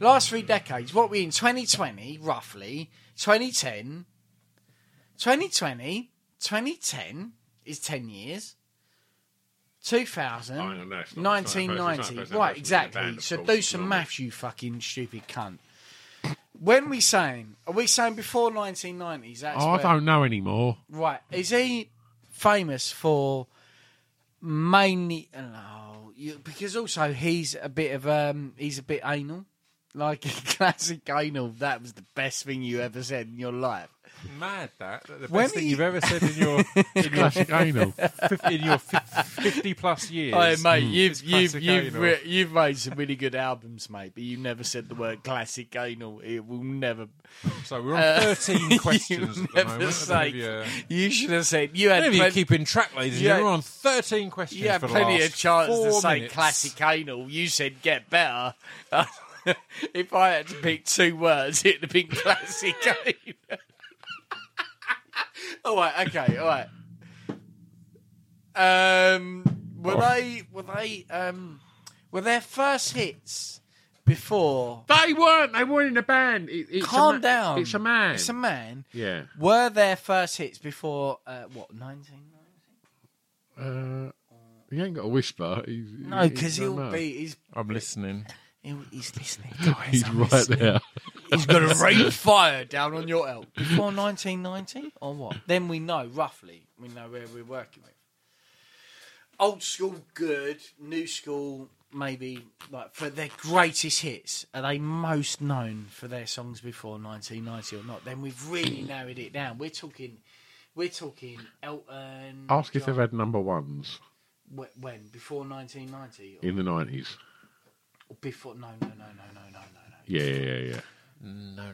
Speaker 4: Last three decades. What we in 2020 roughly? 2010. 2020. 2010 is 10 years. 2000.
Speaker 3: Oh, no, no, it's not-
Speaker 4: 1990.
Speaker 3: it's not a person, it's not a person,
Speaker 4: right,
Speaker 3: it's not a person, it's a
Speaker 4: exactly.
Speaker 3: band, of
Speaker 4: so
Speaker 3: course,
Speaker 4: do
Speaker 3: it's
Speaker 4: some
Speaker 3: not-
Speaker 4: maths, you fucking stupid cunt. When we saying, are we saying before 1990s? That's
Speaker 3: Oh, I
Speaker 4: where-
Speaker 3: don't know anymore.
Speaker 4: Right, is he famous for mainly? No, you, because also he's a bit of um, he's a bit anal, like classic anal. That was the best thing you ever said in your life.
Speaker 1: Mad that. that The
Speaker 4: When
Speaker 1: best thing
Speaker 4: he-
Speaker 1: you've ever said in your in your,
Speaker 3: Classic anal.
Speaker 1: fif- in your fif- fifty plus years.
Speaker 4: Oh, mate, you've you've
Speaker 1: classic
Speaker 4: you've,
Speaker 1: anal.
Speaker 4: re- you've made some really good albums, mate, but you never said the word classic anal. It will never.
Speaker 1: So we're on thirteen questions
Speaker 4: you
Speaker 1: at the
Speaker 4: never
Speaker 1: moment. I don't
Speaker 4: say.
Speaker 1: know if you-
Speaker 4: You should have said you had
Speaker 1: I don't know if
Speaker 4: plenty,
Speaker 1: you're keeping track, ladies and
Speaker 4: Yeah.
Speaker 1: gentlemen. We're on 13 questions
Speaker 4: you had
Speaker 1: for the
Speaker 4: plenty
Speaker 1: last
Speaker 4: of chance to
Speaker 1: four
Speaker 4: say
Speaker 1: minutes.
Speaker 4: classic anal. You said get better. if I had to pick two words, it'd have been classic anal. all right, okay, all right. Um, were they were they um were their first hits before?
Speaker 3: They weren't. They weren't in a band. It, it's
Speaker 4: Calm
Speaker 3: a ma-
Speaker 4: down.
Speaker 3: It's a man.
Speaker 4: It's a man.
Speaker 3: Yeah.
Speaker 4: Were their first hits before uh, what nineteen?
Speaker 3: Uh, he ain't got a whisper. He's,
Speaker 4: No, because he'll be he's
Speaker 1: I'm listening.
Speaker 4: he'll, he's listening.
Speaker 3: He's right there.
Speaker 4: He's going to rain fire down on your elk. Before 1990 or what? Then we know roughly. We know where we're working with. Old school, good. New school, maybe. Like for their greatest hits, are they most known for their songs before 1990 or not? Then we've really narrowed it down. We're talking. We're talking Elton.
Speaker 3: Ask if
Speaker 4: John-
Speaker 3: they've had number ones
Speaker 4: wh- when before 1990 or
Speaker 3: in the 90s.
Speaker 4: before? No, no, no, no, no, no, no.
Speaker 3: Yeah, yeah, yeah. yeah.
Speaker 1: No, no,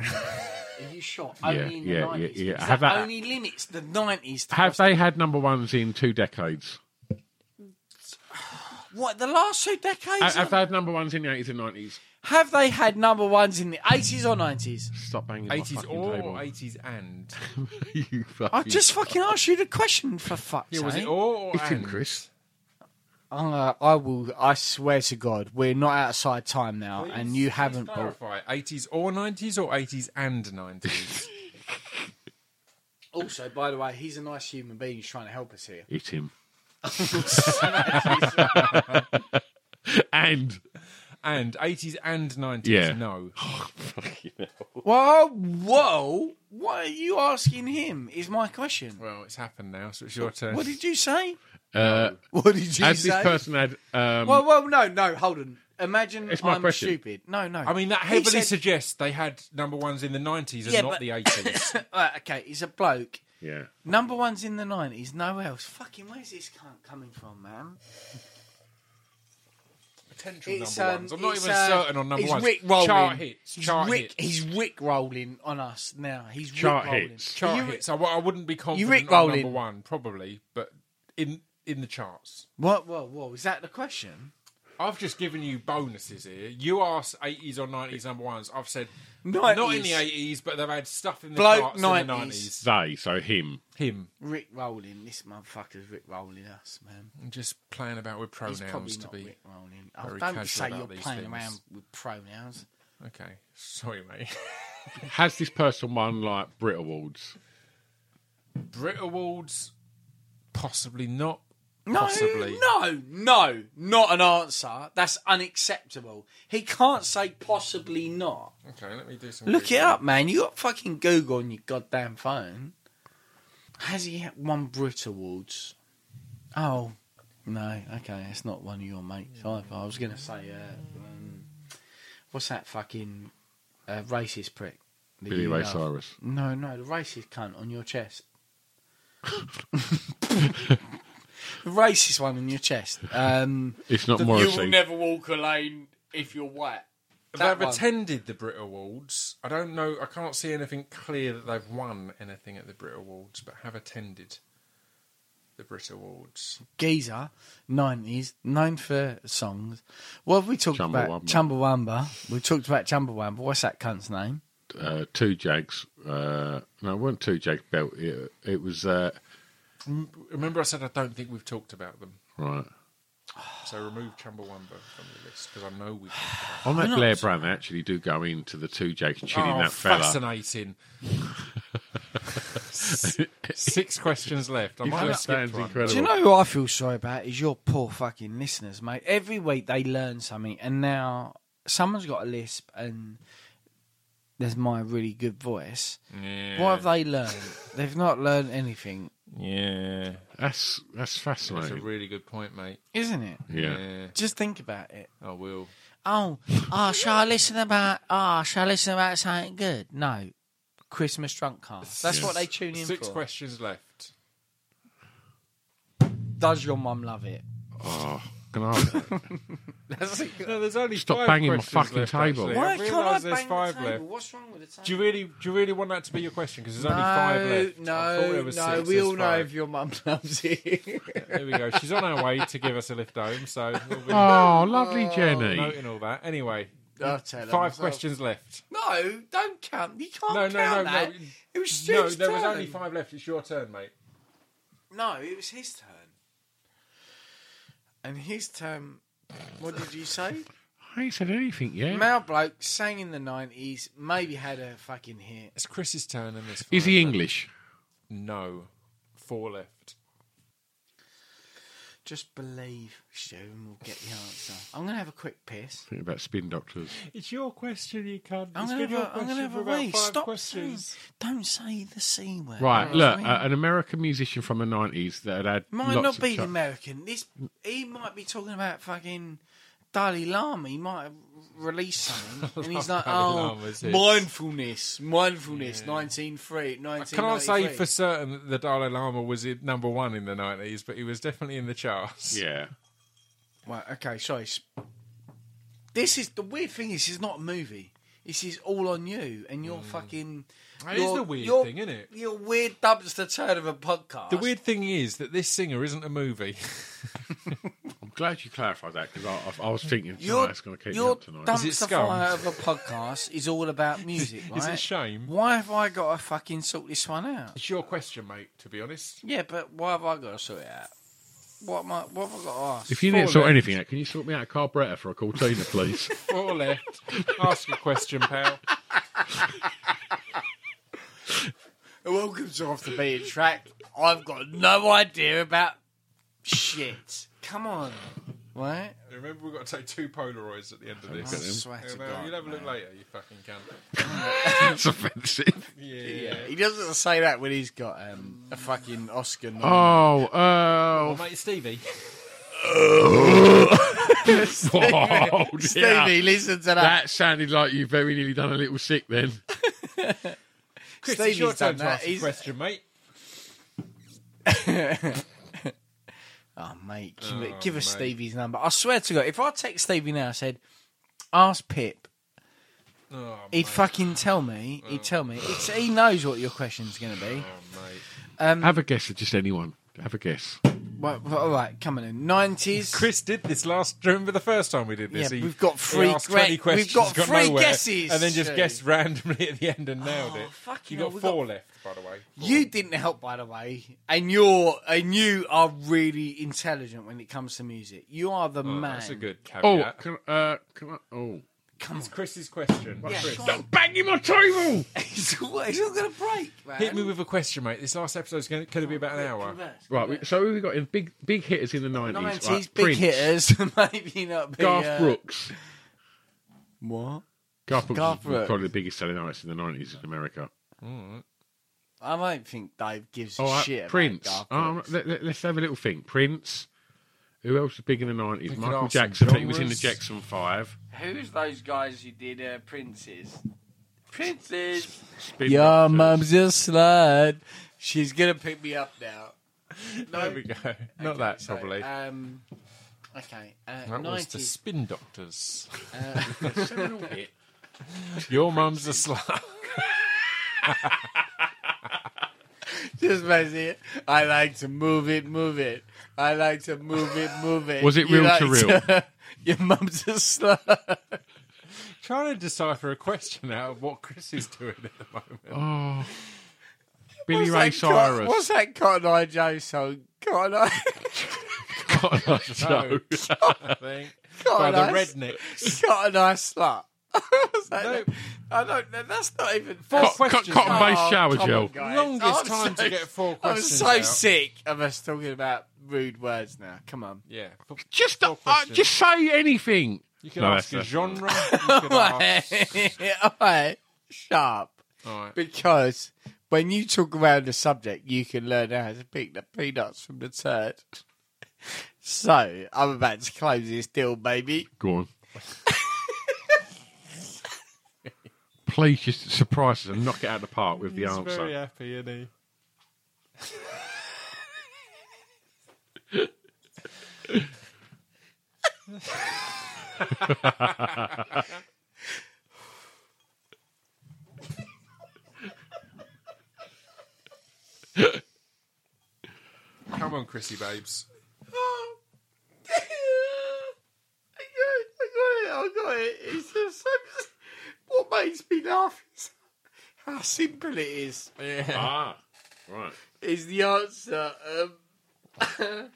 Speaker 1: no.
Speaker 4: Are you shot?
Speaker 3: Yeah,
Speaker 4: Only in the
Speaker 3: yeah, yeah,
Speaker 4: 90s.
Speaker 3: yeah.
Speaker 4: because
Speaker 3: Have
Speaker 4: that
Speaker 3: that-
Speaker 4: only limits the 90s. To
Speaker 3: Have
Speaker 4: us.
Speaker 3: they had number ones in two decades?
Speaker 4: what the last two decades?
Speaker 3: Ha- Have they had number ones in the 80s and 90s?
Speaker 4: Have they had number ones in the 80s or 90s?
Speaker 3: Stop banging my
Speaker 1: 80s
Speaker 3: fucking
Speaker 1: or
Speaker 3: table.
Speaker 1: 80s and.
Speaker 3: you fucking...
Speaker 4: I just fucking asked you the question for fuck's
Speaker 1: Yeah, was
Speaker 4: sake.
Speaker 1: it or, or
Speaker 3: It's him,
Speaker 1: and?
Speaker 3: Chris.
Speaker 4: I'm, uh, I will. I swear to God, we're not outside time now, and you haven't. bought-
Speaker 1: Clarify, 80s or 90s or 80s and 90s?
Speaker 4: Also, by the way, he's a nice human being. He's trying to help us here.
Speaker 3: It's him. and
Speaker 1: and 80s and 90s,
Speaker 3: Yeah.
Speaker 1: no.
Speaker 3: oh,
Speaker 4: Whoa, whoa! What are you asking him? Is my question.
Speaker 1: Well, it's happened now, so it's your turn.
Speaker 4: What did you say?
Speaker 3: uh,
Speaker 4: What did you
Speaker 3: has
Speaker 4: say?
Speaker 3: this person had? Um,
Speaker 4: well, well, no, no. Hold on. Imagine
Speaker 3: It's my
Speaker 4: I'm
Speaker 3: question.
Speaker 4: stupid. No, no.
Speaker 1: I mean, that
Speaker 4: He
Speaker 1: heavily
Speaker 4: said-
Speaker 1: suggests they had number ones in the 90s and
Speaker 4: Yeah,
Speaker 1: not
Speaker 4: but-
Speaker 1: the 80s.
Speaker 4: Uh, okay, he's a bloke.
Speaker 3: yeah,
Speaker 4: Number one's in the nineties. No else. Fucking where's this cunt coming from, man?
Speaker 1: Potential
Speaker 4: It's,
Speaker 1: number
Speaker 4: um,
Speaker 1: ones. I'm not
Speaker 4: it's,
Speaker 1: even
Speaker 4: uh,
Speaker 1: certain on number
Speaker 4: he's
Speaker 1: ones.
Speaker 4: Rick rolling.
Speaker 1: Chart hits.
Speaker 4: He's
Speaker 1: Chart
Speaker 4: Rick,
Speaker 1: hits.
Speaker 4: He's Rick rolling on us now. He's
Speaker 3: Chart
Speaker 4: Rick rolling.
Speaker 3: hits.
Speaker 1: Chart
Speaker 4: You-
Speaker 1: hits. I, w- I wouldn't be confident
Speaker 4: Rick
Speaker 1: on number
Speaker 4: rolling.
Speaker 1: one, probably, but in in the charts.
Speaker 4: What? Whoa, whoa! Is that the question?
Speaker 1: I've just given you bonuses here. You asked 80s or 90s number ones. I've said not in
Speaker 4: 90s.
Speaker 1: the 80s, but they've had stuff in the
Speaker 4: Bloke
Speaker 1: charts in the
Speaker 4: 90s.
Speaker 1: 90s.
Speaker 3: they. So him.
Speaker 1: Him.
Speaker 4: Rick rolling. This motherfucker's Rick rolling us, man.
Speaker 1: I'm just playing about with
Speaker 4: He's probably
Speaker 1: pronouns to
Speaker 4: not
Speaker 1: be.
Speaker 4: Rick rolling. Oh,
Speaker 1: very
Speaker 4: don't
Speaker 1: casual
Speaker 4: say
Speaker 1: about
Speaker 4: you're
Speaker 1: these
Speaker 4: playing
Speaker 1: things.
Speaker 4: around with pronouns.
Speaker 1: Okay. Sorry, mate.
Speaker 3: Has this person won like Brit Awards?
Speaker 1: Brit Awards, possibly not.
Speaker 4: No,
Speaker 1: Possibly.
Speaker 4: no, no, not an answer. That's unacceptable. He can't say possibly not.
Speaker 1: Okay, let me do some.
Speaker 4: Look it
Speaker 1: Googling.
Speaker 4: up, man. You got fucking Google on your goddamn phone. Has he had- won Brit Awards? Oh, no. Okay, that's not one of your mates either. I was going to say, uh, um, what's that fucking uh, racist prick? that
Speaker 3: Billy
Speaker 4: you
Speaker 3: Ray
Speaker 4: love?
Speaker 3: Cyrus.
Speaker 4: No, no, the racist cunt on your chest. the racist one on your chest. Um,
Speaker 3: It's not
Speaker 4: the- you will
Speaker 3: Morrissey.
Speaker 4: never walk a lane if you're white. That
Speaker 1: They've
Speaker 4: one.
Speaker 1: attended the Brit Awards. I don't know. I can't see anything clear that they've won anything at the Brit Awards, but have attended the Brit Awards.
Speaker 4: geezer, nineties, known for songs. What have we talked about? Chumbawamba. We talked about Chumbawamba. What's that cunt's name?
Speaker 3: uh, two Jags. Uh, no, it weren't two Jags belt. It, it was uh,
Speaker 1: Remember, I said I don't think we've talked about them.
Speaker 3: right.
Speaker 1: So remove Chumbawamba from the list because I know we've.
Speaker 3: On that Blair Brand, they actually do go into the two Jags chinning
Speaker 1: oh,
Speaker 3: that fella.
Speaker 1: fascinating. Six questions left. I might have
Speaker 3: Understands
Speaker 1: skipped one.
Speaker 3: incredible.
Speaker 4: Do you know who I feel sorry about? Is your poor fucking listeners, mate. Every week they learn something, and now someone's got a lisp, and there's my really good voice. What have they learned? They've not learned anything,
Speaker 1: Yeah,
Speaker 3: That's that's
Speaker 1: that's a
Speaker 3: fascinating.
Speaker 1: really good point, mate.
Speaker 4: isn't it?
Speaker 3: yeah.
Speaker 1: Yeah,
Speaker 4: Just think about it.
Speaker 1: I will.
Speaker 4: Oh, oh, shall I listen about? Oh, shall I listen about something good? No, Christmas drunk car. That's what they tune in
Speaker 1: Six
Speaker 4: for.
Speaker 1: questions left.
Speaker 4: Does your mum love it?
Speaker 3: Oh, can I?
Speaker 1: No, there's only
Speaker 3: Stop
Speaker 1: five
Speaker 3: banging my
Speaker 1: questions
Speaker 3: fucking
Speaker 1: left,
Speaker 3: table.
Speaker 1: actually.
Speaker 4: Why
Speaker 1: I
Speaker 4: can't I
Speaker 1: realise
Speaker 4: bang
Speaker 1: there's five
Speaker 4: the table?
Speaker 1: left.
Speaker 4: What's wrong with the table?
Speaker 1: Do you really, do you really want that to be your question? Because there's only five left. I thought there was
Speaker 4: no,
Speaker 1: six,
Speaker 4: we
Speaker 1: there's
Speaker 4: all know
Speaker 1: five.
Speaker 4: if your mum loves it.
Speaker 1: There we go. She's on her way to give us a lift home, so we'll be
Speaker 3: Oh, lovely Jenny.
Speaker 1: noting all that. Anyway,
Speaker 4: I'll tell her
Speaker 1: five
Speaker 4: myself.
Speaker 1: questions left.
Speaker 4: No, don't count. You can't
Speaker 1: No, no,
Speaker 4: count
Speaker 1: no,
Speaker 4: that.
Speaker 1: no.
Speaker 4: It was Stu's
Speaker 1: No, there was
Speaker 4: turn.
Speaker 1: only five left. It's your turn, mate.
Speaker 4: No, it was his turn. And his turn. What did you say?
Speaker 3: I ain't said anything yet.
Speaker 4: Male bloke sang in the nineties. Maybe had a fucking hit.
Speaker 1: It's Chris's turn, and there's five
Speaker 3: Is he
Speaker 1: left.
Speaker 3: English?
Speaker 1: No, four left.
Speaker 4: Just believe, Stu, and we'll get the answer. I'm gonna have a quick piss.
Speaker 3: Think about spin doctors.
Speaker 1: It's your question, you cunt.
Speaker 4: I'm
Speaker 1: It's
Speaker 4: gonna
Speaker 1: been your
Speaker 4: have a, I'm gonna
Speaker 1: question
Speaker 4: have
Speaker 1: for
Speaker 4: a
Speaker 1: about
Speaker 4: wee.
Speaker 1: five
Speaker 4: Stop
Speaker 1: questions.
Speaker 4: saying- Don't say the c word.
Speaker 3: Right,
Speaker 4: You know
Speaker 3: look,
Speaker 4: what I
Speaker 3: uh,
Speaker 4: mean?
Speaker 3: an American musician from the 90s that had.
Speaker 4: might
Speaker 3: lots
Speaker 4: not
Speaker 3: of
Speaker 4: be
Speaker 3: char-
Speaker 4: American. This he might be talking about fucking Dalai Lama, he might have released something, and he's like,
Speaker 1: Dalai
Speaker 4: "Oh,
Speaker 1: Lamas, it's-
Speaker 4: mindfulness, mindfulness, nineteen three, nineteen."
Speaker 1: Can I say for certain that the Dalai Lama was in number one in the 90s, but he was definitely in the charts?
Speaker 3: Yeah.
Speaker 4: Right, okay, sorry. S- This is the weird thing. Is it's not a movie. This is all on you, and you're
Speaker 1: Mm.
Speaker 4: fucking.
Speaker 1: That is
Speaker 4: you're-
Speaker 1: the weird
Speaker 4: you're-
Speaker 1: thing, isn't it?
Speaker 4: You're weird dumpster turd of a podcast.
Speaker 1: The weird thing is that this singer isn't a movie.
Speaker 3: I'm glad you clarified that because I, I, I was thinking
Speaker 4: Your,
Speaker 3: tonight it's going to keep me
Speaker 4: your
Speaker 3: up tonight.
Speaker 1: it
Speaker 4: dumpster
Speaker 1: scum?
Speaker 4: fire of a podcast is all about music, right?
Speaker 1: Is it a shame?
Speaker 4: Why have I got to fucking sort this one out?
Speaker 1: It's your question, mate, to be honest.
Speaker 4: Yeah, but why have I got to sort it out? What am I, What have I got to ask?
Speaker 3: if you didn't sort anything out, can you sort me out a carburetor for a Cortina, please?
Speaker 1: Four left. Ask your question, pal.
Speaker 4: Welcome to Off the Beaten Track. I've got no idea about shit. Come on, right?
Speaker 1: Remember, we've got to take two Polaroids at the end of
Speaker 4: I
Speaker 1: this.
Speaker 4: swear
Speaker 1: Yeah,
Speaker 4: to
Speaker 1: well,
Speaker 4: God,
Speaker 1: you'll have a look
Speaker 4: man.
Speaker 1: later, you fucking cunt.
Speaker 3: That's offensive.
Speaker 1: Yeah.
Speaker 4: Yeah, he doesn't say that when he's got um, a fucking Oscar. nom-
Speaker 3: Oh, oh,
Speaker 1: mate, Stevie.
Speaker 3: oh
Speaker 4: Stevie,
Speaker 3: yeah.
Speaker 4: listen to that.
Speaker 3: That sounded like you very nearly done a little sick then.
Speaker 1: Chris,
Speaker 4: Stevie's
Speaker 1: it's your
Speaker 4: done
Speaker 1: turn to
Speaker 4: that.
Speaker 1: ask a
Speaker 4: He's-
Speaker 1: question, mate.
Speaker 4: Oh, mate, give, it-
Speaker 1: Oh,
Speaker 4: give us
Speaker 1: mate.
Speaker 4: Stevie's number. I swear to God, if I text Stevie now, I said, "Ask Pip,"
Speaker 1: Oh,
Speaker 4: he'd
Speaker 1: mate.
Speaker 4: fucking tell me. He'd tell me. It's, he knows what your question's going to be.
Speaker 1: Oh, mate.
Speaker 4: Um,
Speaker 3: Have a guess at just anyone. Have a guess.
Speaker 4: Right, right, all right, come on in. Nineties.
Speaker 1: Chris did this last. Remember the first time we did this?
Speaker 4: Yeah,
Speaker 1: He-
Speaker 4: we've got
Speaker 1: he
Speaker 4: three
Speaker 1: asked 20
Speaker 4: great-
Speaker 1: questions,
Speaker 4: we've got three
Speaker 1: nowhere,
Speaker 4: guesses,
Speaker 1: and then just
Speaker 4: Stu.
Speaker 1: guessed randomly at the end and nailed
Speaker 4: Oh,
Speaker 1: it.
Speaker 4: fucking
Speaker 1: you
Speaker 4: hell,
Speaker 1: got
Speaker 4: we
Speaker 1: four left, by the way. Four.
Speaker 4: You didn't help, by the way, and you're and you are really intelligent when it comes to music. You are the
Speaker 1: Oh,
Speaker 4: man.
Speaker 1: That's a good caveat.
Speaker 3: Oh, can, uh, can I, oh.
Speaker 4: Come on,
Speaker 1: Chris's question.
Speaker 4: Yeah,
Speaker 1: Chris,
Speaker 4: go on.
Speaker 3: Don't bang in my table!
Speaker 4: it's all, it's all gonna break, man.
Speaker 1: hit me with a question, mate. This last episode's going to be about an hour.
Speaker 3: Right, we- so who we got in big big hitters in the 90s.
Speaker 4: Nineties
Speaker 3: right,
Speaker 4: big
Speaker 3: Prince,
Speaker 4: hitters, maybe not. Be,
Speaker 3: Garth
Speaker 4: uh,
Speaker 3: Brooks.
Speaker 4: What?
Speaker 3: Garth Brooks
Speaker 4: Garth
Speaker 3: was
Speaker 4: Brooks.
Speaker 3: probably the biggest selling artist in the 90s in America.
Speaker 4: I don't think Dave gives a
Speaker 1: Oh, uh,
Speaker 3: All right,
Speaker 4: shit. about
Speaker 3: Prince.
Speaker 4: Garth
Speaker 3: Oh,
Speaker 4: Brooks.
Speaker 3: let, us have a little think. Prince. Who else was big in the 90s?
Speaker 1: could
Speaker 3: Michael
Speaker 1: ask some
Speaker 3: Jackson. I think he was in the
Speaker 1: genres.
Speaker 3: Jackson 5.
Speaker 5: Who's those guys who did uh, Princes? Princes.
Speaker 3: Spin
Speaker 4: Your
Speaker 3: Doctors.
Speaker 4: mum's a slut. She's gonna pick me up now.
Speaker 1: There we go. Not that, probably.
Speaker 4: Um. Okay. Uh,
Speaker 1: that was the
Speaker 4: Nineties. Uh,
Speaker 1: Spin Doctors.
Speaker 3: Seminal hit.
Speaker 1: Your mum's a slut.
Speaker 4: Just basically, it. I like to move it, move it. I like to move it, move it.
Speaker 3: Was it
Speaker 4: You
Speaker 3: real
Speaker 4: like
Speaker 3: to real?
Speaker 4: your mum's a slut.
Speaker 1: Trying to decipher a question out of what Chris is doing at the moment.
Speaker 3: Oh.
Speaker 4: What's
Speaker 3: Billy Ray
Speaker 4: that Cotton-
Speaker 3: Cyrus.
Speaker 4: what's that Cotton Eye Joe song? Cotton Eye,
Speaker 3: God,
Speaker 1: No.
Speaker 3: no.
Speaker 4: Oh.
Speaker 1: I think. By
Speaker 4: Cotton
Speaker 1: the
Speaker 4: Eye,
Speaker 1: rednecks.
Speaker 4: Cotton Eye slut. What's that?
Speaker 1: No.
Speaker 4: I don't. know. That's not even.
Speaker 1: Four
Speaker 3: Co- co-
Speaker 1: questions.
Speaker 3: cotton based
Speaker 4: Oh,
Speaker 3: shower
Speaker 4: come
Speaker 3: gel.
Speaker 4: on, guys.
Speaker 1: Longest
Speaker 4: I'm
Speaker 1: time
Speaker 4: so-
Speaker 1: to get four
Speaker 4: I'm
Speaker 1: questions.
Speaker 4: so
Speaker 1: out.
Speaker 4: sick of us talking about rude words now. Come on.
Speaker 1: Yeah. F-
Speaker 3: Just,
Speaker 1: Four
Speaker 3: uh,
Speaker 1: questions.
Speaker 3: just say anything.
Speaker 1: You can
Speaker 3: No,
Speaker 1: ask a
Speaker 3: that's-
Speaker 1: genre. You can ask.
Speaker 4: All right, sharp.
Speaker 1: All right.
Speaker 4: Because when you talk around the subject, you can learn how to pick the peanuts from the turd. So I'm about to close this deal, baby.
Speaker 3: Go on. Please just surprise us and knock it out of the park with the
Speaker 1: He's
Speaker 3: answer.
Speaker 1: very happy, isn't he? Come on, Chrissy babes.
Speaker 4: I got it. I got it. I got it. It's just so, what makes me laugh is how simple it is.
Speaker 1: Yeah.
Speaker 3: Ah, right.
Speaker 4: Is the answer um,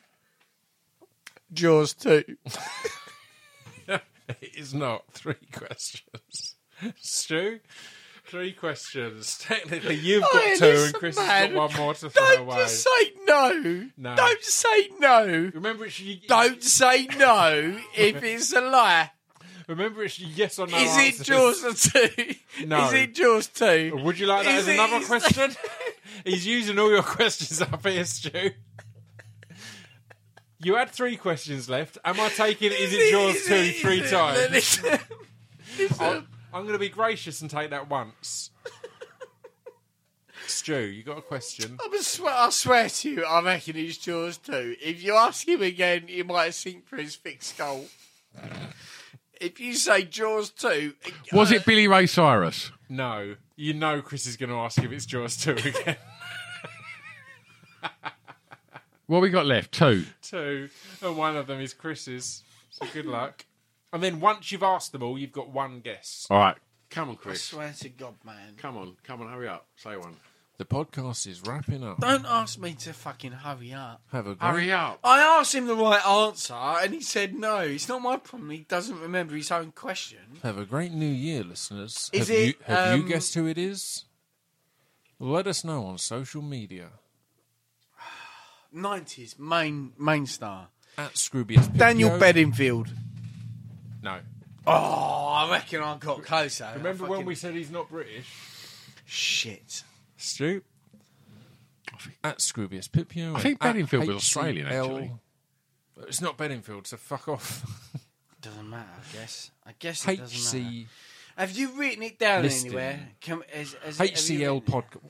Speaker 4: Jaws two?
Speaker 1: It is not three questions. Stu, three questions. Technically, you've got
Speaker 4: Hey,
Speaker 1: two,
Speaker 4: listen,
Speaker 1: and Chris has got
Speaker 4: man,
Speaker 1: one more to throw
Speaker 4: Don't
Speaker 1: away.
Speaker 4: just say no.
Speaker 1: No.
Speaker 4: Don't say no.
Speaker 1: Remember, it's you,
Speaker 4: Don't say no if it's a lie.
Speaker 1: Remember, it's yes or no.
Speaker 4: Is
Speaker 1: answers.
Speaker 4: it Jaws two?
Speaker 1: No.
Speaker 4: Is it Jaws two?
Speaker 1: Would you like that as
Speaker 4: Is it-
Speaker 1: another
Speaker 4: is-
Speaker 1: question? He's using all your questions up here, Stu. You had three questions left. Am I taking Is It Yours too three times? I'm, going to be gracious and take that once. Stu, you got a question?
Speaker 4: I swear, I swear to you, I reckon it's yours too. If you ask him again, he might sink for his fixed skull. if you say Jaws 2,
Speaker 3: Was it Billy Ray Cyrus?
Speaker 1: No. You know Chris is going to ask if it's Jaws 2 again.
Speaker 3: What we got left? Two.
Speaker 1: Two. And one of them is Chris's. So good luck. And then once you've asked them all, you've got one guess.
Speaker 3: All right. Come on,
Speaker 4: I
Speaker 3: Chris.
Speaker 4: swear to God, man.
Speaker 3: Come on. Come on. Hurry up. Say one.
Speaker 1: The podcast is wrapping up.
Speaker 4: Don't ask me to fucking hurry up.
Speaker 1: Have a
Speaker 3: Hurry up.
Speaker 4: I asked him the right answer and he said no. It's not my problem. He doesn't remember his own question.
Speaker 1: Have a great new year, listeners.
Speaker 4: Is Have it, you- have you um, guessed
Speaker 1: who it is? Let us know on social media.
Speaker 4: 90s, main main star.
Speaker 1: At Scroobius
Speaker 4: Daniel Bedingfield.
Speaker 1: No.
Speaker 4: Oh, I reckon I got closer.
Speaker 1: Remember
Speaker 4: I
Speaker 1: when
Speaker 4: fucking-
Speaker 1: we said he's not British?
Speaker 4: Shit.
Speaker 1: Stu. At Scroobius Pipio.
Speaker 3: I think
Speaker 1: and at
Speaker 3: Bedingfield was Australian,
Speaker 1: HCL.
Speaker 3: actually.
Speaker 1: It's not Bedingfield, so fuck off.
Speaker 4: Doesn't matter, I guess. I guess it doesn't matter.
Speaker 1: HC,
Speaker 4: Have you written it down
Speaker 1: Listing.
Speaker 4: anywhere? Can, has, has, have you
Speaker 1: HCL
Speaker 4: written it?
Speaker 1: Podcast.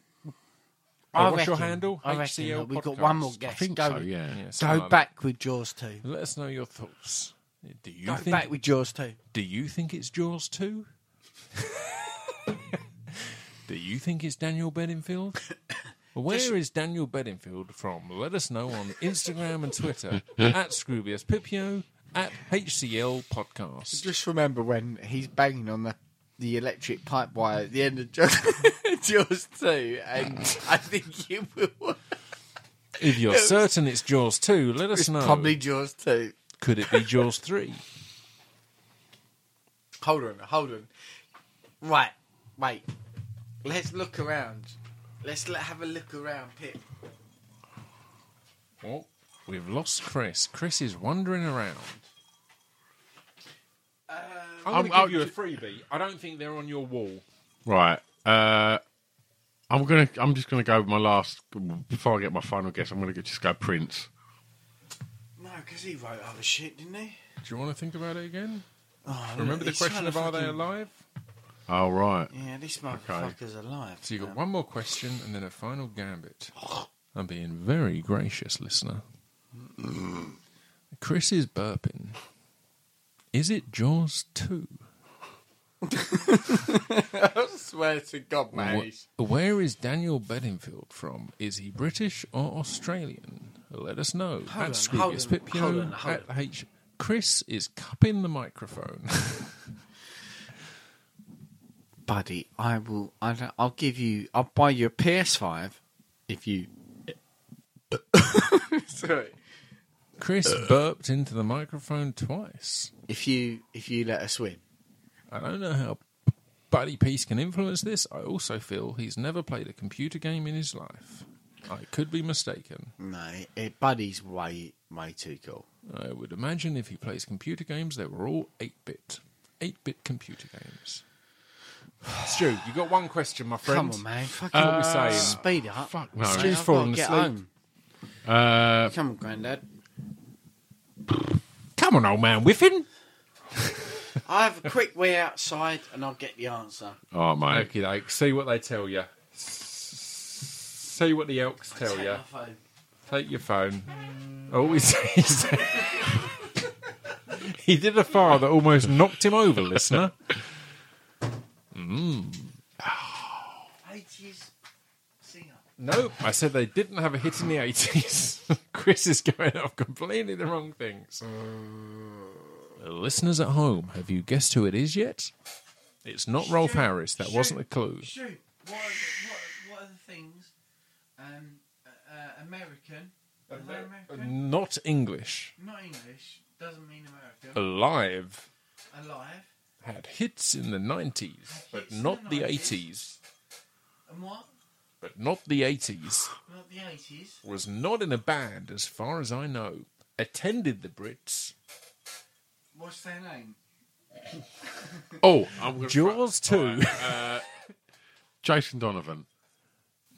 Speaker 4: I
Speaker 1: what's your
Speaker 4: reckon-
Speaker 1: handle?
Speaker 4: I reckon
Speaker 1: HCL
Speaker 4: that we've got
Speaker 1: podcast.
Speaker 4: one more guess.
Speaker 3: I think
Speaker 4: go
Speaker 3: so, yeah.
Speaker 1: Yeah, Um, something
Speaker 4: go
Speaker 1: like
Speaker 4: back with Jaws 2.
Speaker 1: that. Let us know your thoughts. Do you
Speaker 4: Go
Speaker 1: think
Speaker 4: back with Jaws 2.
Speaker 1: Do you think it's Jaws 2? Do you think it's Daniel Bedingfield? Where is Daniel Bedingfield from? Let us know on Instagram and Twitter at Scroobius Pipio at HCL Podcast.
Speaker 4: Just remember when he's banging on the, the electric pipe wire at the end of Jaws, Jaws 2, and I think you will.
Speaker 1: If you're certain it's Jaws 2, let us
Speaker 4: It's
Speaker 1: know.
Speaker 4: probably Jaws 2.
Speaker 1: Could it be Jaws 3?
Speaker 4: Hold on, hold on. Right, wait. Let's look around. Let's let, have a look around, Pip.
Speaker 1: Well, we've lost Chris. Chris is wandering around. Um, I'm
Speaker 3: I'll-
Speaker 1: going to give you a freebie. I don't think they're on your wall.
Speaker 3: Right. Uh, I'm gonna. I'm just gonna go with my last. Before I get my final guess, I'm gonna go- just go Prince.
Speaker 4: No, because he wrote other shit, didn't he?
Speaker 1: Do you want to think about it again?
Speaker 4: Oh,
Speaker 1: Remember
Speaker 4: look,
Speaker 1: the
Speaker 4: he's
Speaker 1: question
Speaker 4: trying
Speaker 1: of
Speaker 4: to
Speaker 1: are they
Speaker 4: fucking-
Speaker 1: alive?
Speaker 3: Oh right.
Speaker 4: Yeah, this motherfucker's alive.
Speaker 1: So you've
Speaker 4: man.
Speaker 1: got one more question and then a final gambit. I'm being very gracious, listener. Chris is burping. Is it Jaws 2?
Speaker 4: I swear to God, man. he's-
Speaker 1: Wh- where is Daniel Bedingfield from? Is he British or Australian? Let us know. at
Speaker 4: on,
Speaker 1: Scroobius
Speaker 4: hold on,
Speaker 1: Pipio,
Speaker 4: hold on, hold
Speaker 1: at H. Chris is cupping the microphone.
Speaker 4: Buddy, I will. I don't, I'll give you. I'll buy you a PS5 if you. Sorry.
Speaker 1: Chris burped into the microphone twice.
Speaker 4: If you if you let us win.
Speaker 1: I don't know how Buddy Peace can influence this. I also feel he's never played a computer game in his life. I could be mistaken.
Speaker 4: No, it, Buddy's way way too cool.
Speaker 1: I would imagine if he plays computer games, they were all 8 bit. 8 bit computer games. Stu, you got one question, my
Speaker 4: Come on, man. Uh, Fucking
Speaker 1: What we saying?
Speaker 4: speed up.
Speaker 3: Uh, Fuck no.
Speaker 4: Mate,
Speaker 1: Stu's
Speaker 4: I've
Speaker 1: fallen
Speaker 4: gotta get
Speaker 1: asleep.
Speaker 4: home.
Speaker 3: Uh,
Speaker 4: Come on, Grandad.
Speaker 1: Come on, old man, with him.
Speaker 4: I have a quick way outside, and I'll get the answer.
Speaker 3: oh mate.
Speaker 1: Okay, like, see what they tell you. See what the elks tell
Speaker 4: Take
Speaker 1: you.
Speaker 4: my phone.
Speaker 1: Take your phone. Oh, he's, he's, he did a far that almost knocked him over, listener.
Speaker 4: 80s singer.
Speaker 1: Nope. I said they didn't have a hit in the 80s. Chris is going off completely the wrong things. Uh, Listeners at home, have you guessed who it is yet? It's not Rolf Harris. That wasn't a clue.
Speaker 4: Shoot, what are the, what, what are the things? Um, uh, American. Are they American?
Speaker 1: Not English.
Speaker 4: Not English. Doesn't mean American.
Speaker 1: Alive.
Speaker 4: Alive.
Speaker 1: Had hits in the 90s, but
Speaker 4: Hits in
Speaker 1: not
Speaker 4: the
Speaker 1: the
Speaker 4: 90s.
Speaker 1: 80s.
Speaker 4: And what?
Speaker 1: But not the 80s.
Speaker 4: Not the 80s.
Speaker 1: was not in a band as far as I know, attended the Brits.
Speaker 4: What's their name?
Speaker 3: Oh, I'm gonna
Speaker 1: Jaws 2.
Speaker 3: Jason Donovan.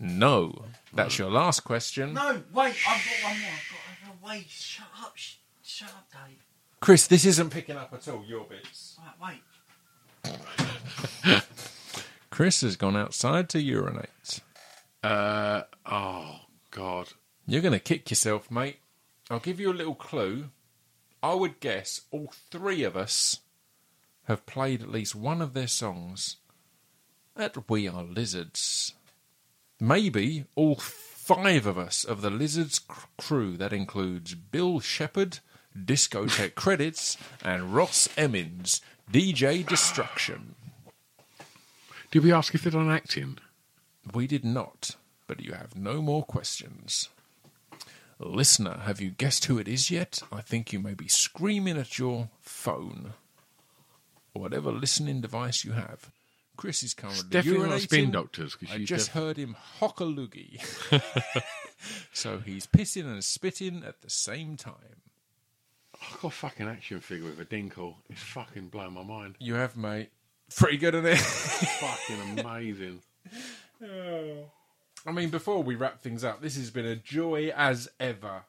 Speaker 1: No. That's your last question.
Speaker 6: No, wait, I've got one more. I've got another way. Shut up. Sh- shut up, Dave.
Speaker 7: Chris, this isn't picking up at all your bits.
Speaker 6: Right, wait.
Speaker 1: Chris has gone outside to urinate.
Speaker 3: Uh, oh, God.
Speaker 1: You're going to kick yourself, mate. I'll give you a little clue. I would guess all three of us have played at least one of their songs at We Are Lizards. Maybe all five of us of the Lizards cr- crew. That includes Bill Shepherd, Discotheque Credits, and Ross Emmons, DJ Destruction.
Speaker 3: Did we ask if they'd done acting?
Speaker 1: We did not, but you have no more questions. Listener, have you guessed who it is yet? I think you may be screaming at your phone or whatever listening device you have. Chris is currently
Speaker 3: Definitely not
Speaker 1: urinating.
Speaker 3: spin doctors. 'cause
Speaker 1: I
Speaker 3: you
Speaker 1: just
Speaker 3: def-
Speaker 1: heard him hock a loogie. so he's pissing and spitting at the same time.
Speaker 3: I've got a fucking action figure with a dinkle. It's fucking blowing my mind.
Speaker 1: You have, mate. Pretty good at it.
Speaker 3: fucking amazing.
Speaker 1: I mean, before we wrap things up, this has been a joy as ever.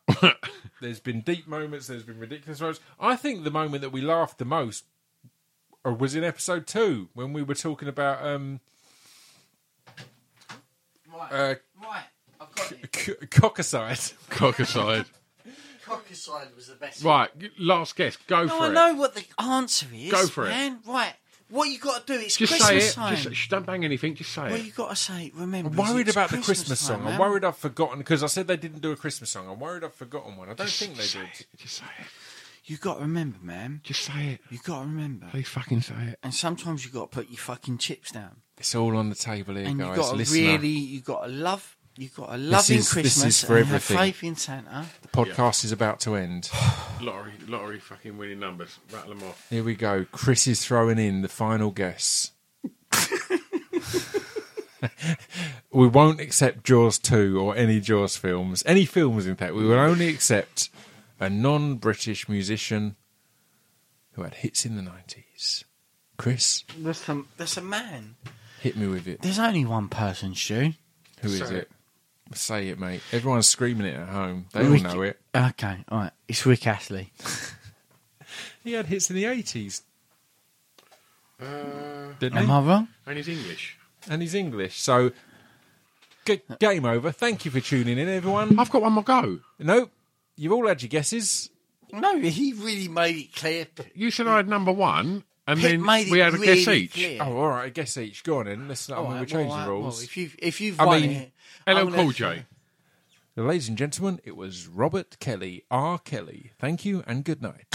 Speaker 1: there's been deep moments, there's been ridiculous moments. I think the moment that we laughed the most uh, was in episode two when we were talking about um,
Speaker 6: Right,
Speaker 1: uh,
Speaker 6: right. I've got it.
Speaker 1: c- cock aside.
Speaker 3: Cock aside.
Speaker 6: Cock aside was the best.
Speaker 3: right, last guess. Go
Speaker 6: No,
Speaker 3: for
Speaker 6: I
Speaker 3: it.
Speaker 6: know what the answer is.
Speaker 3: Go for it.
Speaker 6: Man, right. What you got to do? It's
Speaker 3: Just say
Speaker 6: Christmas
Speaker 3: it.
Speaker 6: time.
Speaker 3: Just, sh- don't bang anything. Just say
Speaker 6: Well,
Speaker 3: it.
Speaker 6: you got to say, remember.
Speaker 1: I'm
Speaker 6: it's
Speaker 1: worried about the
Speaker 6: Christmas
Speaker 1: Christmas
Speaker 6: time,
Speaker 1: song.
Speaker 6: man.
Speaker 1: I'm worried I've forgotten because I said they didn't do a Christmas song. I'm worried I've forgotten one. I don't think they
Speaker 3: Say
Speaker 1: did.
Speaker 3: it. Just say it.
Speaker 6: you got to remember, man.
Speaker 3: Just say it.
Speaker 6: you got to remember.
Speaker 3: Please fucking say it.
Speaker 6: And sometimes you got to put your fucking chips down.
Speaker 1: It's all on the table here,
Speaker 6: and you
Speaker 1: guys.
Speaker 6: got to
Speaker 1: Listener,
Speaker 6: really, you got to love, you got to loving
Speaker 1: is- this
Speaker 6: Christmas
Speaker 1: is for
Speaker 6: and
Speaker 1: everything.
Speaker 6: have faith in Santa.
Speaker 1: the podcast is about to end.
Speaker 3: Lottery, lottery fucking winning numbers. Rattle them off.
Speaker 1: Here we go. Chris is throwing in the final guess. we won't accept Jaws 2 or any Jaws films. Any films, in fact. We will only accept a non British musician who had hits in the 90s. Chris,
Speaker 6: That's a, that's a man.
Speaker 1: hit me with it.
Speaker 6: There's only one person, Stu.
Speaker 1: Who is it? Say it, mate. Everyone's screaming it at home. They
Speaker 6: Rick-
Speaker 1: all know it.
Speaker 6: Okay, all right. It's Rick Astley.
Speaker 1: He had hits in the 80s,
Speaker 3: Uh,
Speaker 1: didn't he?
Speaker 6: Am I wrong?
Speaker 3: and he's English.
Speaker 1: And he's English. So, g- game over. Thank you for tuning in, everyone.
Speaker 3: I've got one more go.
Speaker 1: Nope. You've all had your guesses.
Speaker 6: No, he really made it clear.
Speaker 3: You said I had number one, and
Speaker 6: He
Speaker 3: then
Speaker 6: made it
Speaker 3: we had a
Speaker 6: really
Speaker 3: guess each.
Speaker 6: Clear.
Speaker 1: Oh, all right. I guess each. Go on in. Let's not. I
Speaker 6: All
Speaker 1: mean,
Speaker 6: right,
Speaker 1: we're changing Oh,
Speaker 6: well,
Speaker 1: the
Speaker 6: I-
Speaker 1: rules.
Speaker 6: Well, if you if you've
Speaker 1: I
Speaker 6: won
Speaker 1: mean,
Speaker 6: it,
Speaker 3: Hello,
Speaker 6: I'm gonna-
Speaker 3: Cool J.
Speaker 1: Ladies and gentlemen, it was Robert Kelly, R. Kelly. Thank you and good night.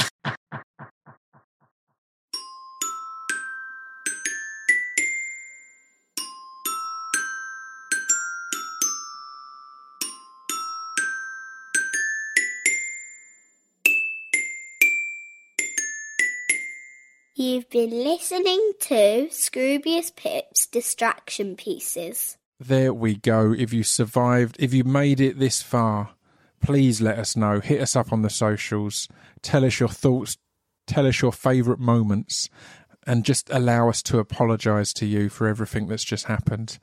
Speaker 8: You've been listening to Scroobius Pip's Distraction Pieces.
Speaker 7: There we go. If you survived, if you made it this far, please let us know. Hit us up on the socials. Tell us your thoughts. Tell us your favourite moments. And just allow us to apologise to you for everything that's just happened.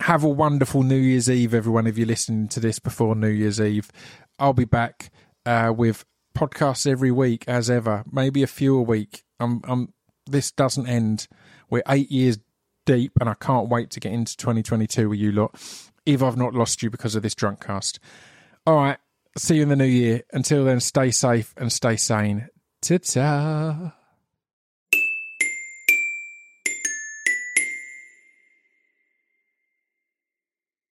Speaker 7: Have a wonderful New Year's Eve, everyone. If you're listening to this before New Year's Eve, I'll be back uh, with podcasts every week, as ever. Maybe a few a week. I'm, I'm, this doesn't end. We're eight years deep, and I can't wait to get into 2022 with you lot. If I've not lost you because of this drunk cast. All right. See you in the new year. Until then, stay safe and stay sane. Ta ta.